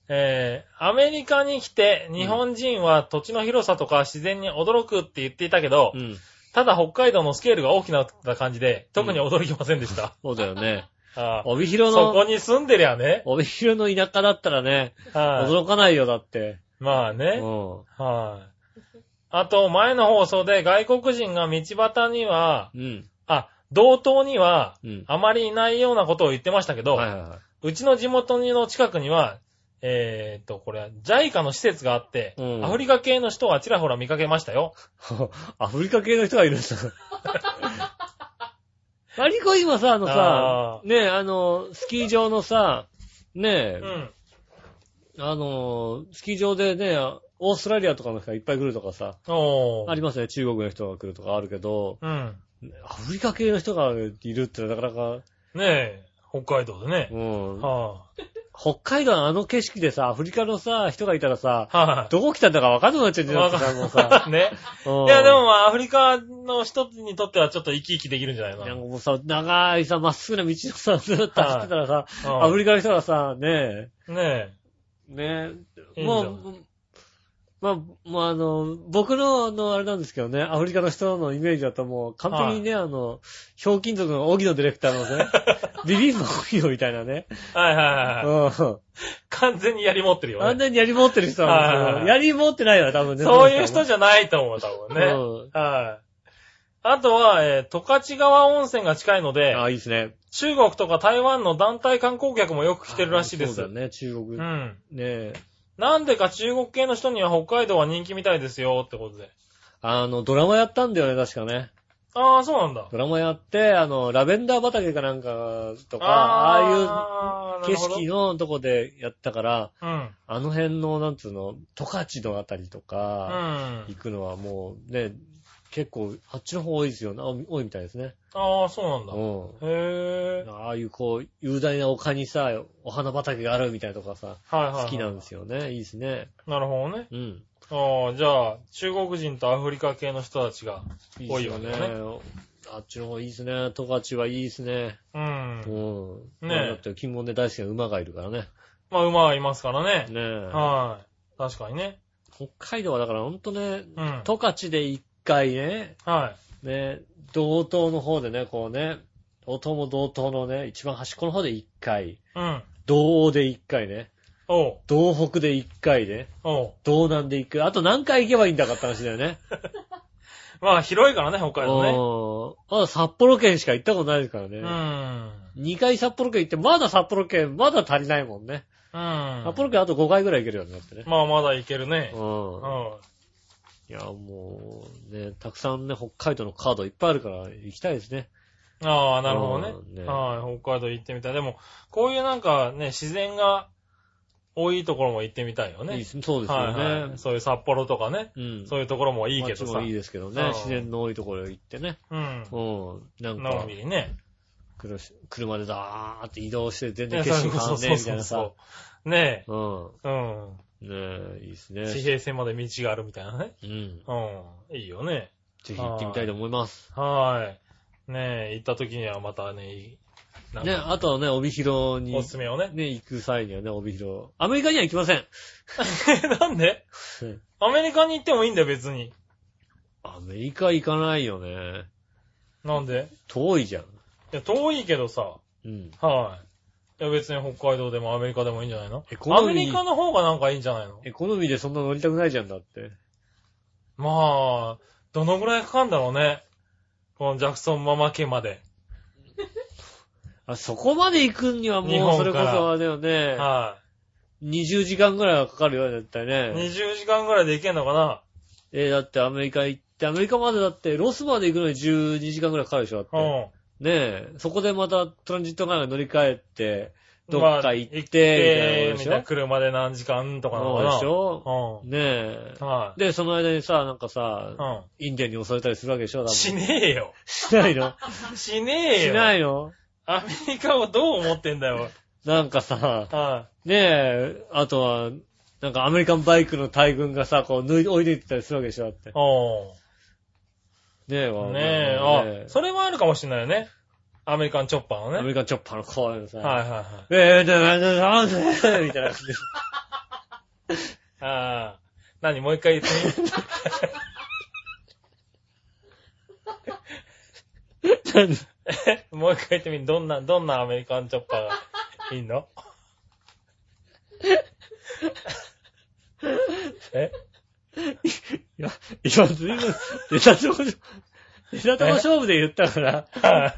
Speaker 3: えー、アメリカに来て、日本人は土地の広さとか自然に驚くって言っていたけど
Speaker 2: う、ん。
Speaker 3: ただ北海道のスケールが大きなった感じで、特に驚きませんでした。
Speaker 2: そうだよね。
Speaker 3: あー
Speaker 2: 帯広
Speaker 3: そこ
Speaker 2: の、
Speaker 3: に住んでり ゃね。
Speaker 2: 帯広の田舎だったらね、
Speaker 3: は
Speaker 2: 驚かないよ、だって。
Speaker 3: い。まあ
Speaker 2: う
Speaker 3: ね。
Speaker 2: ん。
Speaker 3: はい。あと、前の放送で外国人が道端には、
Speaker 2: うん。
Speaker 3: あ、道東には、
Speaker 2: うん。
Speaker 3: あまりいないようなことを言ってましたけど、
Speaker 2: はいはいは
Speaker 3: うちの地元の近くには、えーっと、これ、JICA の施設があって、
Speaker 2: うん
Speaker 3: アフリカ系の人はちらほら見かけましたよ。
Speaker 2: い。アフリカ系の人がいるんだ。 割と今さ、あのさ
Speaker 3: あ、
Speaker 2: ねえ、あの、スキー場のさ、ね
Speaker 3: う
Speaker 2: え、
Speaker 3: ん。
Speaker 2: あの、スキー場でね、オーストラリアとかの人がいっぱい来るとかさ、
Speaker 3: おー。
Speaker 2: ありますね、中国の人が来るとかあるけど、
Speaker 3: うん。
Speaker 2: アフリカ系の人がいるってなかなか、
Speaker 3: ねえ、北海道でね
Speaker 2: う。ん。
Speaker 3: は
Speaker 2: 北海道のあの景色でさ、アフリカのさ、人がいたらさ、
Speaker 3: あ、は
Speaker 2: どこ来たんだか分かんなくなっちゃうん
Speaker 3: い、
Speaker 2: じゃな
Speaker 3: わ
Speaker 2: いですか、もう
Speaker 3: か
Speaker 2: さ。
Speaker 3: んね。
Speaker 2: うん
Speaker 3: いや、でも、まあアフリカの人にとってはちょっと生き生きできるんじゃない
Speaker 2: なんか
Speaker 3: の
Speaker 2: もうさ、長いさ、まっすぐな道をさ、ずーっと走ってたらさ、アフ
Speaker 3: リ
Speaker 2: リカの人がさ、ね
Speaker 3: カ。ね
Speaker 2: え、ね
Speaker 3: い
Speaker 2: え、
Speaker 3: いんだ
Speaker 2: もう、まあ、もうあの、僕の、あの、あれなんですけどね、アフリカの人のイメージだともう、完璧にね、あの、ひょうきん族の荻野ディレクター のね、ビビンバ荻野みたいなね、
Speaker 3: え。はいはいはいは
Speaker 2: う
Speaker 3: い。
Speaker 2: ん。
Speaker 3: 完全にやり持ってるよ
Speaker 2: 完
Speaker 3: ね。
Speaker 2: 全にやり持ってる人なんです
Speaker 3: は
Speaker 2: よ。
Speaker 3: い
Speaker 2: やり持ってないよね、多分ね。
Speaker 3: そういう人じゃないと思う、多分ね。
Speaker 2: う
Speaker 3: はい。あとは、えー、十勝川温泉が近いので
Speaker 2: ん。、あ、いいですね。
Speaker 3: 中国とか台湾の団体観光客もよく来てるらしいで
Speaker 2: そ
Speaker 3: す。
Speaker 2: うだよね、中国。ね
Speaker 3: うん。
Speaker 2: え。
Speaker 3: なんでか中国系の人には北海道は人気みたいですよってことで。
Speaker 2: あの、ドラマやったんだよね、確かね。
Speaker 3: ああ、そうなんだ。
Speaker 2: ドラマやって、あの、ラベンダー畑かなんかとか、ああ
Speaker 3: あ
Speaker 2: いう景色
Speaker 3: の。
Speaker 2: のとこでやったから、
Speaker 3: うん。
Speaker 2: あの辺の、なんつうの、十勝のあたりと
Speaker 3: う
Speaker 2: か、
Speaker 3: ん。
Speaker 2: 行くのはもうね、結構、あっちの方多いですよね。あ多いみたいですね。
Speaker 3: ああ、そうなんだ。
Speaker 2: う
Speaker 3: へえ
Speaker 2: ん。。ああいうこう、雄大な丘にさ、お花畑があるみたいなとかさ、
Speaker 3: はいはいはい。
Speaker 2: 好きなんですよね。いいですね。
Speaker 3: なるほどね。
Speaker 2: うん。
Speaker 3: ああ、じゃあ、中国人とアフリカ系の人たちが。
Speaker 2: いい
Speaker 3: 多
Speaker 2: で
Speaker 3: い
Speaker 2: す
Speaker 3: よ
Speaker 2: よ
Speaker 3: ね
Speaker 2: ね。あっちの方いいですね。十勝はいいですね。
Speaker 3: うん
Speaker 2: う。ん。
Speaker 3: ねえ
Speaker 2: まあだって、金門で大好きな馬がいるからね。
Speaker 3: まあ、馬はいますからね。
Speaker 2: ねえ。
Speaker 3: はい。確かにね。
Speaker 2: 北海道はだからほんとね、
Speaker 3: うん。
Speaker 2: 十勝で一回ね、
Speaker 3: はい。
Speaker 2: ね、道東の方でね、こうね、道東も道東のね、一番端っこの方で一回、
Speaker 3: うん。
Speaker 2: 道央で一回ね、
Speaker 3: おう。
Speaker 2: 道北で一回ね、
Speaker 3: おう。
Speaker 2: 道南で一回、あと何回行けばいいんだかって話だよね。
Speaker 3: まあ、広いからね、北海道ね。
Speaker 2: うん。まだ札幌県しか行ったことないですからね。
Speaker 3: うん。
Speaker 2: 2回札幌県行って、まだ札幌県、まだ足りないもんね。
Speaker 3: うん。
Speaker 2: 札幌県あと5回ぐらい行けるようになってね。
Speaker 3: まあ、まだいけるね
Speaker 2: う。。
Speaker 3: うんん。
Speaker 2: いや、もう、ね、たくさんね、北海道のカードいっぱいあるから行きたいですね。
Speaker 3: ああ、なるほどね
Speaker 2: うんね。
Speaker 3: はい。北海道行ってみたい。でも、こういうなんかね、自然が多いところも行ってみたいよね。
Speaker 2: いいですそうですよね。
Speaker 3: はいはい。そういう札幌とかね。
Speaker 2: うん。
Speaker 3: そういうところもいいけど
Speaker 2: 街
Speaker 3: さ。
Speaker 2: もいいですけどね
Speaker 3: うん。
Speaker 2: 自然の多いところ行ってね。
Speaker 3: うん。
Speaker 2: うん。なん
Speaker 3: の
Speaker 2: か
Speaker 3: んび、りね。
Speaker 2: 車し車でザーって移動して全然
Speaker 3: ね
Speaker 2: 景色変わんねえみたいなさ。
Speaker 3: う。ね
Speaker 2: うん。
Speaker 3: え。うん。
Speaker 2: ねえ、いいです
Speaker 3: 地
Speaker 2: ね。
Speaker 3: 平線まで道があるみたいなね。
Speaker 2: うん。
Speaker 3: うん。いいよね。
Speaker 2: ぜひ行ってみたいと思います。
Speaker 3: はい。ねえ、行った時にはまたね、いいなん
Speaker 2: ね、
Speaker 3: か
Speaker 2: あとはね、帯広に
Speaker 3: おすすめをね。
Speaker 2: ね、行く際にはね、帯広。アメリカには行きません。
Speaker 3: なんでアメリカに行ってもいいんだよ、別に。
Speaker 2: アメリカ行かないよね。
Speaker 3: なんで
Speaker 2: 遠いじゃん。
Speaker 3: いや、遠いけどさ。
Speaker 2: うん。
Speaker 3: はい。いや、別に北海道でもアメリカでもいいんじゃないの
Speaker 2: エコ
Speaker 3: ア
Speaker 2: ノ
Speaker 3: メ
Speaker 2: ミ
Speaker 3: リカ
Speaker 2: ー、
Speaker 3: の方がなんかいいんじゃないの
Speaker 2: エコノミーでそんな乗りたくないじゃんだって。
Speaker 3: まあ、どのぐらいかかんだろうね。このジャクソンママ家まで。
Speaker 2: あ、そこまで行くには
Speaker 3: 日
Speaker 2: もう、
Speaker 3: 本
Speaker 2: そ
Speaker 3: か
Speaker 2: れ
Speaker 3: ら
Speaker 2: こそあれだよね。
Speaker 3: は
Speaker 2: 20時間ぐらいはかかるよ、絶対
Speaker 3: い。
Speaker 2: ね。
Speaker 3: 20時間ぐらいで行けんのかな
Speaker 2: えーだってアメリカ行って、アメリカまでだって、ロスまで行くのに12時間ぐらいかかるでしょ、だって。
Speaker 3: うん。
Speaker 2: ねえ、そこでまたトランジット間が乗り換えて、どっか行って、みたいなことでし
Speaker 3: み
Speaker 2: ょ
Speaker 3: たいな。車で何時間とかなの
Speaker 2: そう
Speaker 3: かな。
Speaker 2: でしょ
Speaker 3: う
Speaker 2: ねえ
Speaker 3: ん。。は
Speaker 2: で、その間にさ、なんか
Speaker 3: い。
Speaker 2: さ、
Speaker 3: う
Speaker 2: インディアンに襲われたりするわけでしょ多
Speaker 3: ん。
Speaker 2: 分
Speaker 3: し
Speaker 2: し
Speaker 3: ねえよ。
Speaker 2: ないの
Speaker 3: しねえよ。
Speaker 2: しないの
Speaker 3: アメリカをどう思ってんだよ。
Speaker 2: なんかさ、
Speaker 3: は
Speaker 2: ねえ、あとは、なんかアメリカンバイクの大群がさ、こう、抜い、追い抜いてたりするわけでしょだって
Speaker 3: い。。お
Speaker 2: ねえ、わ
Speaker 3: ー。ねえ、
Speaker 2: ね
Speaker 3: あ、それはあるかもしれないよね。アメリカンチョッパーのね。
Speaker 2: アメリカンチョッパーの怖いのさ、
Speaker 3: はいはいはい。
Speaker 2: えー、で、なんで、なんでみたいな感じで。
Speaker 3: ああ。何もう一回言ってみ
Speaker 2: なんで
Speaker 3: もう一回言ってみ どんな、どんなアメリカンチョッパーがいいの え
Speaker 2: いや、今、ずいぶん、出たとこ、出たとこ勝負で言ったから、
Speaker 3: はい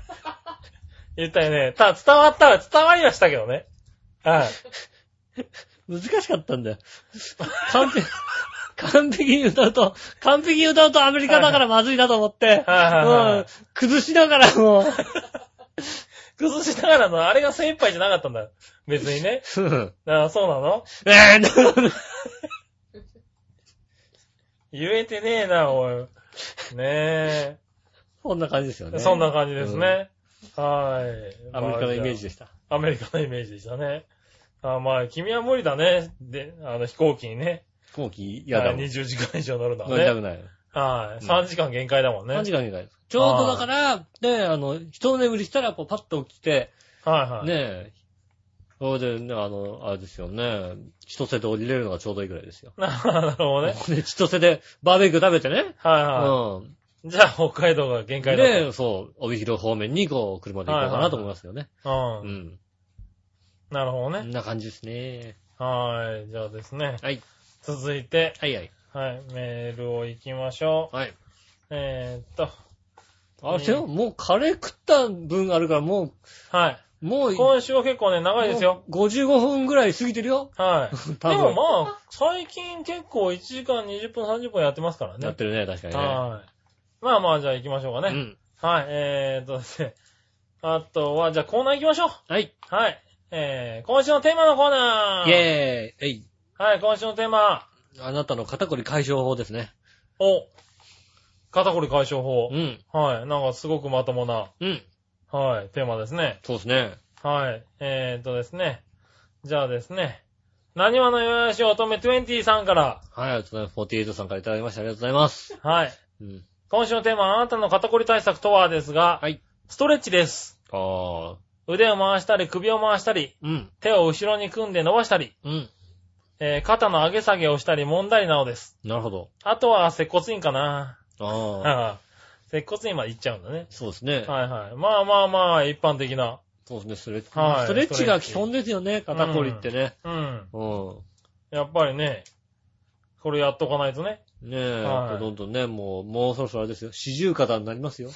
Speaker 3: 言ったよね。た、伝わった、伝わりはしたけどね。はい。
Speaker 2: 難しかったんだよ。完璧、完璧に歌うと、完璧に歌うとアメリカだからまずいなと思って、
Speaker 3: はいはいはい
Speaker 2: うん崩しながらもう、
Speaker 3: 崩しながらの、あれが精一杯じゃなかったんだよ。別にね。
Speaker 2: うん
Speaker 3: ああ、そうなの
Speaker 2: えー、なんで
Speaker 3: 言えてねえな、おい。ね
Speaker 2: こんな感じですよ
Speaker 3: え。
Speaker 2: ね。
Speaker 3: そんな感じですね。はい。
Speaker 2: アメリカのイメージでした。
Speaker 3: アメリカのイメージでしたね。あまあ、君は無理だね。で、あの、飛行機にね。
Speaker 2: 飛行機嫌だもん。乗り
Speaker 3: 20時間以上乗るのは
Speaker 2: たく
Speaker 3: ね。
Speaker 2: ない。
Speaker 3: はい。
Speaker 2: うん
Speaker 3: 3時間限界だもんね。は
Speaker 2: 何
Speaker 3: い
Speaker 2: 時間以外ですちょうどだから、で、あの、一眠りしたら、こう、パッと起きて、
Speaker 3: はい。
Speaker 2: ねえ。それで、ね、あの、あれですよね。千歳で降りれるのがちょうどいいぐらいですよ。
Speaker 3: なるほ どね。
Speaker 2: で、千歳でバーベキュー食べてね。
Speaker 3: はいは
Speaker 2: うん。
Speaker 3: い。じゃあ、北海道が限界だと。
Speaker 2: で、そう、帯広方面にこう、車で行こうかなと思いますよね。う
Speaker 3: うん。
Speaker 2: ん。
Speaker 3: なるほど
Speaker 2: こ
Speaker 3: ね
Speaker 2: ん。な感じですね。
Speaker 3: はい。じゃあですね。
Speaker 2: はい。
Speaker 3: 続いて、
Speaker 2: はいはい。
Speaker 3: はい。メールを行きましょう。
Speaker 2: はい。
Speaker 3: えーっと、
Speaker 2: あれよ、もうカレー食った分あるから、も
Speaker 3: はい。
Speaker 2: う、もう、
Speaker 3: 今週は結構ね、長いですよ。
Speaker 2: もう55分ぐらい過ぎてるよ。
Speaker 3: はい。
Speaker 2: 多分
Speaker 3: でもまあ、最近結構1時間20分、30分やってますからね。
Speaker 2: やってるね、確かにね。
Speaker 3: はい。まあまあ、じゃあ行きましょうか
Speaker 2: う
Speaker 3: ね。
Speaker 2: ん。
Speaker 3: はい、えーっとですね。あとは、じゃあコーナー行きましょう。
Speaker 2: はい。
Speaker 3: はい。えー、今週のテーマのコーナー。
Speaker 2: イェーイ。えい。
Speaker 3: はい、今週のテーマ。
Speaker 2: あなたの肩こり解消法ですね。
Speaker 3: お。肩こり解消法
Speaker 2: う。ん。
Speaker 3: はい。なんかすごくまともな、
Speaker 2: うん。
Speaker 3: はい、テーマですね。
Speaker 2: そうですね。
Speaker 3: はい。えーっとですね。じゃあですね。何話のよよし乙女20さんから。
Speaker 2: はい、ありがとうございます。48さんからいただきました。ありがとうございます。
Speaker 3: はい。
Speaker 2: うん。
Speaker 3: 今週のテーマ、あなたの肩こり対策とはですが、
Speaker 2: はい。
Speaker 3: ストレッチです。
Speaker 2: ああ。
Speaker 3: 腕を回したり、首を回したり、
Speaker 2: うん。
Speaker 3: 手を後ろに組んで伸ばしたり、
Speaker 2: うん。
Speaker 3: えー肩の上げ下げをしたり揉んだりなのです。
Speaker 2: なるほど。
Speaker 3: あとは接骨院かな。
Speaker 2: ああ。
Speaker 3: はあ接骨院まで行っちゃうんだね。
Speaker 2: そうですね。
Speaker 3: はいはい。まあまあまあ、一般的な。
Speaker 2: そうですね、ストレッチ。
Speaker 3: はい
Speaker 2: ストレッチが基本ですよね、
Speaker 3: トレッチ
Speaker 2: 肩こりってね。
Speaker 3: うん。
Speaker 2: うん。
Speaker 3: やっぱりね、これやっとかないとね。
Speaker 2: ねえ、
Speaker 3: はい
Speaker 2: やっぱどんどんね、もう、もうそろそろあれですよ。四十肩になりますよ。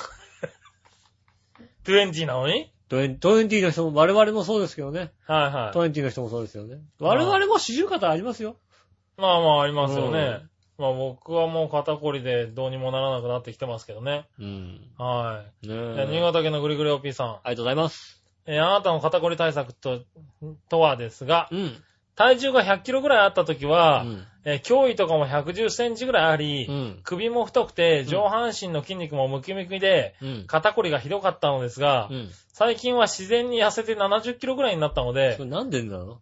Speaker 3: 20なのに
Speaker 2: トエントエンティの人も、我々もそうですけどね。
Speaker 3: はいは
Speaker 2: トエンティの人もそうですよね。
Speaker 3: は
Speaker 2: 我
Speaker 3: い
Speaker 2: 々も四十肩ありますよ。
Speaker 3: い。まあまあありますよね。まあ僕はもう肩こりでどうにもならなくなってきてますけどね。
Speaker 2: うん。
Speaker 3: は
Speaker 2: ね
Speaker 3: い。じゃあ新
Speaker 2: え。
Speaker 3: 潟県のぐりぐり OP さ
Speaker 2: ありがとうございます。
Speaker 3: ん。えーあなたの肩こり対策と、とはですが
Speaker 2: う、ん。
Speaker 3: 体重が100キロぐらいあった時
Speaker 2: う
Speaker 3: は、
Speaker 2: ん。
Speaker 3: えー胸囲とかも110センチぐらいあり、
Speaker 2: うん。
Speaker 3: 首も太くて、上半身の筋肉もムキムキで、
Speaker 2: うん。
Speaker 3: 肩こりがひどかったのですが、
Speaker 2: うん。
Speaker 3: 最近は自然に痩せて70キロぐらいになったので
Speaker 2: そ、れなんでなの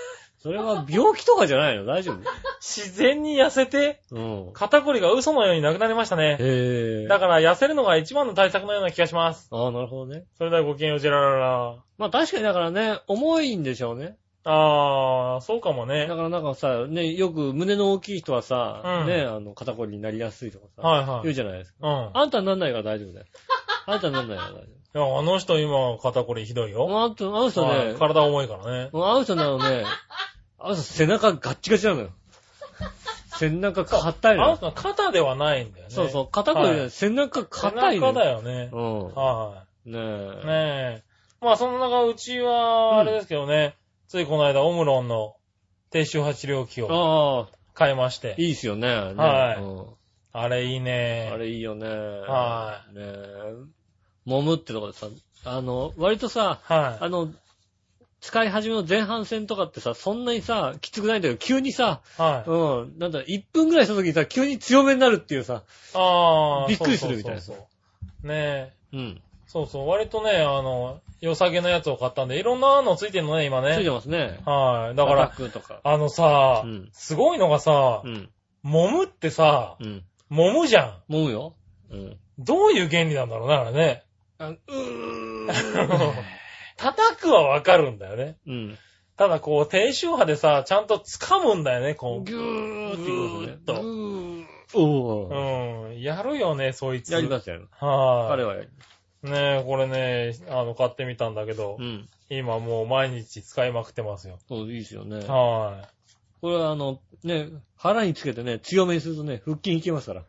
Speaker 2: それは病気とかじゃないの大丈
Speaker 3: 自然に痩せて、
Speaker 2: 夫うん。
Speaker 3: 肩こりが嘘のようになくなりましたね。
Speaker 2: へえ。
Speaker 3: だから痩せるのが一番の対策のような気がします。
Speaker 2: ああ、なるほどね。
Speaker 3: それではごきげんよう、ジェラララ。
Speaker 2: まあ確かにだからね、重いんでしょうね。
Speaker 3: あー、そうかも
Speaker 2: だ
Speaker 3: ね。
Speaker 2: からなんかさ、ね、よく胸の大きい人はさ、
Speaker 3: うん
Speaker 2: ね、あの、肩こりになりやすいとかさ、
Speaker 3: はいはい。
Speaker 2: 言
Speaker 3: う。
Speaker 2: うんじゃないですか。
Speaker 3: あ
Speaker 2: あんたになんないから大丈夫だよ。あんたになんないから大丈
Speaker 3: いやあの人今肩こりひどいよ。
Speaker 2: 夫。あんた、あの人
Speaker 3: は
Speaker 2: ね
Speaker 3: い、体重いからね。
Speaker 2: もうあの人なのね、あの人背中ガッチガチなのよ。背中
Speaker 3: あ
Speaker 2: 硬いの
Speaker 3: の
Speaker 2: よ。
Speaker 3: 人肩ではないんだよね。
Speaker 2: そうそう、肩こりじゃない、
Speaker 3: はい
Speaker 2: 背中硬い
Speaker 3: 背
Speaker 2: の
Speaker 3: 中だ
Speaker 2: よ。
Speaker 3: よね。
Speaker 2: う
Speaker 3: は
Speaker 2: ん。ねえ
Speaker 3: い。。ねえ。まあ、その中、うちは、あれですけどね、ついこの間、オムロンの低周波治療器を
Speaker 2: ああ、
Speaker 3: 買いまして、
Speaker 2: いいっすよね。ね
Speaker 3: はい
Speaker 2: うん
Speaker 3: あれいいね。
Speaker 2: あれいいよね。。
Speaker 3: はい
Speaker 2: ねえ。揉むってとこでさ、あの、割とさ、
Speaker 3: は
Speaker 2: あの、使い始めの前半戦とかってさ、そんなにさ、きつくないんだけど、急にさ、
Speaker 3: はい。
Speaker 2: うん、なんだ、1分ぐらいした時にさ、急に強めになるっていうさ、
Speaker 3: ああ。
Speaker 2: びっくりするみたいな
Speaker 3: そうそうそうねえ。
Speaker 2: うん、
Speaker 3: そうそう。割とね、あの、良さげなやつを買ったんで、いろんなのついてるのね、今
Speaker 2: ついて
Speaker 3: ね。
Speaker 2: ますね。
Speaker 3: はい。だか
Speaker 2: バ
Speaker 3: ら、
Speaker 2: ッグとか。
Speaker 3: あのさ、
Speaker 2: うん
Speaker 3: すごいのがさ
Speaker 2: う、ん、
Speaker 3: 揉むってさ、
Speaker 2: うん。
Speaker 3: 揉むじゃん。
Speaker 2: 揉むよ。うん。
Speaker 3: どういう原理なんだろうね、あ れね。
Speaker 2: あうーん。
Speaker 3: 叩くはわかるんだよね。
Speaker 2: うん。
Speaker 3: ただこう、低周波でさ、ちゃんと掴むんだよね、こう。
Speaker 2: ぎゅーっていうことね。
Speaker 3: ぐ
Speaker 2: と。おー。
Speaker 3: うん。やるよね、そいつ。
Speaker 2: やりますよ。
Speaker 3: はい、
Speaker 2: 彼はやる。
Speaker 3: ねえ、これね、あの、買ってみたんだけど
Speaker 2: う、ん。
Speaker 3: 今もう毎日使いまくってますよ。
Speaker 2: そう、いいですよね。
Speaker 3: はい。
Speaker 2: これはあの、ね、腹につけてね、強めにするとね、腹筋いけますから。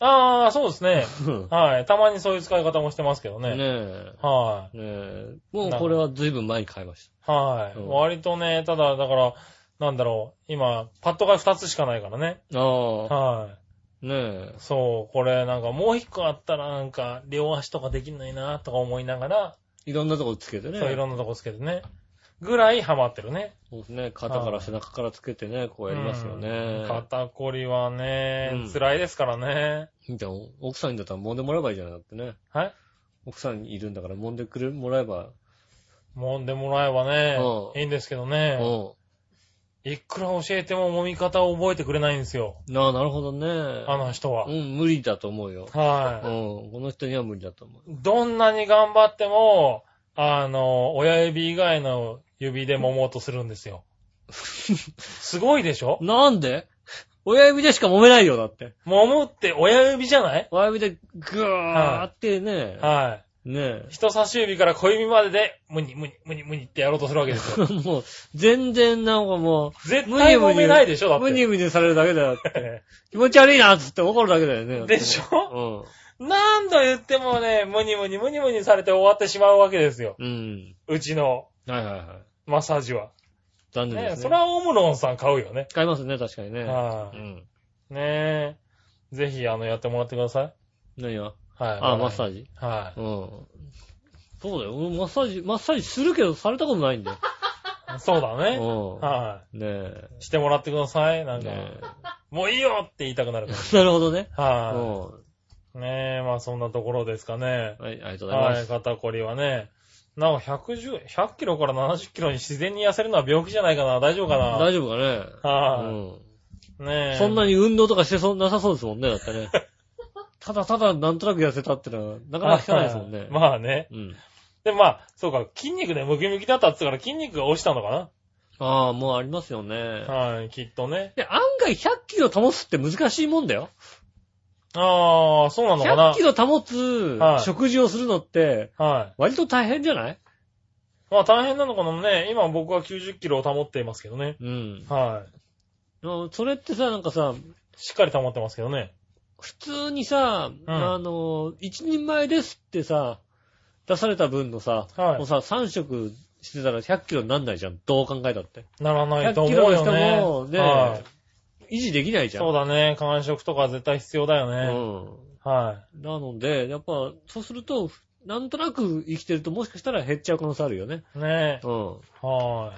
Speaker 3: ああ、そうですね。
Speaker 2: うん
Speaker 3: はい。たまにそういう使い方もしてますけど
Speaker 2: ね
Speaker 3: ね。
Speaker 2: え。
Speaker 3: は
Speaker 2: ねえ。もうこれは随分前に買いまし
Speaker 3: い。はい。
Speaker 2: うん
Speaker 3: 割とね、ただ、だから、なんだろう。今、パッドが2つしかないからね。
Speaker 2: た。ああ。
Speaker 3: は
Speaker 2: ねえ
Speaker 3: い。。そう、これなんかもう1個あったらなんか、両足とかできないなとか思いながら、
Speaker 2: いろんなとこつけてね。
Speaker 3: そういろんなとこつけてね。ぐらいハマってるね。
Speaker 2: そうですね。肩から背中からつけてね、こうやりますよね
Speaker 3: うん。肩こりはね、
Speaker 2: うん
Speaker 3: 辛いですからね。
Speaker 2: じゃあ、奥さんにだったら揉んでもらえばいいじゃなくてね。
Speaker 3: はい。
Speaker 2: 奥さんいるんだから揉んでくれ、もらえば。
Speaker 3: 揉んでもらえばね、
Speaker 2: うん
Speaker 3: いいんですけど
Speaker 2: う
Speaker 3: ね。
Speaker 2: ん。
Speaker 3: いくら教えても揉み方を覚えてくれないんですよ。
Speaker 2: なあ、なるほどね。
Speaker 3: あの人は
Speaker 2: う。ん、無理だと思うよ。うん。
Speaker 3: は
Speaker 2: この人には無理だと思う。
Speaker 3: い。どんなに頑張っても、あの、親指以外の指で揉もうとするんで すよ。すごいでしょ
Speaker 2: なんで親指でしか揉めないよ、だって。
Speaker 3: 揉むって親指じゃない
Speaker 2: 親指でグーってね、
Speaker 3: は
Speaker 2: ねえ
Speaker 3: い。。人差し指から小指までで、むにむにむにむにってやろうとするわけですよ。
Speaker 2: もう、全然なんかも
Speaker 3: 絶
Speaker 2: う、
Speaker 3: 対揉めないでしょだっ
Speaker 2: むに
Speaker 3: て。
Speaker 2: むにされるだけだよって。気持ち悪いなっつって怒るだけだよ ね。
Speaker 3: でしょ
Speaker 2: ょ
Speaker 3: 何度言ってもね、むにむにむにむにされて終わってしまうわけですよ。
Speaker 2: うん。うん。
Speaker 3: うちの
Speaker 2: はいはいはい。
Speaker 3: マッサージは。
Speaker 2: 残念
Speaker 3: ね
Speaker 2: で
Speaker 3: え、
Speaker 2: す
Speaker 3: そ
Speaker 2: ね。
Speaker 3: れはオムロンさん買うよね。
Speaker 2: 使いますね、確かにね。
Speaker 3: は
Speaker 2: う
Speaker 3: い。
Speaker 2: ん。
Speaker 3: ねえ。ぜひ、あの、やってもらってください。
Speaker 2: 何が
Speaker 3: はい。
Speaker 2: あ、マッサ
Speaker 3: ジ。
Speaker 2: ージ
Speaker 3: は
Speaker 2: うん。そうだよ。俺マッサージ、マッサージするけどされたことないんだよ。
Speaker 3: い。そうだね。
Speaker 2: う
Speaker 3: は
Speaker 2: ん。ねえ。
Speaker 3: い。してもらってください。なんか、
Speaker 2: ね
Speaker 3: もういいよって言いたくなるか
Speaker 2: え なるほどね。
Speaker 3: ら。
Speaker 2: うん。
Speaker 3: は。
Speaker 2: はい
Speaker 3: ねえ、まあそんなところですかね。
Speaker 2: い、ありがとうございま
Speaker 3: はい、
Speaker 2: す。
Speaker 3: 肩こりはね。なんか110、100キロから70キロに自然に痩せるのは病気じゃないかな。大丈夫かな
Speaker 2: 大丈夫かね
Speaker 3: はいうね
Speaker 2: ん。
Speaker 3: え。
Speaker 2: そんなに運動とかしてそなさそうですもんね、だって ね。ただただなんとなく痩せたってのは、なかなか聞かないですもんね。
Speaker 3: はいまあね。
Speaker 2: うん。
Speaker 3: で、まあ、そうか、筋肉でムキムキだったっつうから筋肉が落ちたのか
Speaker 2: ああ、もうありますよね
Speaker 3: な。。はい、きっとね。
Speaker 2: で、案外100キロ保つって難しいもんだよ。
Speaker 3: ああ、そうなのかな
Speaker 2: 100キ。ロ保つ
Speaker 3: はい
Speaker 2: 食事をするのって、
Speaker 3: は
Speaker 2: 割と大変じゃない
Speaker 3: い。まあ大変なのかもね。今僕は90キロを保っていますけどね。
Speaker 2: うん。
Speaker 3: はい。
Speaker 2: それってさ、なんかさ、
Speaker 3: しっかり保ってますけどね。
Speaker 2: 普通にさ、
Speaker 3: うん
Speaker 2: あの、一人前ですってさ、出された分のさ、
Speaker 3: はい
Speaker 2: もうさ、3食してたら100キロになんないじゃん。どう考えたって。
Speaker 3: ならない
Speaker 2: 100
Speaker 3: と思
Speaker 2: キ
Speaker 3: う
Speaker 2: ロの人
Speaker 3: よ
Speaker 2: も、
Speaker 3: ね。は
Speaker 2: ね、維持できない
Speaker 3: い。
Speaker 2: じゃん。
Speaker 3: そうだね。間食とか絶対必要だよね。は
Speaker 2: うん。なので、やっぱ、そうすると、なんとなく生きてるともしかしたら減っちゃう可能性あるよね。
Speaker 3: い。ね
Speaker 2: うん。
Speaker 3: はい。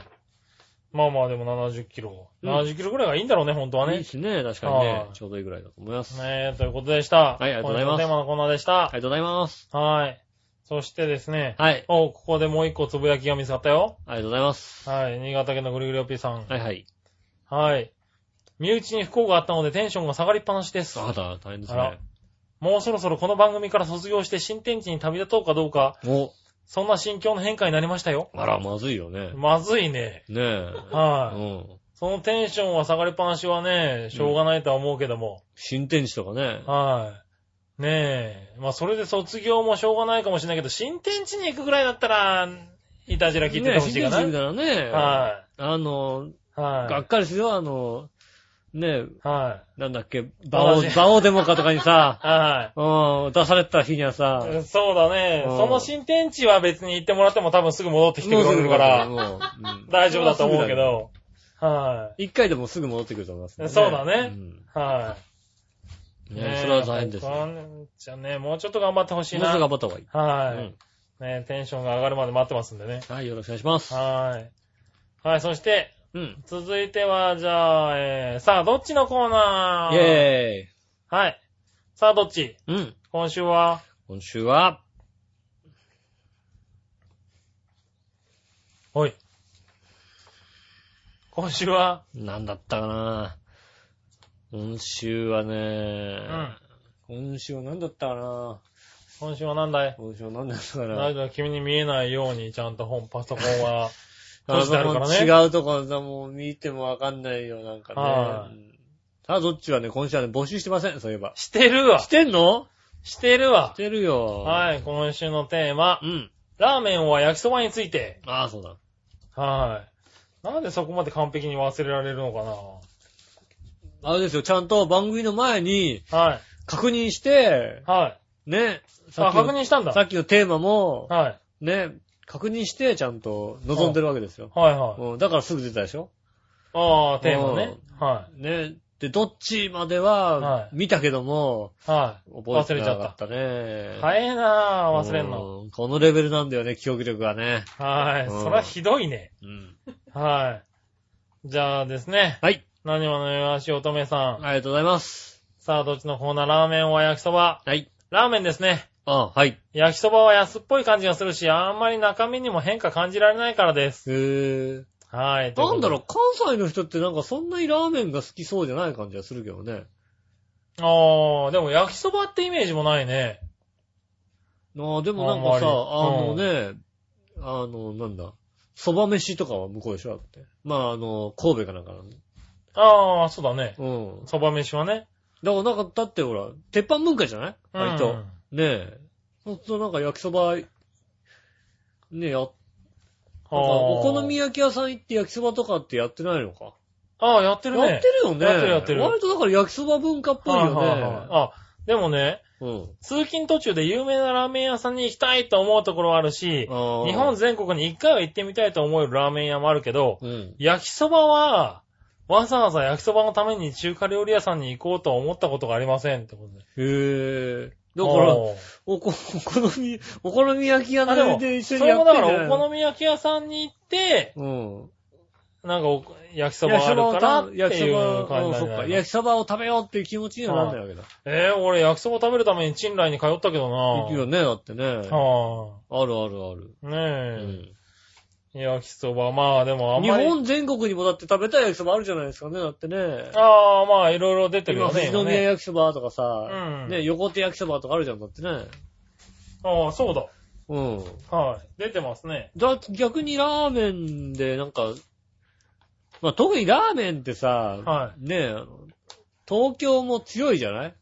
Speaker 3: まあまあでも70キロ。
Speaker 2: うん
Speaker 3: 70キロぐらいがいいんだろうね、本当はい
Speaker 2: い
Speaker 3: ね。
Speaker 2: しね、確かにね
Speaker 3: は。い
Speaker 2: ちょうどいいぐらいだと思います。
Speaker 3: ねえ、ということでした。
Speaker 2: はいありがとうございます
Speaker 3: 今週のテーマのコーナーでした
Speaker 2: あ。りがとうございます。
Speaker 3: はい。そしてですね。
Speaker 2: はい。
Speaker 3: お、ここでもう一個つぶやきが見つかったよ。
Speaker 2: ありがとうございます。
Speaker 3: はい。新潟県のぐりぐりおっぴーさん。
Speaker 2: はいはい。
Speaker 3: はい。身内に不幸があったのでテンションが下がりっぱなしです。
Speaker 2: あなた、大変です
Speaker 3: あら
Speaker 2: ね。
Speaker 3: もうそろそろこの番組から卒業して新天地に旅立とうかどうか、
Speaker 2: お、
Speaker 3: そんな心境の変化になりましたよ。
Speaker 2: あら、まずいよね。
Speaker 3: まずいね。
Speaker 2: ねえ。う
Speaker 3: はい。
Speaker 2: ん。
Speaker 3: そのテンションは下がりっぱなしはね、しょうがないとは思うけども。
Speaker 2: 新天地とかね。
Speaker 3: はい。ねえ。まあ、それで卒業もしょうがないかもしれないけど、新天地に行くぐらいだったら、いたじら聞い
Speaker 2: ね
Speaker 3: てて
Speaker 2: え
Speaker 3: ほし
Speaker 2: 新
Speaker 3: いか
Speaker 2: 天地み
Speaker 3: な。
Speaker 2: たいなね。
Speaker 3: は
Speaker 2: あの、
Speaker 3: い。は
Speaker 2: がっかりするよ、あの、ねえ、
Speaker 3: い。はい。
Speaker 2: なんだっけ、バオ、
Speaker 3: 同じ
Speaker 2: バオデモカとかに さ、
Speaker 3: は
Speaker 2: うん、出された日にはさ、
Speaker 3: い。そうだね。
Speaker 2: うん
Speaker 3: その新天地は別に行ってもらっても多分すぐ戻ってきてくれるから、
Speaker 2: もううん
Speaker 3: 大丈夫だと思うけ。ど。は
Speaker 2: 一回でもすぐ戻ってくると思いますね。
Speaker 3: そうだね
Speaker 2: うん
Speaker 3: い。はい。
Speaker 2: ねえそれは大変ですよ。も
Speaker 3: 本当にじゃあね、もうちょっと頑張ってほし
Speaker 2: うち
Speaker 3: い
Speaker 2: ょっと
Speaker 3: な。
Speaker 2: 頑張った方がいい。
Speaker 3: は
Speaker 2: う
Speaker 3: い
Speaker 2: ん。
Speaker 3: ね、テンションが上がるまで待ってますんでね。
Speaker 2: はい、よろしくお願いします。
Speaker 3: はい。はい、そして、
Speaker 2: うん。
Speaker 3: 続いては、じゃあ、えー、さあ、どっちのコーナ
Speaker 2: イ
Speaker 3: ー
Speaker 2: ェ
Speaker 3: はい。さあ、どっち
Speaker 2: ーイ。うん。
Speaker 3: 今週は、
Speaker 2: 今週は、
Speaker 3: おい。今週は、
Speaker 2: なんだったかな今週はね、
Speaker 3: うん。
Speaker 2: 今週は何だったかな
Speaker 3: 今週はなんだい
Speaker 2: 今週は何だったかな
Speaker 3: 大丈夫、君に見えないように、ちゃんと本、パソコンは。
Speaker 2: あ
Speaker 3: 閉じてあるからね
Speaker 2: の違うところもう見てもわかんないよ、なんか
Speaker 3: はい
Speaker 2: ね。うんさあ、どっちはね、今週はね、募集してません、そういえば。
Speaker 3: してるわ
Speaker 2: してんの
Speaker 3: してる
Speaker 2: し
Speaker 3: わ
Speaker 2: てるよ。
Speaker 3: はい、今週のテーマ
Speaker 2: う、ん。
Speaker 3: ラーメンは焼きそばについて。
Speaker 2: ああ、そうだ。
Speaker 3: はい。なんでそこまで完璧に忘れられるのか
Speaker 2: あれですよ、ちゃんと番組の前に
Speaker 3: なはい。
Speaker 2: 確認して、
Speaker 3: はい。
Speaker 2: ね。
Speaker 3: さあ、
Speaker 2: っきの
Speaker 3: 確認したんだ。
Speaker 2: さ
Speaker 3: はい。
Speaker 2: っきのテーマも、
Speaker 3: はい
Speaker 2: ね、確認して、ちゃんと望んでるわけですよ。
Speaker 3: はい。
Speaker 2: うんだからすぐ出たでしょ
Speaker 3: ああ、テーマね。は
Speaker 2: ね。で、どっちまで
Speaker 3: は
Speaker 2: はい見たけども、
Speaker 3: い。はい。
Speaker 2: 覚えて
Speaker 3: 忘れちゃ
Speaker 2: な
Speaker 3: っ
Speaker 2: か
Speaker 3: た
Speaker 2: っ。たね。
Speaker 3: 早えなあ忘れんの。
Speaker 2: うん。このレベルなんだよね、記憶力がね。
Speaker 3: はい。
Speaker 2: うん
Speaker 3: そりゃひどいね。
Speaker 2: うん。
Speaker 3: はい。じゃあですね。
Speaker 2: はい。
Speaker 3: 何話のよしおとめさ
Speaker 2: あ
Speaker 3: ん。
Speaker 2: りがとうございます。
Speaker 3: さあ、どっちのコーナーラーメンは焼きそば
Speaker 2: はい。
Speaker 3: ラーメンですね。
Speaker 2: あはい。
Speaker 3: 焼きそばは安っぽい感じがするし、あんまり中身にも変化感じられないからです。
Speaker 2: へー。
Speaker 3: はい。という
Speaker 2: な
Speaker 3: こ
Speaker 2: んだ
Speaker 3: とで
Speaker 2: ろう、関西の人ってなんかそんなにラーメンが好きそうじゃない感じがするけどね。
Speaker 3: ああ、でも焼きそばってイメージもないね。
Speaker 2: ああ、でもなんかさ、あ
Speaker 3: あ
Speaker 2: の
Speaker 3: んま
Speaker 2: ね、あの、なんだ、蕎麦飯とかは向こうでしょだって。まあ、あの、神戸かなんかなんで
Speaker 3: ああ、そうだね。
Speaker 2: うん。
Speaker 3: そば飯はね。
Speaker 2: だからなんか、だってほら、鉄板文化じゃない割と。
Speaker 3: うん
Speaker 2: ねえ。そうするとなんか焼きそば、ねえ、や、なんか
Speaker 3: あー
Speaker 2: お好み焼き屋さん行って焼きそばとかってやってないのか
Speaker 3: ああ、やってるね。
Speaker 2: やってるよね。
Speaker 3: やってるやってる
Speaker 2: 割とだから焼きそば文化っぽいよ
Speaker 3: はいはいはい
Speaker 2: ね。
Speaker 3: あ、でもね、
Speaker 2: うん。
Speaker 3: 通勤途中で有名なラーメン屋さんに行きたいと思うところはあるし、日
Speaker 2: 日
Speaker 3: 本全国に一回は行ってみたいと思えるラーメン屋もあるけど、
Speaker 2: うん。
Speaker 3: 焼きそばは、わざわざ焼きそばのために中華料理屋さんに行こうとは思ったことがありませんってことで。
Speaker 2: へえ。だから、
Speaker 3: おー
Speaker 2: おこ、 お好み、お好み焼き屋
Speaker 3: あでも
Speaker 2: ので一緒
Speaker 3: そ
Speaker 2: にや
Speaker 3: れも
Speaker 2: ってん
Speaker 3: だ
Speaker 2: じ
Speaker 3: か
Speaker 2: ゃない
Speaker 3: らお好み焼き屋さんに行って、
Speaker 2: うん。
Speaker 3: なんかお焼きそばあるからって
Speaker 2: 焼きそ
Speaker 3: いう
Speaker 2: ば、
Speaker 3: 感
Speaker 2: うん、
Speaker 3: じ
Speaker 2: そ
Speaker 3: に
Speaker 2: っ
Speaker 3: な
Speaker 2: か。
Speaker 3: るよね
Speaker 2: 焼きそばを食べようっていう気持ちにはなんないわけだ。
Speaker 3: えー、俺焼きそば食べるために賃来に通ったけどな
Speaker 2: 行くよね、だってね。あ
Speaker 3: は
Speaker 2: るあるある。
Speaker 3: あ。
Speaker 2: う
Speaker 3: ねえ。
Speaker 2: ん
Speaker 3: 焼きそば、まあでもあん
Speaker 2: 日
Speaker 3: まり。
Speaker 2: 本全国にもだって食べたい焼きそばあるじゃないですかね、だってね。
Speaker 3: ああ、まあいろいろ出てる
Speaker 2: 今、
Speaker 3: よ
Speaker 2: 富
Speaker 3: ね。
Speaker 2: 士宮
Speaker 3: ね
Speaker 2: 焼きそばとかさ
Speaker 3: う、ん
Speaker 2: ね、横手焼きそばとかあるじゃん、だってね。
Speaker 3: ああ、そうだ。
Speaker 2: うん。
Speaker 3: はい。出てますね。
Speaker 2: だ、逆にラーメンで、なんか、まあ、特にラーメンってさ、
Speaker 3: は
Speaker 2: ね、あの東京も強いじゃない
Speaker 3: い。うん。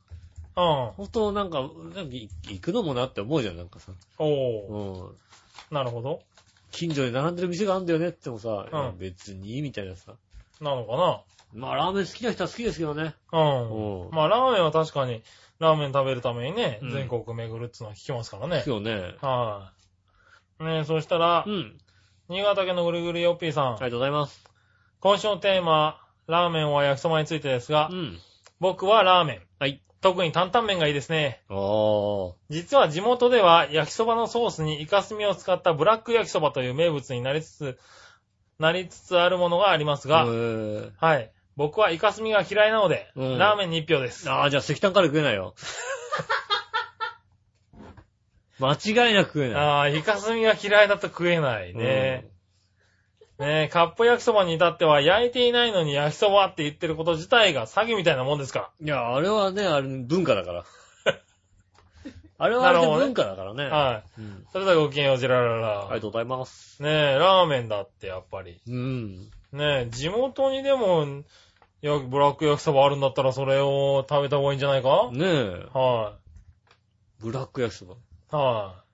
Speaker 3: お
Speaker 2: 本当なんか、なんかい行くのもなって思うじゃん、なんかさ。う
Speaker 3: お
Speaker 2: ん。
Speaker 3: ー。なるほど。
Speaker 2: 近所に並んでる店があんだよねって言ってもさ、
Speaker 3: うん
Speaker 2: いや別に、みたいなさ。
Speaker 3: なのか
Speaker 2: まあ、ラーメン好きな人は好きですけどね。
Speaker 3: な。
Speaker 2: お
Speaker 3: う。
Speaker 2: うん
Speaker 3: まあラーメンは確かに、ラーメン食べるためにね
Speaker 2: うん、
Speaker 3: 全国巡るってのは聞きますからね。
Speaker 2: 今日ね。
Speaker 3: はい。ねえ、そしたら
Speaker 2: う、ん。
Speaker 3: 新潟県のぐるぐるよっぴー
Speaker 2: あ
Speaker 3: さ
Speaker 2: りが
Speaker 3: ん。
Speaker 2: とうございます。
Speaker 3: 今週のテーマ、ラーメンは焼きそばについてですが
Speaker 2: う、ん。
Speaker 3: 僕はラーメン。
Speaker 2: はい。
Speaker 3: 特に担々麺がいいですね。
Speaker 2: ああ。
Speaker 3: 実は地元では焼きそばのソースにイカスミを使ったブラック焼きそばという名物になりつつ、なりつつあるものがありますが、
Speaker 2: え
Speaker 3: はい。僕はイカスミが嫌いなので、
Speaker 2: うん
Speaker 3: ラーメンに一票です。
Speaker 2: ー、ああ、じゃあ石炭から食えない よ。間違いなく食えない。
Speaker 3: ああ、イカスミが嫌いだと食えないね。ねえ、カップ焼きそばに至っては焼いていないのに焼きそばって言ってること自体が詐欺みたいなもんですか
Speaker 2: うん。いや、あれはね、あれ文化だ から。あれはあれで文化だからね。
Speaker 3: ら。はい。
Speaker 2: うん。
Speaker 3: それではごきげんよう、じららら。
Speaker 2: ありがとうございます。
Speaker 3: ねえ、ラーメンだってやっぱり。
Speaker 2: うん。
Speaker 3: ねえ、地元にでも、やブラック焼きそばあるんだったらそれを食べた方がいいんじゃないかはい、
Speaker 2: ねえ、ブラック焼きそば。
Speaker 3: は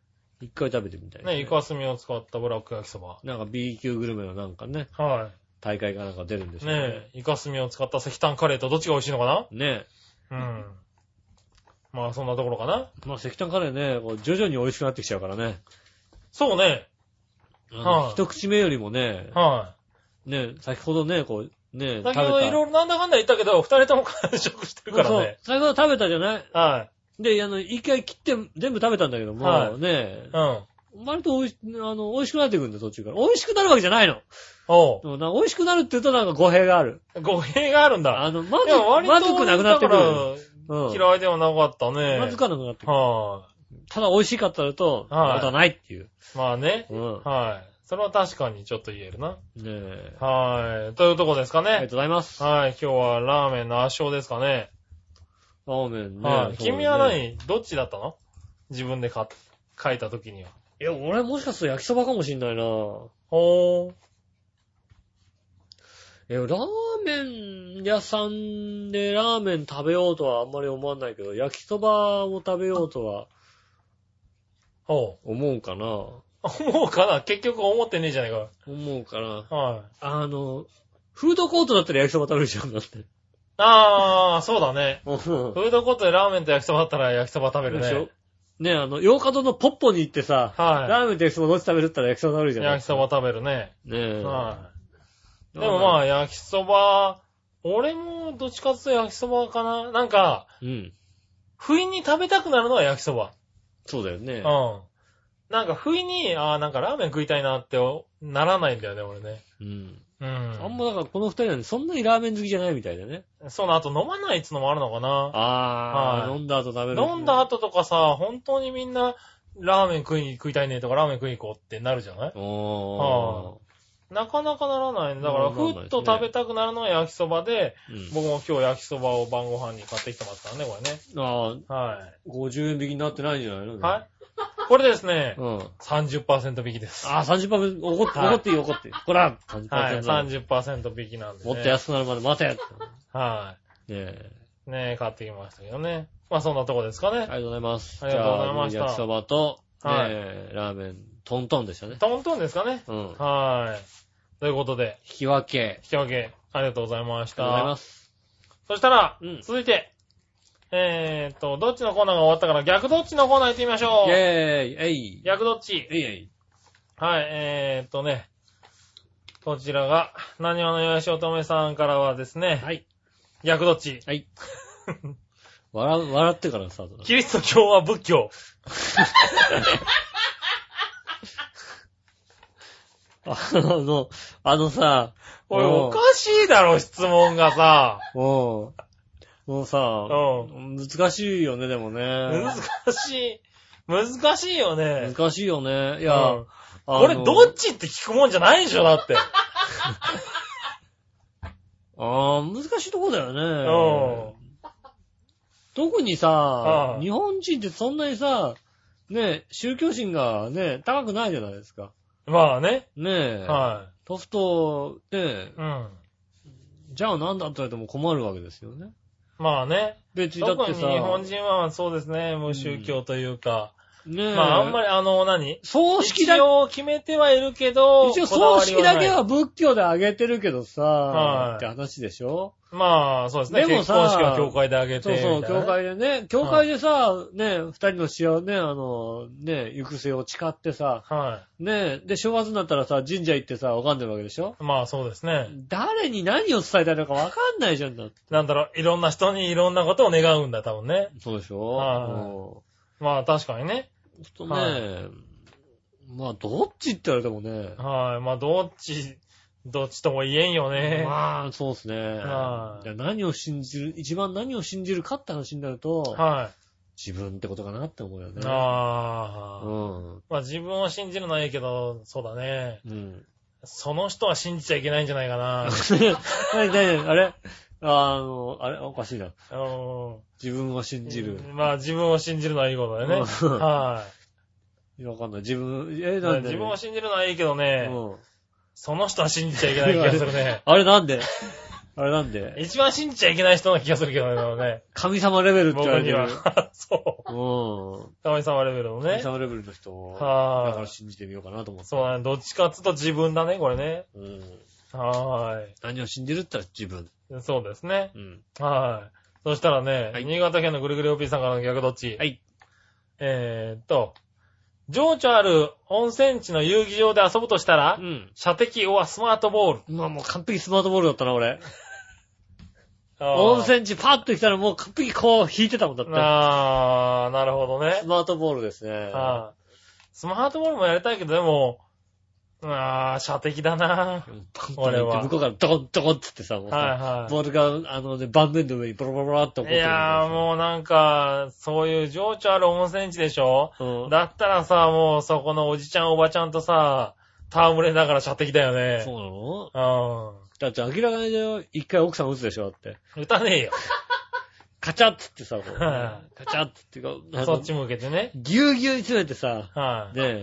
Speaker 2: 一回食べてみたい
Speaker 3: い、
Speaker 2: です
Speaker 3: ねえ、イカスミを使ったブラック焼きそば。
Speaker 2: なんか B 級グルメのなんかね、
Speaker 3: は
Speaker 2: 大会かなんか出るんで
Speaker 3: い。
Speaker 2: しょう
Speaker 3: ねえ、イカスミを使った石炭カレーとどっちが美味しいのか
Speaker 2: ね。ね
Speaker 3: なうん。まあそんなところかな。
Speaker 2: え。まあ石炭カレーね、こう徐々に美味しくなってきちゃうからね。
Speaker 3: そうね。
Speaker 2: あの
Speaker 3: はい
Speaker 2: 一口目よりもね、
Speaker 3: は
Speaker 2: ねえ、先ほどね、こう、ねえ、
Speaker 3: い。
Speaker 2: 食べ
Speaker 3: 先
Speaker 2: た。
Speaker 3: ほどいろいろなんだかんだ言ったけど、二人とも完食してるから
Speaker 2: そうそう
Speaker 3: ね。
Speaker 2: 先ほど食べたじゃない
Speaker 3: は
Speaker 2: で、あの、一回切って全部食べたんだけども、
Speaker 3: はい
Speaker 2: ねえ
Speaker 3: い。うん。
Speaker 2: 割と美味し、あの、美味しくなってくるんだよ、途中から。美味しくなるわけじゃないの。
Speaker 3: おう。
Speaker 2: でもな美味しくなるって言うとなんか語弊がある。
Speaker 3: 語弊があるんだ。
Speaker 2: あの、ま
Speaker 3: い
Speaker 2: ず
Speaker 3: や、割、と、
Speaker 2: まずくなくなってくる。
Speaker 3: だ
Speaker 2: う
Speaker 3: から
Speaker 2: ん。
Speaker 3: 嫌いではなかったね。
Speaker 2: まずかなくなってくる。
Speaker 3: は
Speaker 2: ただ美味しかったらと、
Speaker 3: はい
Speaker 2: またないっていう。
Speaker 3: い。まあね。
Speaker 2: うん。
Speaker 3: はい。それは確かにちょっと言えるな。
Speaker 2: ねえ。
Speaker 3: はい。というとこですか
Speaker 2: ありが
Speaker 3: ね。
Speaker 2: とうございます。
Speaker 3: はい。今日はラーメンの圧勝ですかね。
Speaker 2: ラーメンね。
Speaker 3: はい。
Speaker 2: そうね
Speaker 3: 君は何、どっちだったの自分でか書いた時には。
Speaker 2: いや、俺もしかすると焼きそばかもしんないな
Speaker 3: ほー。
Speaker 2: え、ラーメン屋さんでラーメン食べようとはあんまり思わないけど、焼きそばを食べようとは
Speaker 3: ほ
Speaker 2: 思うかな
Speaker 3: う。 思うかな結局思ってねえじゃねえ
Speaker 2: 思うかな
Speaker 3: か。はい。
Speaker 2: あの、フードコートだったら焼きそば食べるじゃん、だって。
Speaker 3: あー、そうだね。
Speaker 2: 食
Speaker 3: フードコートでラーメンと焼きそばだったら焼きそば食べる
Speaker 2: でし
Speaker 3: ね
Speaker 2: ょ。ねあの、洋ドのポッポに行ってさ、
Speaker 3: は
Speaker 2: ラーメンと焼きそばどっち食べるって言ったら焼きそば食べる
Speaker 3: い。
Speaker 2: じゃない
Speaker 3: 焼きそば食べるね。
Speaker 2: ねえ。
Speaker 3: はい。でもまあ、焼きそば、俺もどっちかっていうと焼きそばかな。なんか、
Speaker 2: うん。
Speaker 3: 不意に食べたくなるのは焼きそば。
Speaker 2: そうだよね。
Speaker 3: うん。なんか不意に、ああ、なんかラーメン食いたいなっておならないんだよね、俺ね。
Speaker 2: うん。
Speaker 3: うん。
Speaker 2: あんまだからこの二人なんでそんなにラーメン好きじゃないみたいだね。
Speaker 3: そうな、あと飲まないっつのもあるのかな。
Speaker 2: あー、
Speaker 3: はい
Speaker 2: 飲んだ後食べる。
Speaker 3: 飲んだ後とかさ、本当にみんな、ラーメン食いに食いたいねとかラーメン食いに行こうってなるじゃない
Speaker 2: お
Speaker 3: なかなかならないね。だか
Speaker 2: う
Speaker 3: ら、
Speaker 2: んならないで
Speaker 3: ふ
Speaker 2: すね
Speaker 3: っと食べたくなるのは焼きそばで、
Speaker 2: ー。うん
Speaker 3: 僕も今日焼きそばを晩ご飯に買ってきてますからね、これね。
Speaker 2: あ
Speaker 3: はい。
Speaker 2: あ、50円引きになってないんじゃないの
Speaker 3: はい。これですね
Speaker 2: い。、うん。
Speaker 3: 30%引きです。
Speaker 2: ああ、30%、怒って、
Speaker 3: はい
Speaker 2: 怒っていいよ、怒っていい。こら !30%、
Speaker 3: はい、30%引きなんで、ね。
Speaker 2: もっと安くなるまで待て。ね
Speaker 3: は
Speaker 2: え。
Speaker 3: い。ねえ、買ってきましたけどね。まあそんなとこですか
Speaker 2: あり
Speaker 3: ね。
Speaker 2: がとうございます。
Speaker 3: ありがとうございました
Speaker 2: じゃあ焼きそばと、ね
Speaker 3: はい
Speaker 2: え、ラーメン、トントンでしたね。
Speaker 3: トントンですかね。
Speaker 2: うん。引
Speaker 3: はい。ということで、
Speaker 2: き分け。
Speaker 3: 引き分け、ありがとうございまし
Speaker 2: ありがとうございま
Speaker 3: た。
Speaker 2: す。
Speaker 3: そしたら、
Speaker 2: うん
Speaker 3: 続いて、えーっと、どっちのコーナーが終わったから逆どっちのコーナー行ってみましょ
Speaker 2: イェーイ
Speaker 3: う。
Speaker 2: えい
Speaker 3: 逆どっち。
Speaker 2: えいえい
Speaker 3: はい、えーっとね、こちらが、何わのよやしおとめさんからはですね、
Speaker 2: はい。
Speaker 3: 逆どっち。
Speaker 2: はい。笑う、笑ってからスタートだ。
Speaker 3: キリスト教は仏教。
Speaker 2: あの、あのさ、
Speaker 3: おい、
Speaker 2: うん
Speaker 3: おかしいだろ、質問がさ。
Speaker 2: もうん。もうさ、
Speaker 3: う
Speaker 2: 難しいよね、でもね
Speaker 3: 難。しい。難しいよね。
Speaker 2: 難しいよね。いうや、
Speaker 3: ん、
Speaker 2: あの
Speaker 3: 俺、どっちって聞くもんじゃないでしょ、だ って。
Speaker 2: あー難しいとこだよね。
Speaker 3: う
Speaker 2: 特にさ
Speaker 3: う、ん
Speaker 2: 日本人ってそんなにさ、ね、宗教心がね、高くないじゃないですか。
Speaker 3: ん。まあね。
Speaker 2: ねえ。
Speaker 3: は
Speaker 2: そうすると、ね
Speaker 3: い。うん。
Speaker 2: じゃあなんだって言われても困るわけですよね。
Speaker 3: まあね。
Speaker 2: 別にだっ
Speaker 3: 特
Speaker 2: て
Speaker 3: に
Speaker 2: さ、
Speaker 3: 日本人はそうですね、無宗教というか。
Speaker 2: ねえ、
Speaker 3: まあ、あんまり、あの、何
Speaker 2: 葬式だ
Speaker 3: 一応決めてはいるけど、
Speaker 2: 一応
Speaker 3: こだ
Speaker 2: 葬
Speaker 3: わり
Speaker 2: 式だけ
Speaker 3: ない
Speaker 2: は仏教であげてるけどさ、
Speaker 3: はい
Speaker 2: って話でしょ
Speaker 3: まあ、そうですね。
Speaker 2: でも
Speaker 3: 結
Speaker 2: さ
Speaker 3: 婚式は教会であげて。
Speaker 2: そうそう、
Speaker 3: みたいな
Speaker 2: 教会でね、教会でさ、ね、二人の幸せね、あの、ね、行く末を誓ってさ、
Speaker 3: は
Speaker 2: ね、で、正月になったらさ、神社行ってさ、拝んでるわけでしょ
Speaker 3: い。まあ、そうですね。
Speaker 2: 誰に何を伝えたいのかわかんないじゃんだって。
Speaker 3: なんだろう、いろんな人にいろんなことを願うんだ、多分ね。
Speaker 2: そうでしょ
Speaker 3: はまあ、確かにね。
Speaker 2: うんちょっとね、まあ、どっちって言われてもね、
Speaker 3: はい。まあ、どっち、どっちとも言えんよね。
Speaker 2: まあ、そうですね。
Speaker 3: はい
Speaker 2: いや何を信じる、一番何を信じるかって話になると、
Speaker 3: は
Speaker 2: 自分ってことかなって思うよね
Speaker 3: い。。
Speaker 2: う
Speaker 3: ああ。
Speaker 2: ん。
Speaker 3: まあ、自分を信じるのはいいけど、そうだね。
Speaker 2: うん。
Speaker 3: その人は信じちゃいけないんじゃないかな。
Speaker 2: 何、何、あれあの、あれおかしいな。
Speaker 3: あの
Speaker 2: 自分を信じる。
Speaker 3: まあ、自分を信じるのはいいことだよね。
Speaker 2: うん
Speaker 3: はい
Speaker 2: やわかんない。自分、え、
Speaker 3: い。
Speaker 2: なんで
Speaker 3: 自分を信じるのはいいけどね、
Speaker 2: うん
Speaker 3: その人は信じちゃいけない気がするね
Speaker 2: 。あれなんであれなんで
Speaker 3: 一番信じちゃいけない人な気がするけどね、でも ね。
Speaker 2: 神様レベルって
Speaker 3: 僕
Speaker 2: 言われてる。
Speaker 3: には。 そう。
Speaker 2: うん。
Speaker 3: 神様レベルのね
Speaker 2: 神。様レベルの人を、だ
Speaker 3: はい
Speaker 2: から信じてみようかなと思って。
Speaker 3: そうだね。どっちかっつうと自分だね、これね。
Speaker 2: うん。
Speaker 3: はーい。
Speaker 2: 何を信じるって言ったら自分。
Speaker 3: そうですね。
Speaker 2: うん。
Speaker 3: はい。そしたらね、
Speaker 2: はい
Speaker 3: 新潟県のぐるぐるおぴーさんからの逆どっち。
Speaker 2: はい。
Speaker 3: えーっと、情緒ある温泉地の遊技場で遊ぶとしたら
Speaker 2: う、ん。
Speaker 3: 射的はスマートボール。
Speaker 2: まあもう完璧スマートボールだったな、俺。
Speaker 3: あー
Speaker 2: 温泉地パッと来たらもう完璧こう引いてたもんだって。
Speaker 3: あー、なるほどね
Speaker 2: ス。マートボールですね。
Speaker 3: はスマートボールもやりたいけど、でも、あー、射的だな俺は
Speaker 2: 向こうからドコンドコンっつってさ、もうさ
Speaker 3: はいは
Speaker 2: ボールが、あのね、盤面の上にボロボロボロって落っこっ
Speaker 3: い。い
Speaker 2: て
Speaker 3: やー、もうなんか、そういう情緒ある温泉地でしょ
Speaker 2: うん。
Speaker 3: だったらさ、もうそこのおじちゃんおばちゃんとさ、戯れながら射的だよね。
Speaker 2: そうなの
Speaker 3: う
Speaker 2: だって明らかにだよ、一回奥さん撃つでしょ、だって。
Speaker 3: ん。打たねえよ。
Speaker 2: カチャッつってさ、こう
Speaker 3: は
Speaker 2: カチャッつってこ う、あの
Speaker 3: そっち向けてね。
Speaker 2: ぎゅうぎゅうに詰めてさ、
Speaker 3: はい。
Speaker 2: ねえ、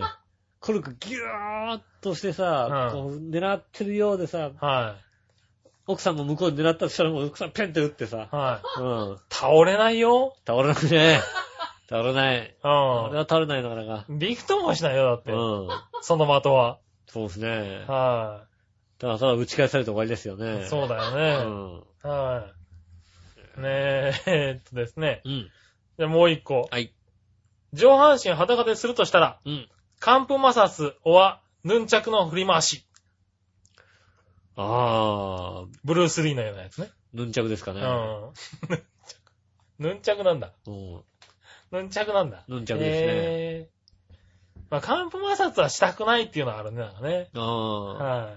Speaker 2: コルクギューっとしてさ、
Speaker 3: うん
Speaker 2: こう狙ってるようでさ、
Speaker 3: は
Speaker 2: 奥さんも向こうに狙ったとしたらもう奥さんペンって打ってさ
Speaker 3: い。、はい。
Speaker 2: うん。
Speaker 3: 倒れないよ。
Speaker 2: 倒れない ね。倒れない。
Speaker 3: う
Speaker 2: あれは倒れないなかなか。
Speaker 3: ん。びくともしないよ、だっ
Speaker 2: う
Speaker 3: て。
Speaker 2: ん。
Speaker 3: その的は。
Speaker 2: そうですね。
Speaker 3: は
Speaker 2: ただただ打ち返されて終わりですよ
Speaker 3: い
Speaker 2: ね。。
Speaker 3: そうだ
Speaker 2: う
Speaker 3: よね。
Speaker 2: ん。
Speaker 3: はい。ねえ、 えーっとですね。
Speaker 2: うん。
Speaker 3: で、もう一個。
Speaker 2: はい。
Speaker 3: 上半身裸でするとしたら、
Speaker 2: うん。
Speaker 3: 寒風摩擦、おは、ヌンチャクの振り回し。
Speaker 2: あー、
Speaker 3: ブルース・リーのようなやつね。
Speaker 2: ヌンチャクですか
Speaker 3: う
Speaker 2: ね。
Speaker 3: ん。 ヌンチャクなんだ。
Speaker 2: うん。
Speaker 3: ヌンチャクなんだ。
Speaker 2: ヌンチャクですね
Speaker 3: へーまあ、寒風摩擦はしたくないっていうのはあるね、なんかね。
Speaker 2: あ
Speaker 3: は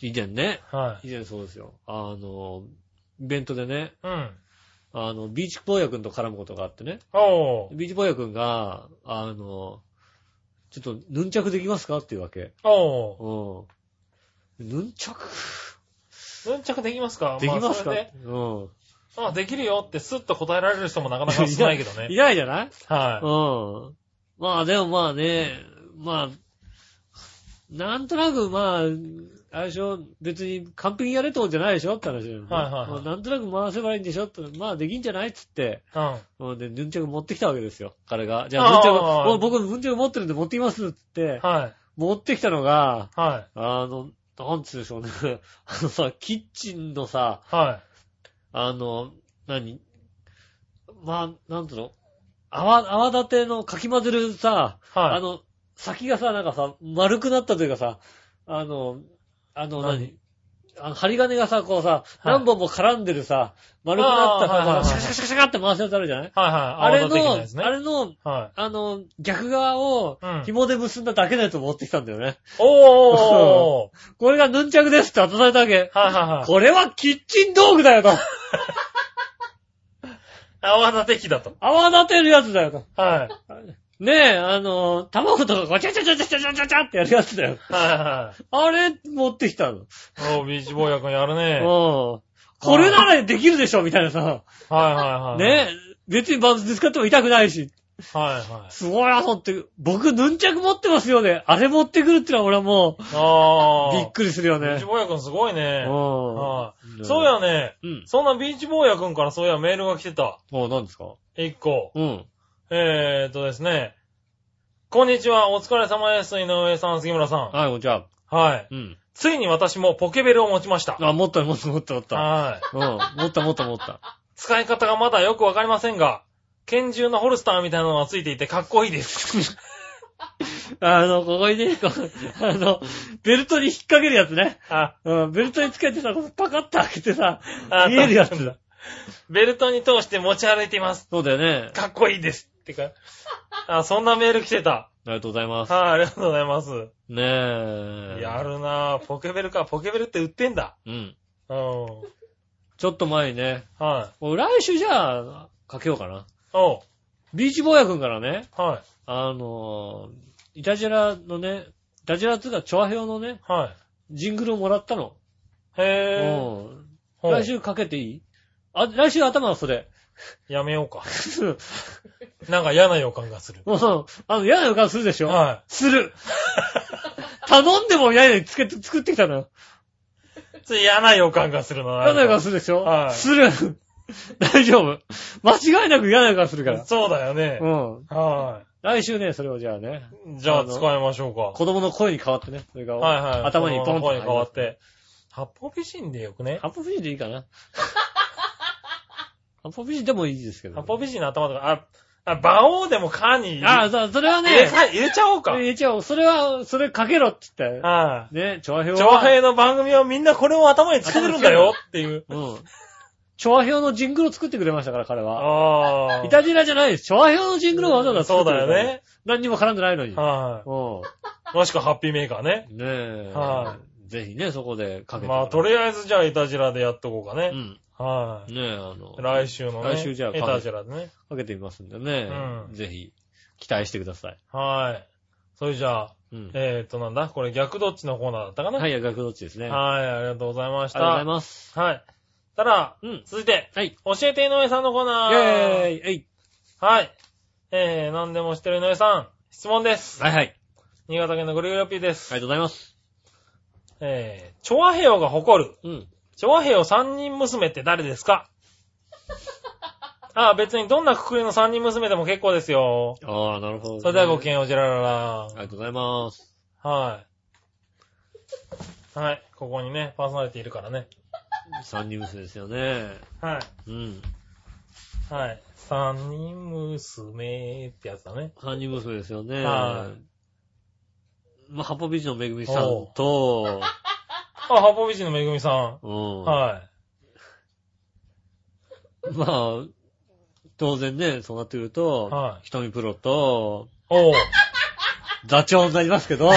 Speaker 2: ー、以前ね、
Speaker 3: い。はい。
Speaker 2: 以前そうですよ。あの、イベントでね、
Speaker 3: うん。
Speaker 2: あの、ビーチ坊やくんと絡むことがあってね、
Speaker 3: おー。
Speaker 2: ビーチ坊やくんが、あの、ちょっと、ヌンチャクできますかっていうわけ。
Speaker 3: お
Speaker 2: うん。ヌンチャク
Speaker 3: ー。ヌンチャクできますか
Speaker 2: できますか、
Speaker 3: あそれで
Speaker 2: うん。
Speaker 3: あ、できるよってスッと答えられる人もなかなか少ないけど
Speaker 2: い
Speaker 3: ね。
Speaker 2: ないじゃない
Speaker 3: は
Speaker 2: うん。まあでもまあね、まあ、なんとなくまあ、あれでしょ、別に完璧にやれってことじゃないでしょって話だよね
Speaker 3: はいはいはい
Speaker 2: まあなんとなく回せばいいんでしょって、まあできんじゃないっつって、
Speaker 3: い。うん。
Speaker 2: うんで、ヌンチャク持ってきたわけですよ、彼が。じゃ
Speaker 3: あ
Speaker 2: あ、
Speaker 3: ー
Speaker 2: ヌンチャクもう、僕ヌンチャク持ってるんで持ってきますっつって、
Speaker 3: はい。
Speaker 2: 持ってきたのが、
Speaker 3: はい。
Speaker 2: あの、なんつうんでしょうね、 あのさ、キッチンのさ、
Speaker 3: は
Speaker 2: あの、何まあ、なんつうの泡、泡立てのかき混ぜるさ、
Speaker 3: い。は
Speaker 2: あ
Speaker 3: い。
Speaker 2: の、先がさ、なんかさ、丸くなったというかさ、あの、あの、
Speaker 3: 何
Speaker 2: 何あの、針金がさ、こうさ、
Speaker 3: い
Speaker 2: 何本も絡んでるさ、丸くなった
Speaker 3: あーはいはいは
Speaker 2: さ、
Speaker 3: い
Speaker 2: シャカシャカシャカシャカって回すやつあるじゃない
Speaker 3: はい
Speaker 2: あ
Speaker 3: はい。
Speaker 2: れ
Speaker 3: 泡立て器
Speaker 2: の、
Speaker 3: やつね
Speaker 2: あれの、
Speaker 3: はい。
Speaker 2: あの、逆側を
Speaker 3: うん、
Speaker 2: 紐で結んだだけのやつを持ってきたんだよね。
Speaker 3: おー。
Speaker 2: これがヌンチャクですって渡されたわけ。
Speaker 3: はいはいはい。
Speaker 2: これはキッチン道具だよと。
Speaker 3: 泡立て器だと。
Speaker 2: 泡立てるやつだよと。
Speaker 3: はい。
Speaker 2: ねえ、あの、卵とかごちゃちゃちゃちゃちゃちゃちゃちゃってやるやつだよ。
Speaker 3: はいは
Speaker 2: あれ持ってきたの。
Speaker 3: いはい。おー、ビーチボーイヤ君やる ね。はい
Speaker 2: うん。これならできるでしょみたいなさ。
Speaker 3: はいはい。
Speaker 2: ねえ、別にバンズ使っても痛くないし。
Speaker 3: はいはい。
Speaker 2: すごいなと思って、僕、ヌンチャク持ってますよね。あれ持ってくるってのは俺はもう、
Speaker 3: あー。
Speaker 2: びっくりするよ
Speaker 3: ビー
Speaker 2: ね
Speaker 3: チ。ボーイヤ君すごいうね。
Speaker 2: ん。
Speaker 3: はい。そうやね。
Speaker 2: うん。
Speaker 3: そんなビーチボーイヤ君からそういやメールが来てた。
Speaker 2: あ、何ですか
Speaker 3: 一個。
Speaker 2: うん。
Speaker 3: えーっとですね。こんにちは。お疲れ様です。井上さん、杉村さ
Speaker 2: はい、じゃあ。
Speaker 3: ん。はい。
Speaker 2: うん。
Speaker 3: ついに私もポケベルを持ちました。
Speaker 2: あ、持った持った持った持った。
Speaker 3: はい。
Speaker 2: うん。持った持った持った。
Speaker 3: 使い方がまだよくわかりませんが、拳銃のホルスターみたいなのがついていてかっこい いです。
Speaker 2: あの、ここにね、こうあの、ベルトに引っ掛けるやつね。
Speaker 3: あ、
Speaker 2: うん、ベルトにつけてさ、パカッと開けてさ、
Speaker 3: あ
Speaker 2: 見えるやつだ。
Speaker 3: ベルトに通して持ち歩いています。
Speaker 2: そうだよね。
Speaker 3: かっこいいです。ってか、あ、そんなメール来てた。
Speaker 2: ありがとうございます。
Speaker 3: はい、ありがとうございます。
Speaker 2: ねえ。
Speaker 3: や。るなぁ。ポケベルか。ポケベルって売ってんだ。
Speaker 2: うん。
Speaker 3: うん。
Speaker 2: ちょっと前にね、
Speaker 3: はい。
Speaker 2: もう来週じゃあ、かけようかな。
Speaker 3: おう。
Speaker 2: ビーチ坊やくんからね、
Speaker 3: は
Speaker 2: あのー、イタジェラのね、イタジェラつうか、チョアヘオのね、
Speaker 3: い。は
Speaker 2: ジングルをもらったの。
Speaker 3: い。へぇー。
Speaker 2: うん。
Speaker 3: ほう
Speaker 2: 来週かけていいあ、来週頭はそれ。
Speaker 3: やめようか。
Speaker 2: うん。
Speaker 3: なんか嫌な予感がする。
Speaker 2: あの、嫌な予感するでしょ
Speaker 3: は
Speaker 2: する。 頼んでもいないのにつけて、作ってきたのよ。
Speaker 3: い。つい嫌な予感がするな。
Speaker 2: 嫌な予感するでしょ
Speaker 3: はい
Speaker 2: する。 大丈夫。間違いなく嫌な予感するから。
Speaker 3: そうだよね。
Speaker 2: うん。
Speaker 3: は
Speaker 2: 来週ね、それをじゃあね、
Speaker 3: い。じゃ
Speaker 2: あ
Speaker 3: あ
Speaker 2: の
Speaker 3: 使いましょうか。
Speaker 2: 子供の声に変わってね、それが、
Speaker 3: はいはい。
Speaker 2: 頭にポン
Speaker 3: と。
Speaker 2: と
Speaker 3: に変わっ。て。八方美人でよくね。
Speaker 2: 八方美人でいいかな。 八方美人でもいいですけど。
Speaker 3: 八方美人の頭とか、あ、あ、馬王でもカーに入れ
Speaker 2: ああ、そうそれは
Speaker 3: 入れ
Speaker 2: ね、
Speaker 3: た入れちゃおうか。
Speaker 2: え、じゃあ、それは、それかけろって言って。
Speaker 3: はい。
Speaker 2: ね、長平は。
Speaker 3: 長平の番組はみんなこれを頭につけてるんだよっていう。
Speaker 2: うん。調和表のジングルを作ってくれましたから、彼は。
Speaker 3: ああ。
Speaker 2: いたじらじゃないです。調和表のジングルをわざわざ
Speaker 3: そ
Speaker 2: 作
Speaker 3: う
Speaker 2: ってく
Speaker 3: だ
Speaker 2: れ
Speaker 3: よ
Speaker 2: た。
Speaker 3: ね。
Speaker 2: 何にも絡んでないのに。
Speaker 3: は
Speaker 2: うん。
Speaker 3: い。もしくはハッピーメーカーね。
Speaker 2: ねえ。
Speaker 3: は
Speaker 2: ぜひね、そこでかけて。
Speaker 3: まあ、とりあえずじゃあ、イタジラでやっとこうか
Speaker 2: う
Speaker 3: ね。
Speaker 2: ん。
Speaker 3: はい。
Speaker 2: ねえ、あの、
Speaker 3: 来週のね。
Speaker 2: 来週じゃあ
Speaker 3: イタジラでね。
Speaker 2: かけてみますんでね。
Speaker 3: うん
Speaker 2: ぜひ、期待してください。
Speaker 3: はい。それじゃあ、
Speaker 2: うん。
Speaker 3: えーと、なんだこれ逆どっちのコーナーだったかな。
Speaker 2: はいい、逆どっちですね。あ
Speaker 3: はい、ありがとうございまし
Speaker 2: りがとうござい。
Speaker 3: た
Speaker 2: ます。
Speaker 3: はい。ただ、
Speaker 2: うん。
Speaker 3: 続いて、
Speaker 2: はい。
Speaker 3: 教えて井上さんのコーナ
Speaker 2: イェ
Speaker 3: ー。
Speaker 2: ーイえい
Speaker 3: はい。えー、何でも知ってる井上さん、質問です。
Speaker 2: はいはい。あり
Speaker 3: 新潟県のグリグリピーです。
Speaker 2: がとうございます。
Speaker 3: えー、チョアヘヨが誇る、
Speaker 2: うん。
Speaker 3: チョアヘヨ三人娘って誰ですかああ、別にどんなくくりの三人娘でも結構ですよ。
Speaker 2: ああ、なるほどね。
Speaker 3: それではごき
Speaker 2: あ
Speaker 3: げんよう、じゃららら。
Speaker 2: りがとうございます。
Speaker 3: はい。はい。ここにね、パーソナリティいるからね。
Speaker 2: 三人娘ですよね。
Speaker 3: はい。
Speaker 2: うん。
Speaker 3: はい。三人娘ってやつだね。
Speaker 2: 三人娘ですよね。
Speaker 3: は
Speaker 2: まあ、ハポ美人のめぐみさんと、
Speaker 3: あ、ハポビチのめぐみさ
Speaker 2: うん
Speaker 3: ん。。は
Speaker 2: まあ、当然ね、そうなってくる
Speaker 3: い。
Speaker 2: と、
Speaker 3: はい。
Speaker 2: 瞳プロと、
Speaker 3: おう。
Speaker 2: 座長になります けど、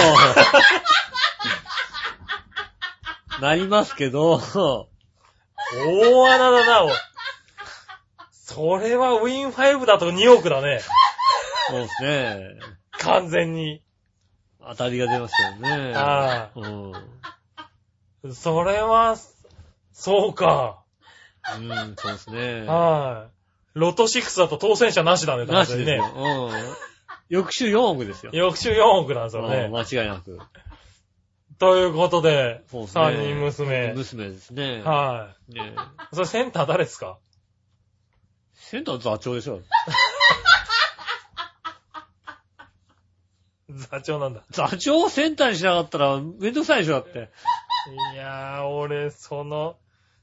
Speaker 2: なりますけど、
Speaker 3: 大穴だな、おい。それはウィン5だと2億だね。
Speaker 2: そうですね。
Speaker 3: 完全に。
Speaker 2: 当たりが出ましたよね。
Speaker 3: あ
Speaker 2: うん。
Speaker 3: あ。それは、そうか。
Speaker 2: うん、そうですね。
Speaker 3: はい。ロト6だと当選者なしだね、
Speaker 2: な
Speaker 3: 確
Speaker 2: し
Speaker 3: か
Speaker 2: で
Speaker 3: に
Speaker 2: すよ
Speaker 3: ね。。
Speaker 2: うん。翌週4億ですよ。
Speaker 3: 翌週4億なんですよ
Speaker 2: うん
Speaker 3: ね。
Speaker 2: 間違いなく。
Speaker 3: ということで、
Speaker 2: そうですね。
Speaker 3: 三人娘。
Speaker 2: 娘ですね。
Speaker 3: は
Speaker 2: ね
Speaker 3: い。それセンター誰ですか
Speaker 2: センター座長でしょ。
Speaker 3: 座長なんだ。
Speaker 2: 座長をセンターにしなかったらめんどくさいでしょ、だって。
Speaker 3: いやー、俺、その、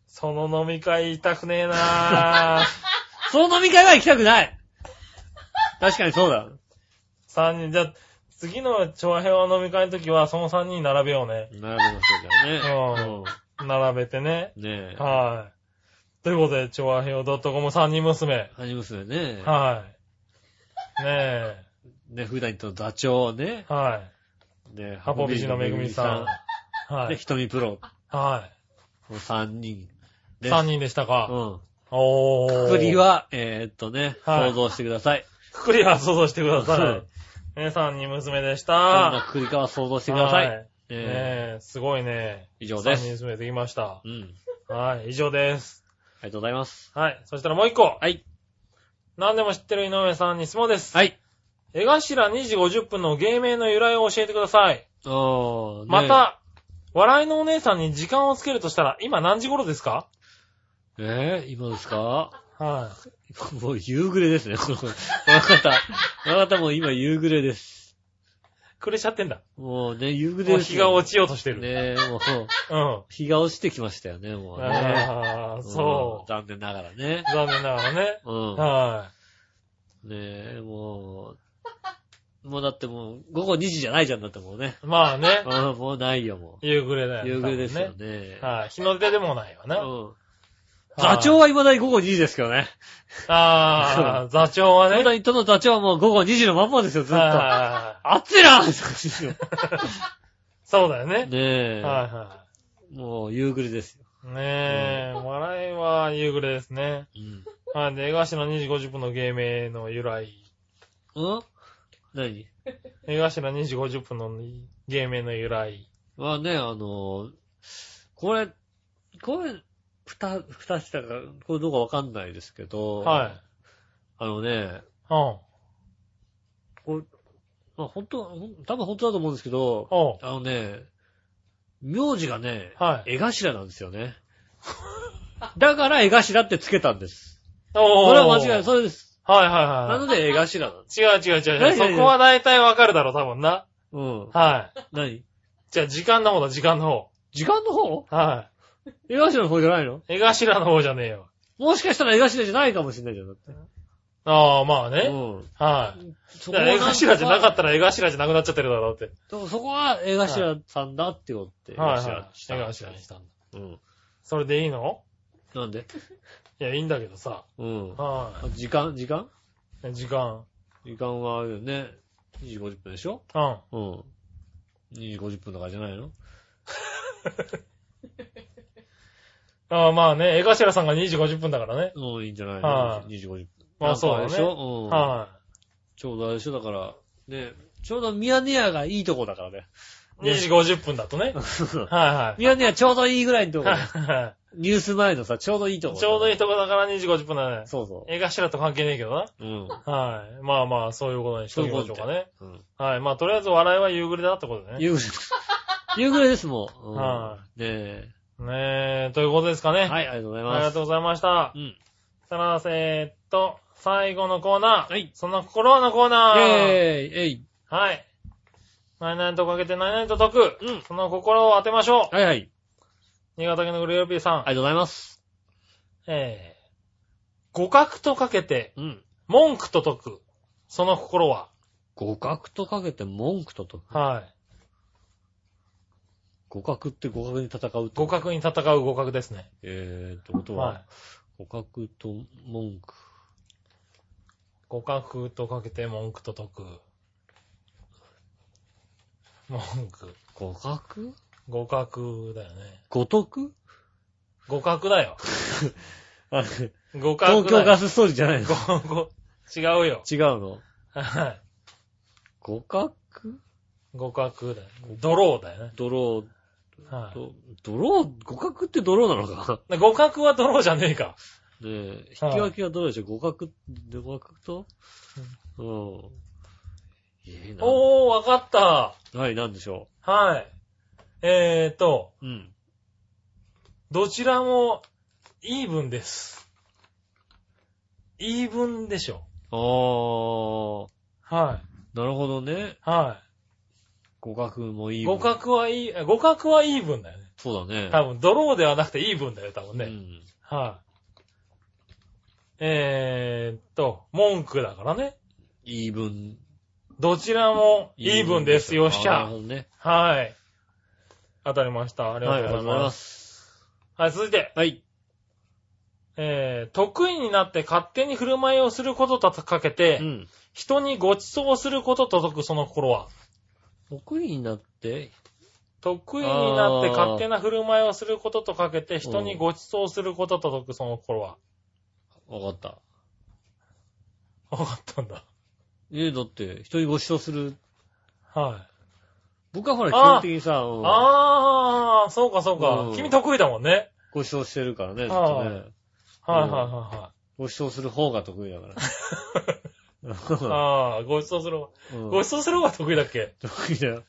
Speaker 3: その飲み会行きたくねえなー。
Speaker 2: その飲み会は行きたくない確かにそうだ。
Speaker 3: 三人、じゃあ、次の長編の飲み会の時は、その三人並べようね。
Speaker 2: 並べましょうじゃあね。
Speaker 3: 並べてね。
Speaker 2: うん。ねえ。
Speaker 3: はい。ということで、長編 .com 三人娘。
Speaker 2: ハニ娘ね。
Speaker 3: はい。ねえ。
Speaker 2: ね、普段と座長ね。
Speaker 3: は
Speaker 2: ね、
Speaker 3: ハポビジのめぐみさい。
Speaker 2: ん
Speaker 3: は
Speaker 2: で、
Speaker 3: い。
Speaker 2: ひとみプロ。
Speaker 3: は
Speaker 2: の3人
Speaker 3: い。
Speaker 2: です。
Speaker 3: 三人でしたか。
Speaker 2: うん。
Speaker 3: おー。
Speaker 2: くくりは、えーっとね、
Speaker 3: はい
Speaker 2: 想像してください。
Speaker 3: くくりは想像してくだ
Speaker 2: は
Speaker 3: さ
Speaker 2: い
Speaker 3: い。ね、三人娘でし
Speaker 2: どんな
Speaker 3: た。
Speaker 2: くくりかは想像してください。
Speaker 3: は
Speaker 2: ね
Speaker 3: ね
Speaker 2: え
Speaker 3: え、すごいね。
Speaker 2: 以上です
Speaker 3: 三人娘できました。
Speaker 2: うん。
Speaker 3: はい、以上です。
Speaker 2: ありがとうございます。
Speaker 3: はい、そしたらもう一個。
Speaker 2: はい。
Speaker 3: 何でも知ってる井上さんに質問です。
Speaker 2: はい。
Speaker 3: 江頭2時50分の芸名の由来を教えてください。
Speaker 2: おー、ね
Speaker 3: ま、た、笑いのお姉さんに時間をつけるとしたら、今何時頃ですか
Speaker 2: えー、今ですか
Speaker 3: は
Speaker 2: もう夕暮れですね、 この、この方。この方もう今夕暮れです。
Speaker 3: い。くれちゃってんだ。
Speaker 2: もうね、夕暮れ
Speaker 3: もう
Speaker 2: です
Speaker 3: 日
Speaker 2: よ。
Speaker 3: が落ちようとしてる。
Speaker 2: ねえ、もう、
Speaker 3: うん。
Speaker 2: 日が落ちてきましたよね、もうね。
Speaker 3: ああ、
Speaker 2: ん
Speaker 3: そ
Speaker 2: 残念ながらね
Speaker 3: う。。残念ながらね。
Speaker 2: うん。
Speaker 3: は
Speaker 2: ねえ、もう、もうだってもう、午後2時じゃないじゃんだってもうね。
Speaker 3: い。まあね
Speaker 2: う、ん、もうないよ、も
Speaker 3: 夕暮れだよ
Speaker 2: う。
Speaker 3: ね。
Speaker 2: 夕暮れですよ
Speaker 3: 多分
Speaker 2: ね。
Speaker 3: はい。日の出でもないわな。
Speaker 2: うん座長は未だに午後2時ですけどね。
Speaker 3: ああ、座長はね。
Speaker 2: 未だにとの座長はもう午後2時のまんまですよ、ずっと。
Speaker 3: はい
Speaker 2: 暑いなって感じですよ。
Speaker 3: そうだよね。
Speaker 2: ねえ。
Speaker 3: はいは
Speaker 2: もう夕暮れですよ。
Speaker 3: い。ねえ、笑いは夕暮れですね。
Speaker 2: うん。
Speaker 3: はい、で、江頭2時50分の芸名の由来。
Speaker 2: うん何
Speaker 3: 江頭2時50分の芸名の由来。
Speaker 2: まあね、あの、これ、これ、二、二したか、これどうかわかんないですけど、
Speaker 3: はい。
Speaker 2: あのね、
Speaker 3: うん。
Speaker 2: これ、まあ本当、ほん多分本当だと思うんですけど、
Speaker 3: おう。
Speaker 2: あのね、名字がね、
Speaker 3: はい。
Speaker 2: 絵頭なんですよね。だから絵頭ってつけたんです。
Speaker 3: お
Speaker 2: これは間違いない。
Speaker 3: い。
Speaker 2: そうです。
Speaker 3: はい
Speaker 2: な
Speaker 3: は
Speaker 2: ので絵頭なんです。
Speaker 3: いはい。違う違う違う。
Speaker 2: 何
Speaker 3: そこは大体わかるだろう、多分な。
Speaker 2: うん。
Speaker 3: はい。
Speaker 2: 何
Speaker 3: じゃあ、時間の方だ、時間の
Speaker 2: 時間の方
Speaker 3: 方。は
Speaker 2: 絵頭の方じゃないの
Speaker 3: い。江頭の方じゃねえよ。
Speaker 2: もしかしたら江頭じゃないかもしれないじゃん。だって
Speaker 3: ああ、まあ
Speaker 2: う
Speaker 3: ね。
Speaker 2: ん。
Speaker 3: はい。
Speaker 2: そ
Speaker 3: じゃあ、江頭じゃなか
Speaker 2: っ
Speaker 3: ったら江頭じゃなくなっちゃってるだろうって。
Speaker 2: た。そこは江頭さんだって思って、江
Speaker 3: はい
Speaker 2: 頭
Speaker 3: はい。
Speaker 2: し
Speaker 3: 江
Speaker 2: た。
Speaker 3: 頭にしたんだ。
Speaker 2: うん。
Speaker 3: それでいいの
Speaker 2: なんで
Speaker 3: いや、いいんだけどさ。
Speaker 2: うん。
Speaker 3: は
Speaker 2: あ時間時間
Speaker 3: い。時間。
Speaker 2: 時間はあるよね。2時50分でしょ
Speaker 3: うん。
Speaker 2: うん。2時50分とかじゃないの
Speaker 3: ああ、まあね、江頭さんが2時50分だからね。
Speaker 2: うん、いいんじゃないの、
Speaker 3: はい
Speaker 2: ?2 時50分。
Speaker 3: まあそうだね
Speaker 2: なんかれでしょうん。
Speaker 3: は
Speaker 2: ちょうどあれでしょだから、ね、ちょうどミヤネ屋がいいとこだからね。
Speaker 3: い。2時50分だとね。はい
Speaker 2: ミヤネ屋ちょうどいいぐらいのとこ
Speaker 3: はい。は
Speaker 2: ニュース前のさ、ちょうどいいとこ
Speaker 3: い。ちょうどいいとこだから2時50分だね。
Speaker 2: そうそ
Speaker 3: 江頭と関係ねえけどな。
Speaker 2: う。うん。
Speaker 3: はい。まあまあ、そういうことにしておきましょうかね。
Speaker 2: うん。
Speaker 3: はい。まあ、とりあえず笑いは夕暮れだってことでね。
Speaker 2: 夕暮れ、夕暮れですもん。うん
Speaker 3: は
Speaker 2: ねえ。
Speaker 3: ねえ、ということですかね。
Speaker 2: はい、ありがとうござい
Speaker 3: あり
Speaker 2: ま
Speaker 3: が
Speaker 2: す。
Speaker 3: とうございました
Speaker 2: う。ん。
Speaker 3: さらせーっと、最後のコーナー。
Speaker 2: はい。
Speaker 3: そんな心はのコーナ
Speaker 2: イェー
Speaker 3: ー。
Speaker 2: イえい
Speaker 3: はい。何々とかけて何々と解く。
Speaker 2: うん
Speaker 3: その心を当てましょう。
Speaker 2: はいはい。
Speaker 3: 新潟県のグレーピーさん。
Speaker 2: ありがとうございます。
Speaker 3: えー、互角とかけて
Speaker 2: うん。
Speaker 3: 文句と解く。その心は。
Speaker 2: 互角とかけて文句とと。
Speaker 3: はい。
Speaker 2: 互角って互角に戦うって。
Speaker 3: 互角に戦う互角ですね。
Speaker 2: えーってこと
Speaker 3: は
Speaker 2: は、互角と文句。
Speaker 3: い。互角とかけて文句と解く。文句。
Speaker 2: 互角
Speaker 3: 互角だよね。
Speaker 2: 五徳
Speaker 3: 互角だよ。
Speaker 2: あれ
Speaker 3: 互角
Speaker 2: 東京
Speaker 3: だ
Speaker 2: ガ
Speaker 3: よ。
Speaker 2: スストーリーじゃないの
Speaker 3: ごご違うよ。
Speaker 2: 違うの
Speaker 3: はい。
Speaker 2: 互角
Speaker 3: 互角だよ。ドローだよね。
Speaker 2: ドロー
Speaker 3: はい。
Speaker 2: と、ドロー、互角ってドローなのか
Speaker 3: で互角はドローじゃねえか。
Speaker 2: ねえ、引き分けはドローでしょ互角、互角とうん。えーな
Speaker 3: おー、わかった。
Speaker 2: はい、なんでしょ
Speaker 3: はい。えーと、
Speaker 2: う。うん。
Speaker 3: どちらも、イーブンです。イーブンでしょ。
Speaker 2: あー、
Speaker 3: は
Speaker 2: なるほどね。
Speaker 3: い。は
Speaker 2: 互角もい
Speaker 3: い。
Speaker 2: い。
Speaker 3: 互。角はいい、互角はイーブンだよね。
Speaker 2: そうだね。
Speaker 3: 多分、ドローではなくてイーブンだよ、多分ね。
Speaker 2: うん。
Speaker 3: はい。えーと、文句だからね。
Speaker 2: 言い分。
Speaker 3: どちらもイーブンです。よっし
Speaker 2: あなる
Speaker 3: ゃ
Speaker 2: ほ。どね。
Speaker 3: はい。当たりました。あり
Speaker 2: はい、あ
Speaker 3: が
Speaker 2: りが
Speaker 3: とう
Speaker 2: と
Speaker 3: ご
Speaker 2: うござい
Speaker 3: ざいま。
Speaker 2: ますす。
Speaker 3: はい、続いて。
Speaker 2: はい。
Speaker 3: えー、得意になって勝手に振る舞いをすることとかけて、
Speaker 2: うん。
Speaker 3: 人にご馳走することと解くその心は。
Speaker 2: 得意になって、
Speaker 3: 得意になって勝手な振る舞いをすることとかけて、人にご馳走することと解くその心は。
Speaker 2: わかった。
Speaker 3: わかったんだ。
Speaker 2: ええ、だって、人にご馳走する。
Speaker 3: はい。
Speaker 2: 僕はほら、基
Speaker 3: あ
Speaker 2: 本的にさ、うん
Speaker 3: あー、そうかそうか
Speaker 2: う。ん
Speaker 3: 君得意だもんね。
Speaker 2: ご馳走してるからね、ずっ
Speaker 3: あ
Speaker 2: と
Speaker 3: ー
Speaker 2: ね。
Speaker 3: はいはいはいはい。
Speaker 2: ご馳走する方が得意だ から。
Speaker 3: あー、ご馳走する。
Speaker 2: うん
Speaker 3: ご馳走する方が得意だっけ
Speaker 2: 得意だよ。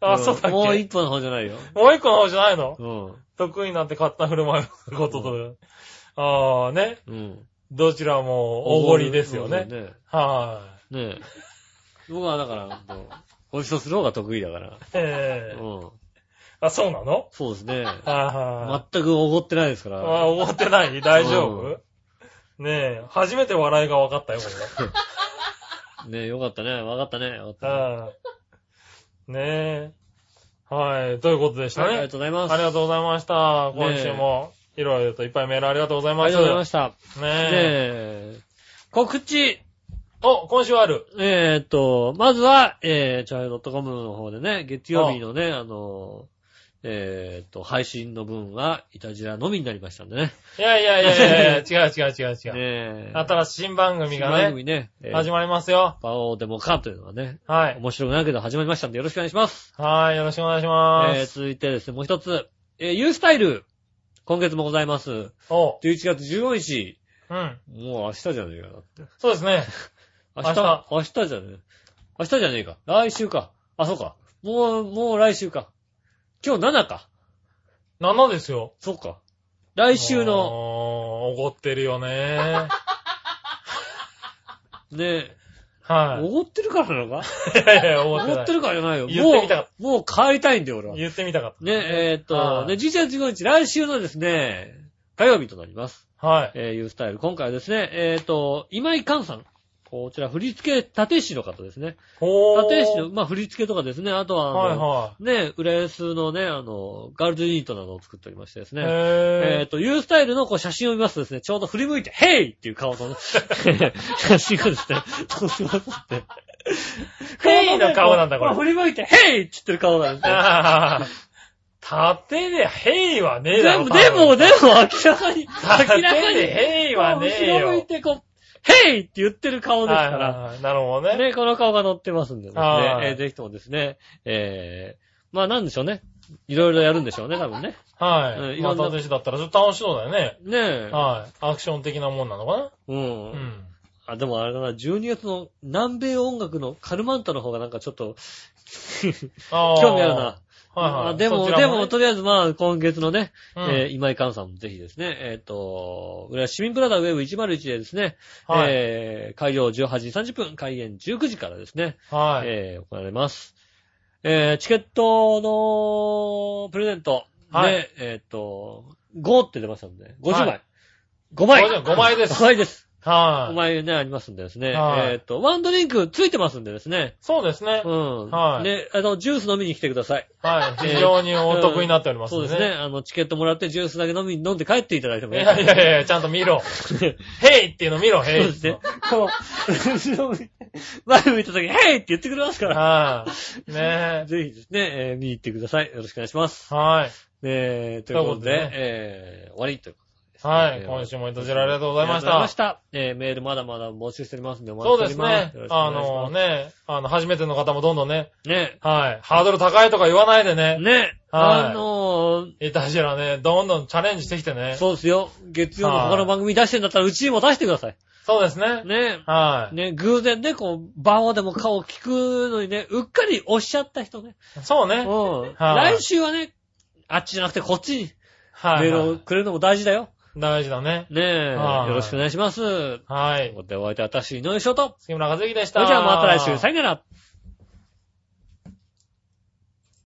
Speaker 3: あー、
Speaker 2: ん
Speaker 3: そうだっけ
Speaker 2: もう一歩の方じゃないよ。
Speaker 3: もう一個の方じゃないの
Speaker 2: うん。
Speaker 3: 得意になって勝手な振る舞いをすることと。あー、ね。
Speaker 2: うん。
Speaker 3: どちらもおごりですよ
Speaker 2: お
Speaker 3: ね
Speaker 2: ご。りね。
Speaker 3: は
Speaker 2: ねえ。僕はだから、もうご馳走する方が得意だから。
Speaker 3: い。え
Speaker 2: う
Speaker 3: え。
Speaker 2: ん。
Speaker 3: あ、そうなの
Speaker 2: そうですね。
Speaker 3: はい
Speaker 2: 全くおごってないですから。
Speaker 3: はい。あ、思ってない大丈夫ねえ、初めて笑いが分かったよ、こ
Speaker 2: ねえ、よかったね。わかったね。わかった
Speaker 3: れ
Speaker 2: ね
Speaker 3: は。うんねえ。はい、ということでした
Speaker 2: はい、ありが
Speaker 3: ね
Speaker 2: と。うございます。
Speaker 3: ありがとうございまし
Speaker 2: ね
Speaker 3: た。今
Speaker 2: え
Speaker 3: 週も、いろいろといっぱいメールありがとうござい
Speaker 2: あ
Speaker 3: ま
Speaker 2: り
Speaker 3: す。
Speaker 2: がとうございました。ね
Speaker 3: ねえ。
Speaker 2: え。告知
Speaker 3: お、今週ある。
Speaker 2: えーっと、まずは、えー、チャイドットコムの方でね、月曜日のね、あの、えーっと、配信の分は、イタジラのみになりましたんでね。
Speaker 3: いやいやいやい やいや、違う違う違う違う。
Speaker 2: ねえ。
Speaker 3: 新しい新番組
Speaker 2: 新
Speaker 3: が
Speaker 2: 番
Speaker 3: ね、
Speaker 2: 組ね、えー
Speaker 3: 始まりますよ。
Speaker 2: バオーデモカというのがね、
Speaker 3: はい。
Speaker 2: 面白くないけど始まりましたんでよろしくお願いします。
Speaker 3: はい、よろしくお願いし
Speaker 2: え
Speaker 3: ま
Speaker 2: ー、
Speaker 3: す。
Speaker 2: 続いてですね、もう一つ、えー、ユースタイル、今月もございます。
Speaker 3: お、
Speaker 2: 11月15日、
Speaker 3: うん。
Speaker 2: もう明日じゃねえかな。
Speaker 3: そうですね。
Speaker 2: 明
Speaker 3: 明日
Speaker 2: 日、明日じゃねえ。明日じゃねえか。来週か。あ、そうか。もう、もう来週か。今日7か。
Speaker 3: 7ですよ。
Speaker 2: そうか。来週の、
Speaker 3: おー。おごってるよね。
Speaker 2: ね、
Speaker 3: はい。
Speaker 2: おごってるから なのか
Speaker 3: いやいや、お
Speaker 2: お
Speaker 3: ごって
Speaker 2: ご
Speaker 3: な
Speaker 2: っ
Speaker 3: い
Speaker 2: てるからじゃないよ。
Speaker 3: 言ってみたかっ
Speaker 2: もう、もう帰りたいんだよ、俺は。ね、
Speaker 3: 言ってみたかっ
Speaker 2: えーっと
Speaker 3: は、い
Speaker 2: ね、11月15日、来週のですね、火曜日となります。
Speaker 3: た。はい。
Speaker 2: えー、いうスタイル。今回はですね、えーっと、今井寛さん。こちら、振り付け、立石の方ですね。
Speaker 3: ほー。
Speaker 2: 立石の、まあ、振り付けとかですね。あとは、あの、
Speaker 3: はいは
Speaker 2: ね、浦安のね、あの、ガールズユニットなどを作っておりましてです
Speaker 3: い。
Speaker 2: ね。えっ、
Speaker 3: へ
Speaker 2: と、ユースタイルのこう写真を見ますとですね、ちょうど振り向いて、ヘイっていう顔のね写真がですね、撮しますって。
Speaker 3: ヘイの顔な んだこれ
Speaker 2: う振り向いて、ヘイって言ってる顔なんですよ。
Speaker 3: ぇー。縦でヘイはねえだ
Speaker 2: で
Speaker 3: ろ。
Speaker 2: も、
Speaker 3: 多分
Speaker 2: でも、でも、明らかに、明
Speaker 3: 縦
Speaker 2: らかに、
Speaker 3: でヘイはね
Speaker 2: 後
Speaker 3: え
Speaker 2: ろ向い
Speaker 3: よ。
Speaker 2: てこう、ヘイって言ってる顔です
Speaker 3: は
Speaker 2: から、
Speaker 3: いはいはいなるほどね。
Speaker 2: ね、この顔が載ってますんでですね、
Speaker 3: はい
Speaker 2: えーぜひともですね、えー、まあなんでしょうね。いろいろやるんでしょうね、多分ね。
Speaker 3: は
Speaker 2: うん
Speaker 3: い。まあ、
Speaker 2: いろんな
Speaker 3: 立石だったらちょっと楽しそうだよね。
Speaker 2: ねえ。
Speaker 3: はい。アクション的なもんなのか
Speaker 2: うん
Speaker 3: なうん。
Speaker 2: あ、でもあれだな、12月の南米音楽のカルマンタの方がなんかちょっと、
Speaker 3: あー
Speaker 2: 興味あるな。
Speaker 3: はいは
Speaker 2: あ
Speaker 3: い。
Speaker 2: でも、
Speaker 3: そち
Speaker 2: で
Speaker 3: らね
Speaker 2: も、とりあえずまあ、今月のね、
Speaker 3: うん
Speaker 2: えー今井寛さんもぜひですね、えっ、と、浦安市民プラザウェブ101でですね、
Speaker 3: はい
Speaker 2: えー、会場18時30分、開演19時からですね、
Speaker 3: はい。
Speaker 2: えー、行われます。えー、チケットのプレゼントで、
Speaker 3: はい
Speaker 2: えっ、と、5って出ましたんで、50枚。
Speaker 3: はい
Speaker 2: 5枚
Speaker 3: 50 5枚です
Speaker 2: 5枚です。
Speaker 3: は
Speaker 2: お
Speaker 3: い。
Speaker 2: 前ね、ありますんでですね。
Speaker 3: はい
Speaker 2: えっ、と、ワンドリンクついてますんでですね。
Speaker 3: そうですね
Speaker 2: う。ん。
Speaker 3: はい
Speaker 2: で、あの、ジュース飲みに来てください。
Speaker 3: はい。非常にお得になっております
Speaker 2: そ
Speaker 3: ん
Speaker 2: うで
Speaker 3: ね。
Speaker 2: すね。あの、チケットもらってジュースだけ飲み、飲んで帰っていただいても
Speaker 3: いや
Speaker 2: ね。
Speaker 3: いやいや、ちゃんと 見ろ。ヘイっていうの見ろ、
Speaker 2: そう
Speaker 3: ヘイ
Speaker 2: で
Speaker 3: っ
Speaker 2: す
Speaker 3: ていう
Speaker 2: ねこ
Speaker 3: の。。
Speaker 2: う、後ろ向いて前向いた時、ヘイって言ってくれますから。
Speaker 3: はい。ね
Speaker 2: ぜひですね、えー見に行ってください。よろしくお願いします。
Speaker 3: え。はい。
Speaker 2: えー、ということで、
Speaker 3: ということでね
Speaker 2: えー、終わりということ
Speaker 3: はい。
Speaker 2: えー
Speaker 3: 今週もいたじらありがとうござい
Speaker 2: あ
Speaker 3: ました。
Speaker 2: りがとうございました。えー、メールまだまだ募集しておりますんで、お待
Speaker 3: そ
Speaker 2: ち
Speaker 3: うで
Speaker 2: して
Speaker 3: す
Speaker 2: おります。
Speaker 3: ね。あの
Speaker 2: ね。
Speaker 3: ね、あの、初めての方もどんどんね、
Speaker 2: ね。
Speaker 3: はい。ハードル高いとか言わないでね。
Speaker 2: ね。
Speaker 3: はい
Speaker 2: あのー、
Speaker 3: いたじらね、どんどんチャレンジしてきてね。
Speaker 2: そうですよ。月曜の他の番組出してんだったら、うちにも出してください。
Speaker 3: そうですね。
Speaker 2: ね
Speaker 3: はい。
Speaker 2: ね、偶然ね、こう、番号でも顔を聞くのにね、うっかり押しちゃった人ね。
Speaker 3: そう
Speaker 2: う
Speaker 3: ね。
Speaker 2: ん。
Speaker 3: はい
Speaker 2: 来週はね、あっちじゃなくてこっちに
Speaker 3: は
Speaker 2: メ
Speaker 3: い
Speaker 2: ール
Speaker 3: は
Speaker 2: を
Speaker 3: い。
Speaker 2: くれるのも大事だよ。
Speaker 3: 大事だね。
Speaker 2: ねえ、
Speaker 3: はい
Speaker 2: よろしくお願いします。
Speaker 3: は
Speaker 2: という
Speaker 3: い。
Speaker 2: ことで、お相手は私、井上翔と。
Speaker 3: 杉村和之でし
Speaker 2: そ
Speaker 3: た。
Speaker 2: れじゃあまた来週、さよなら。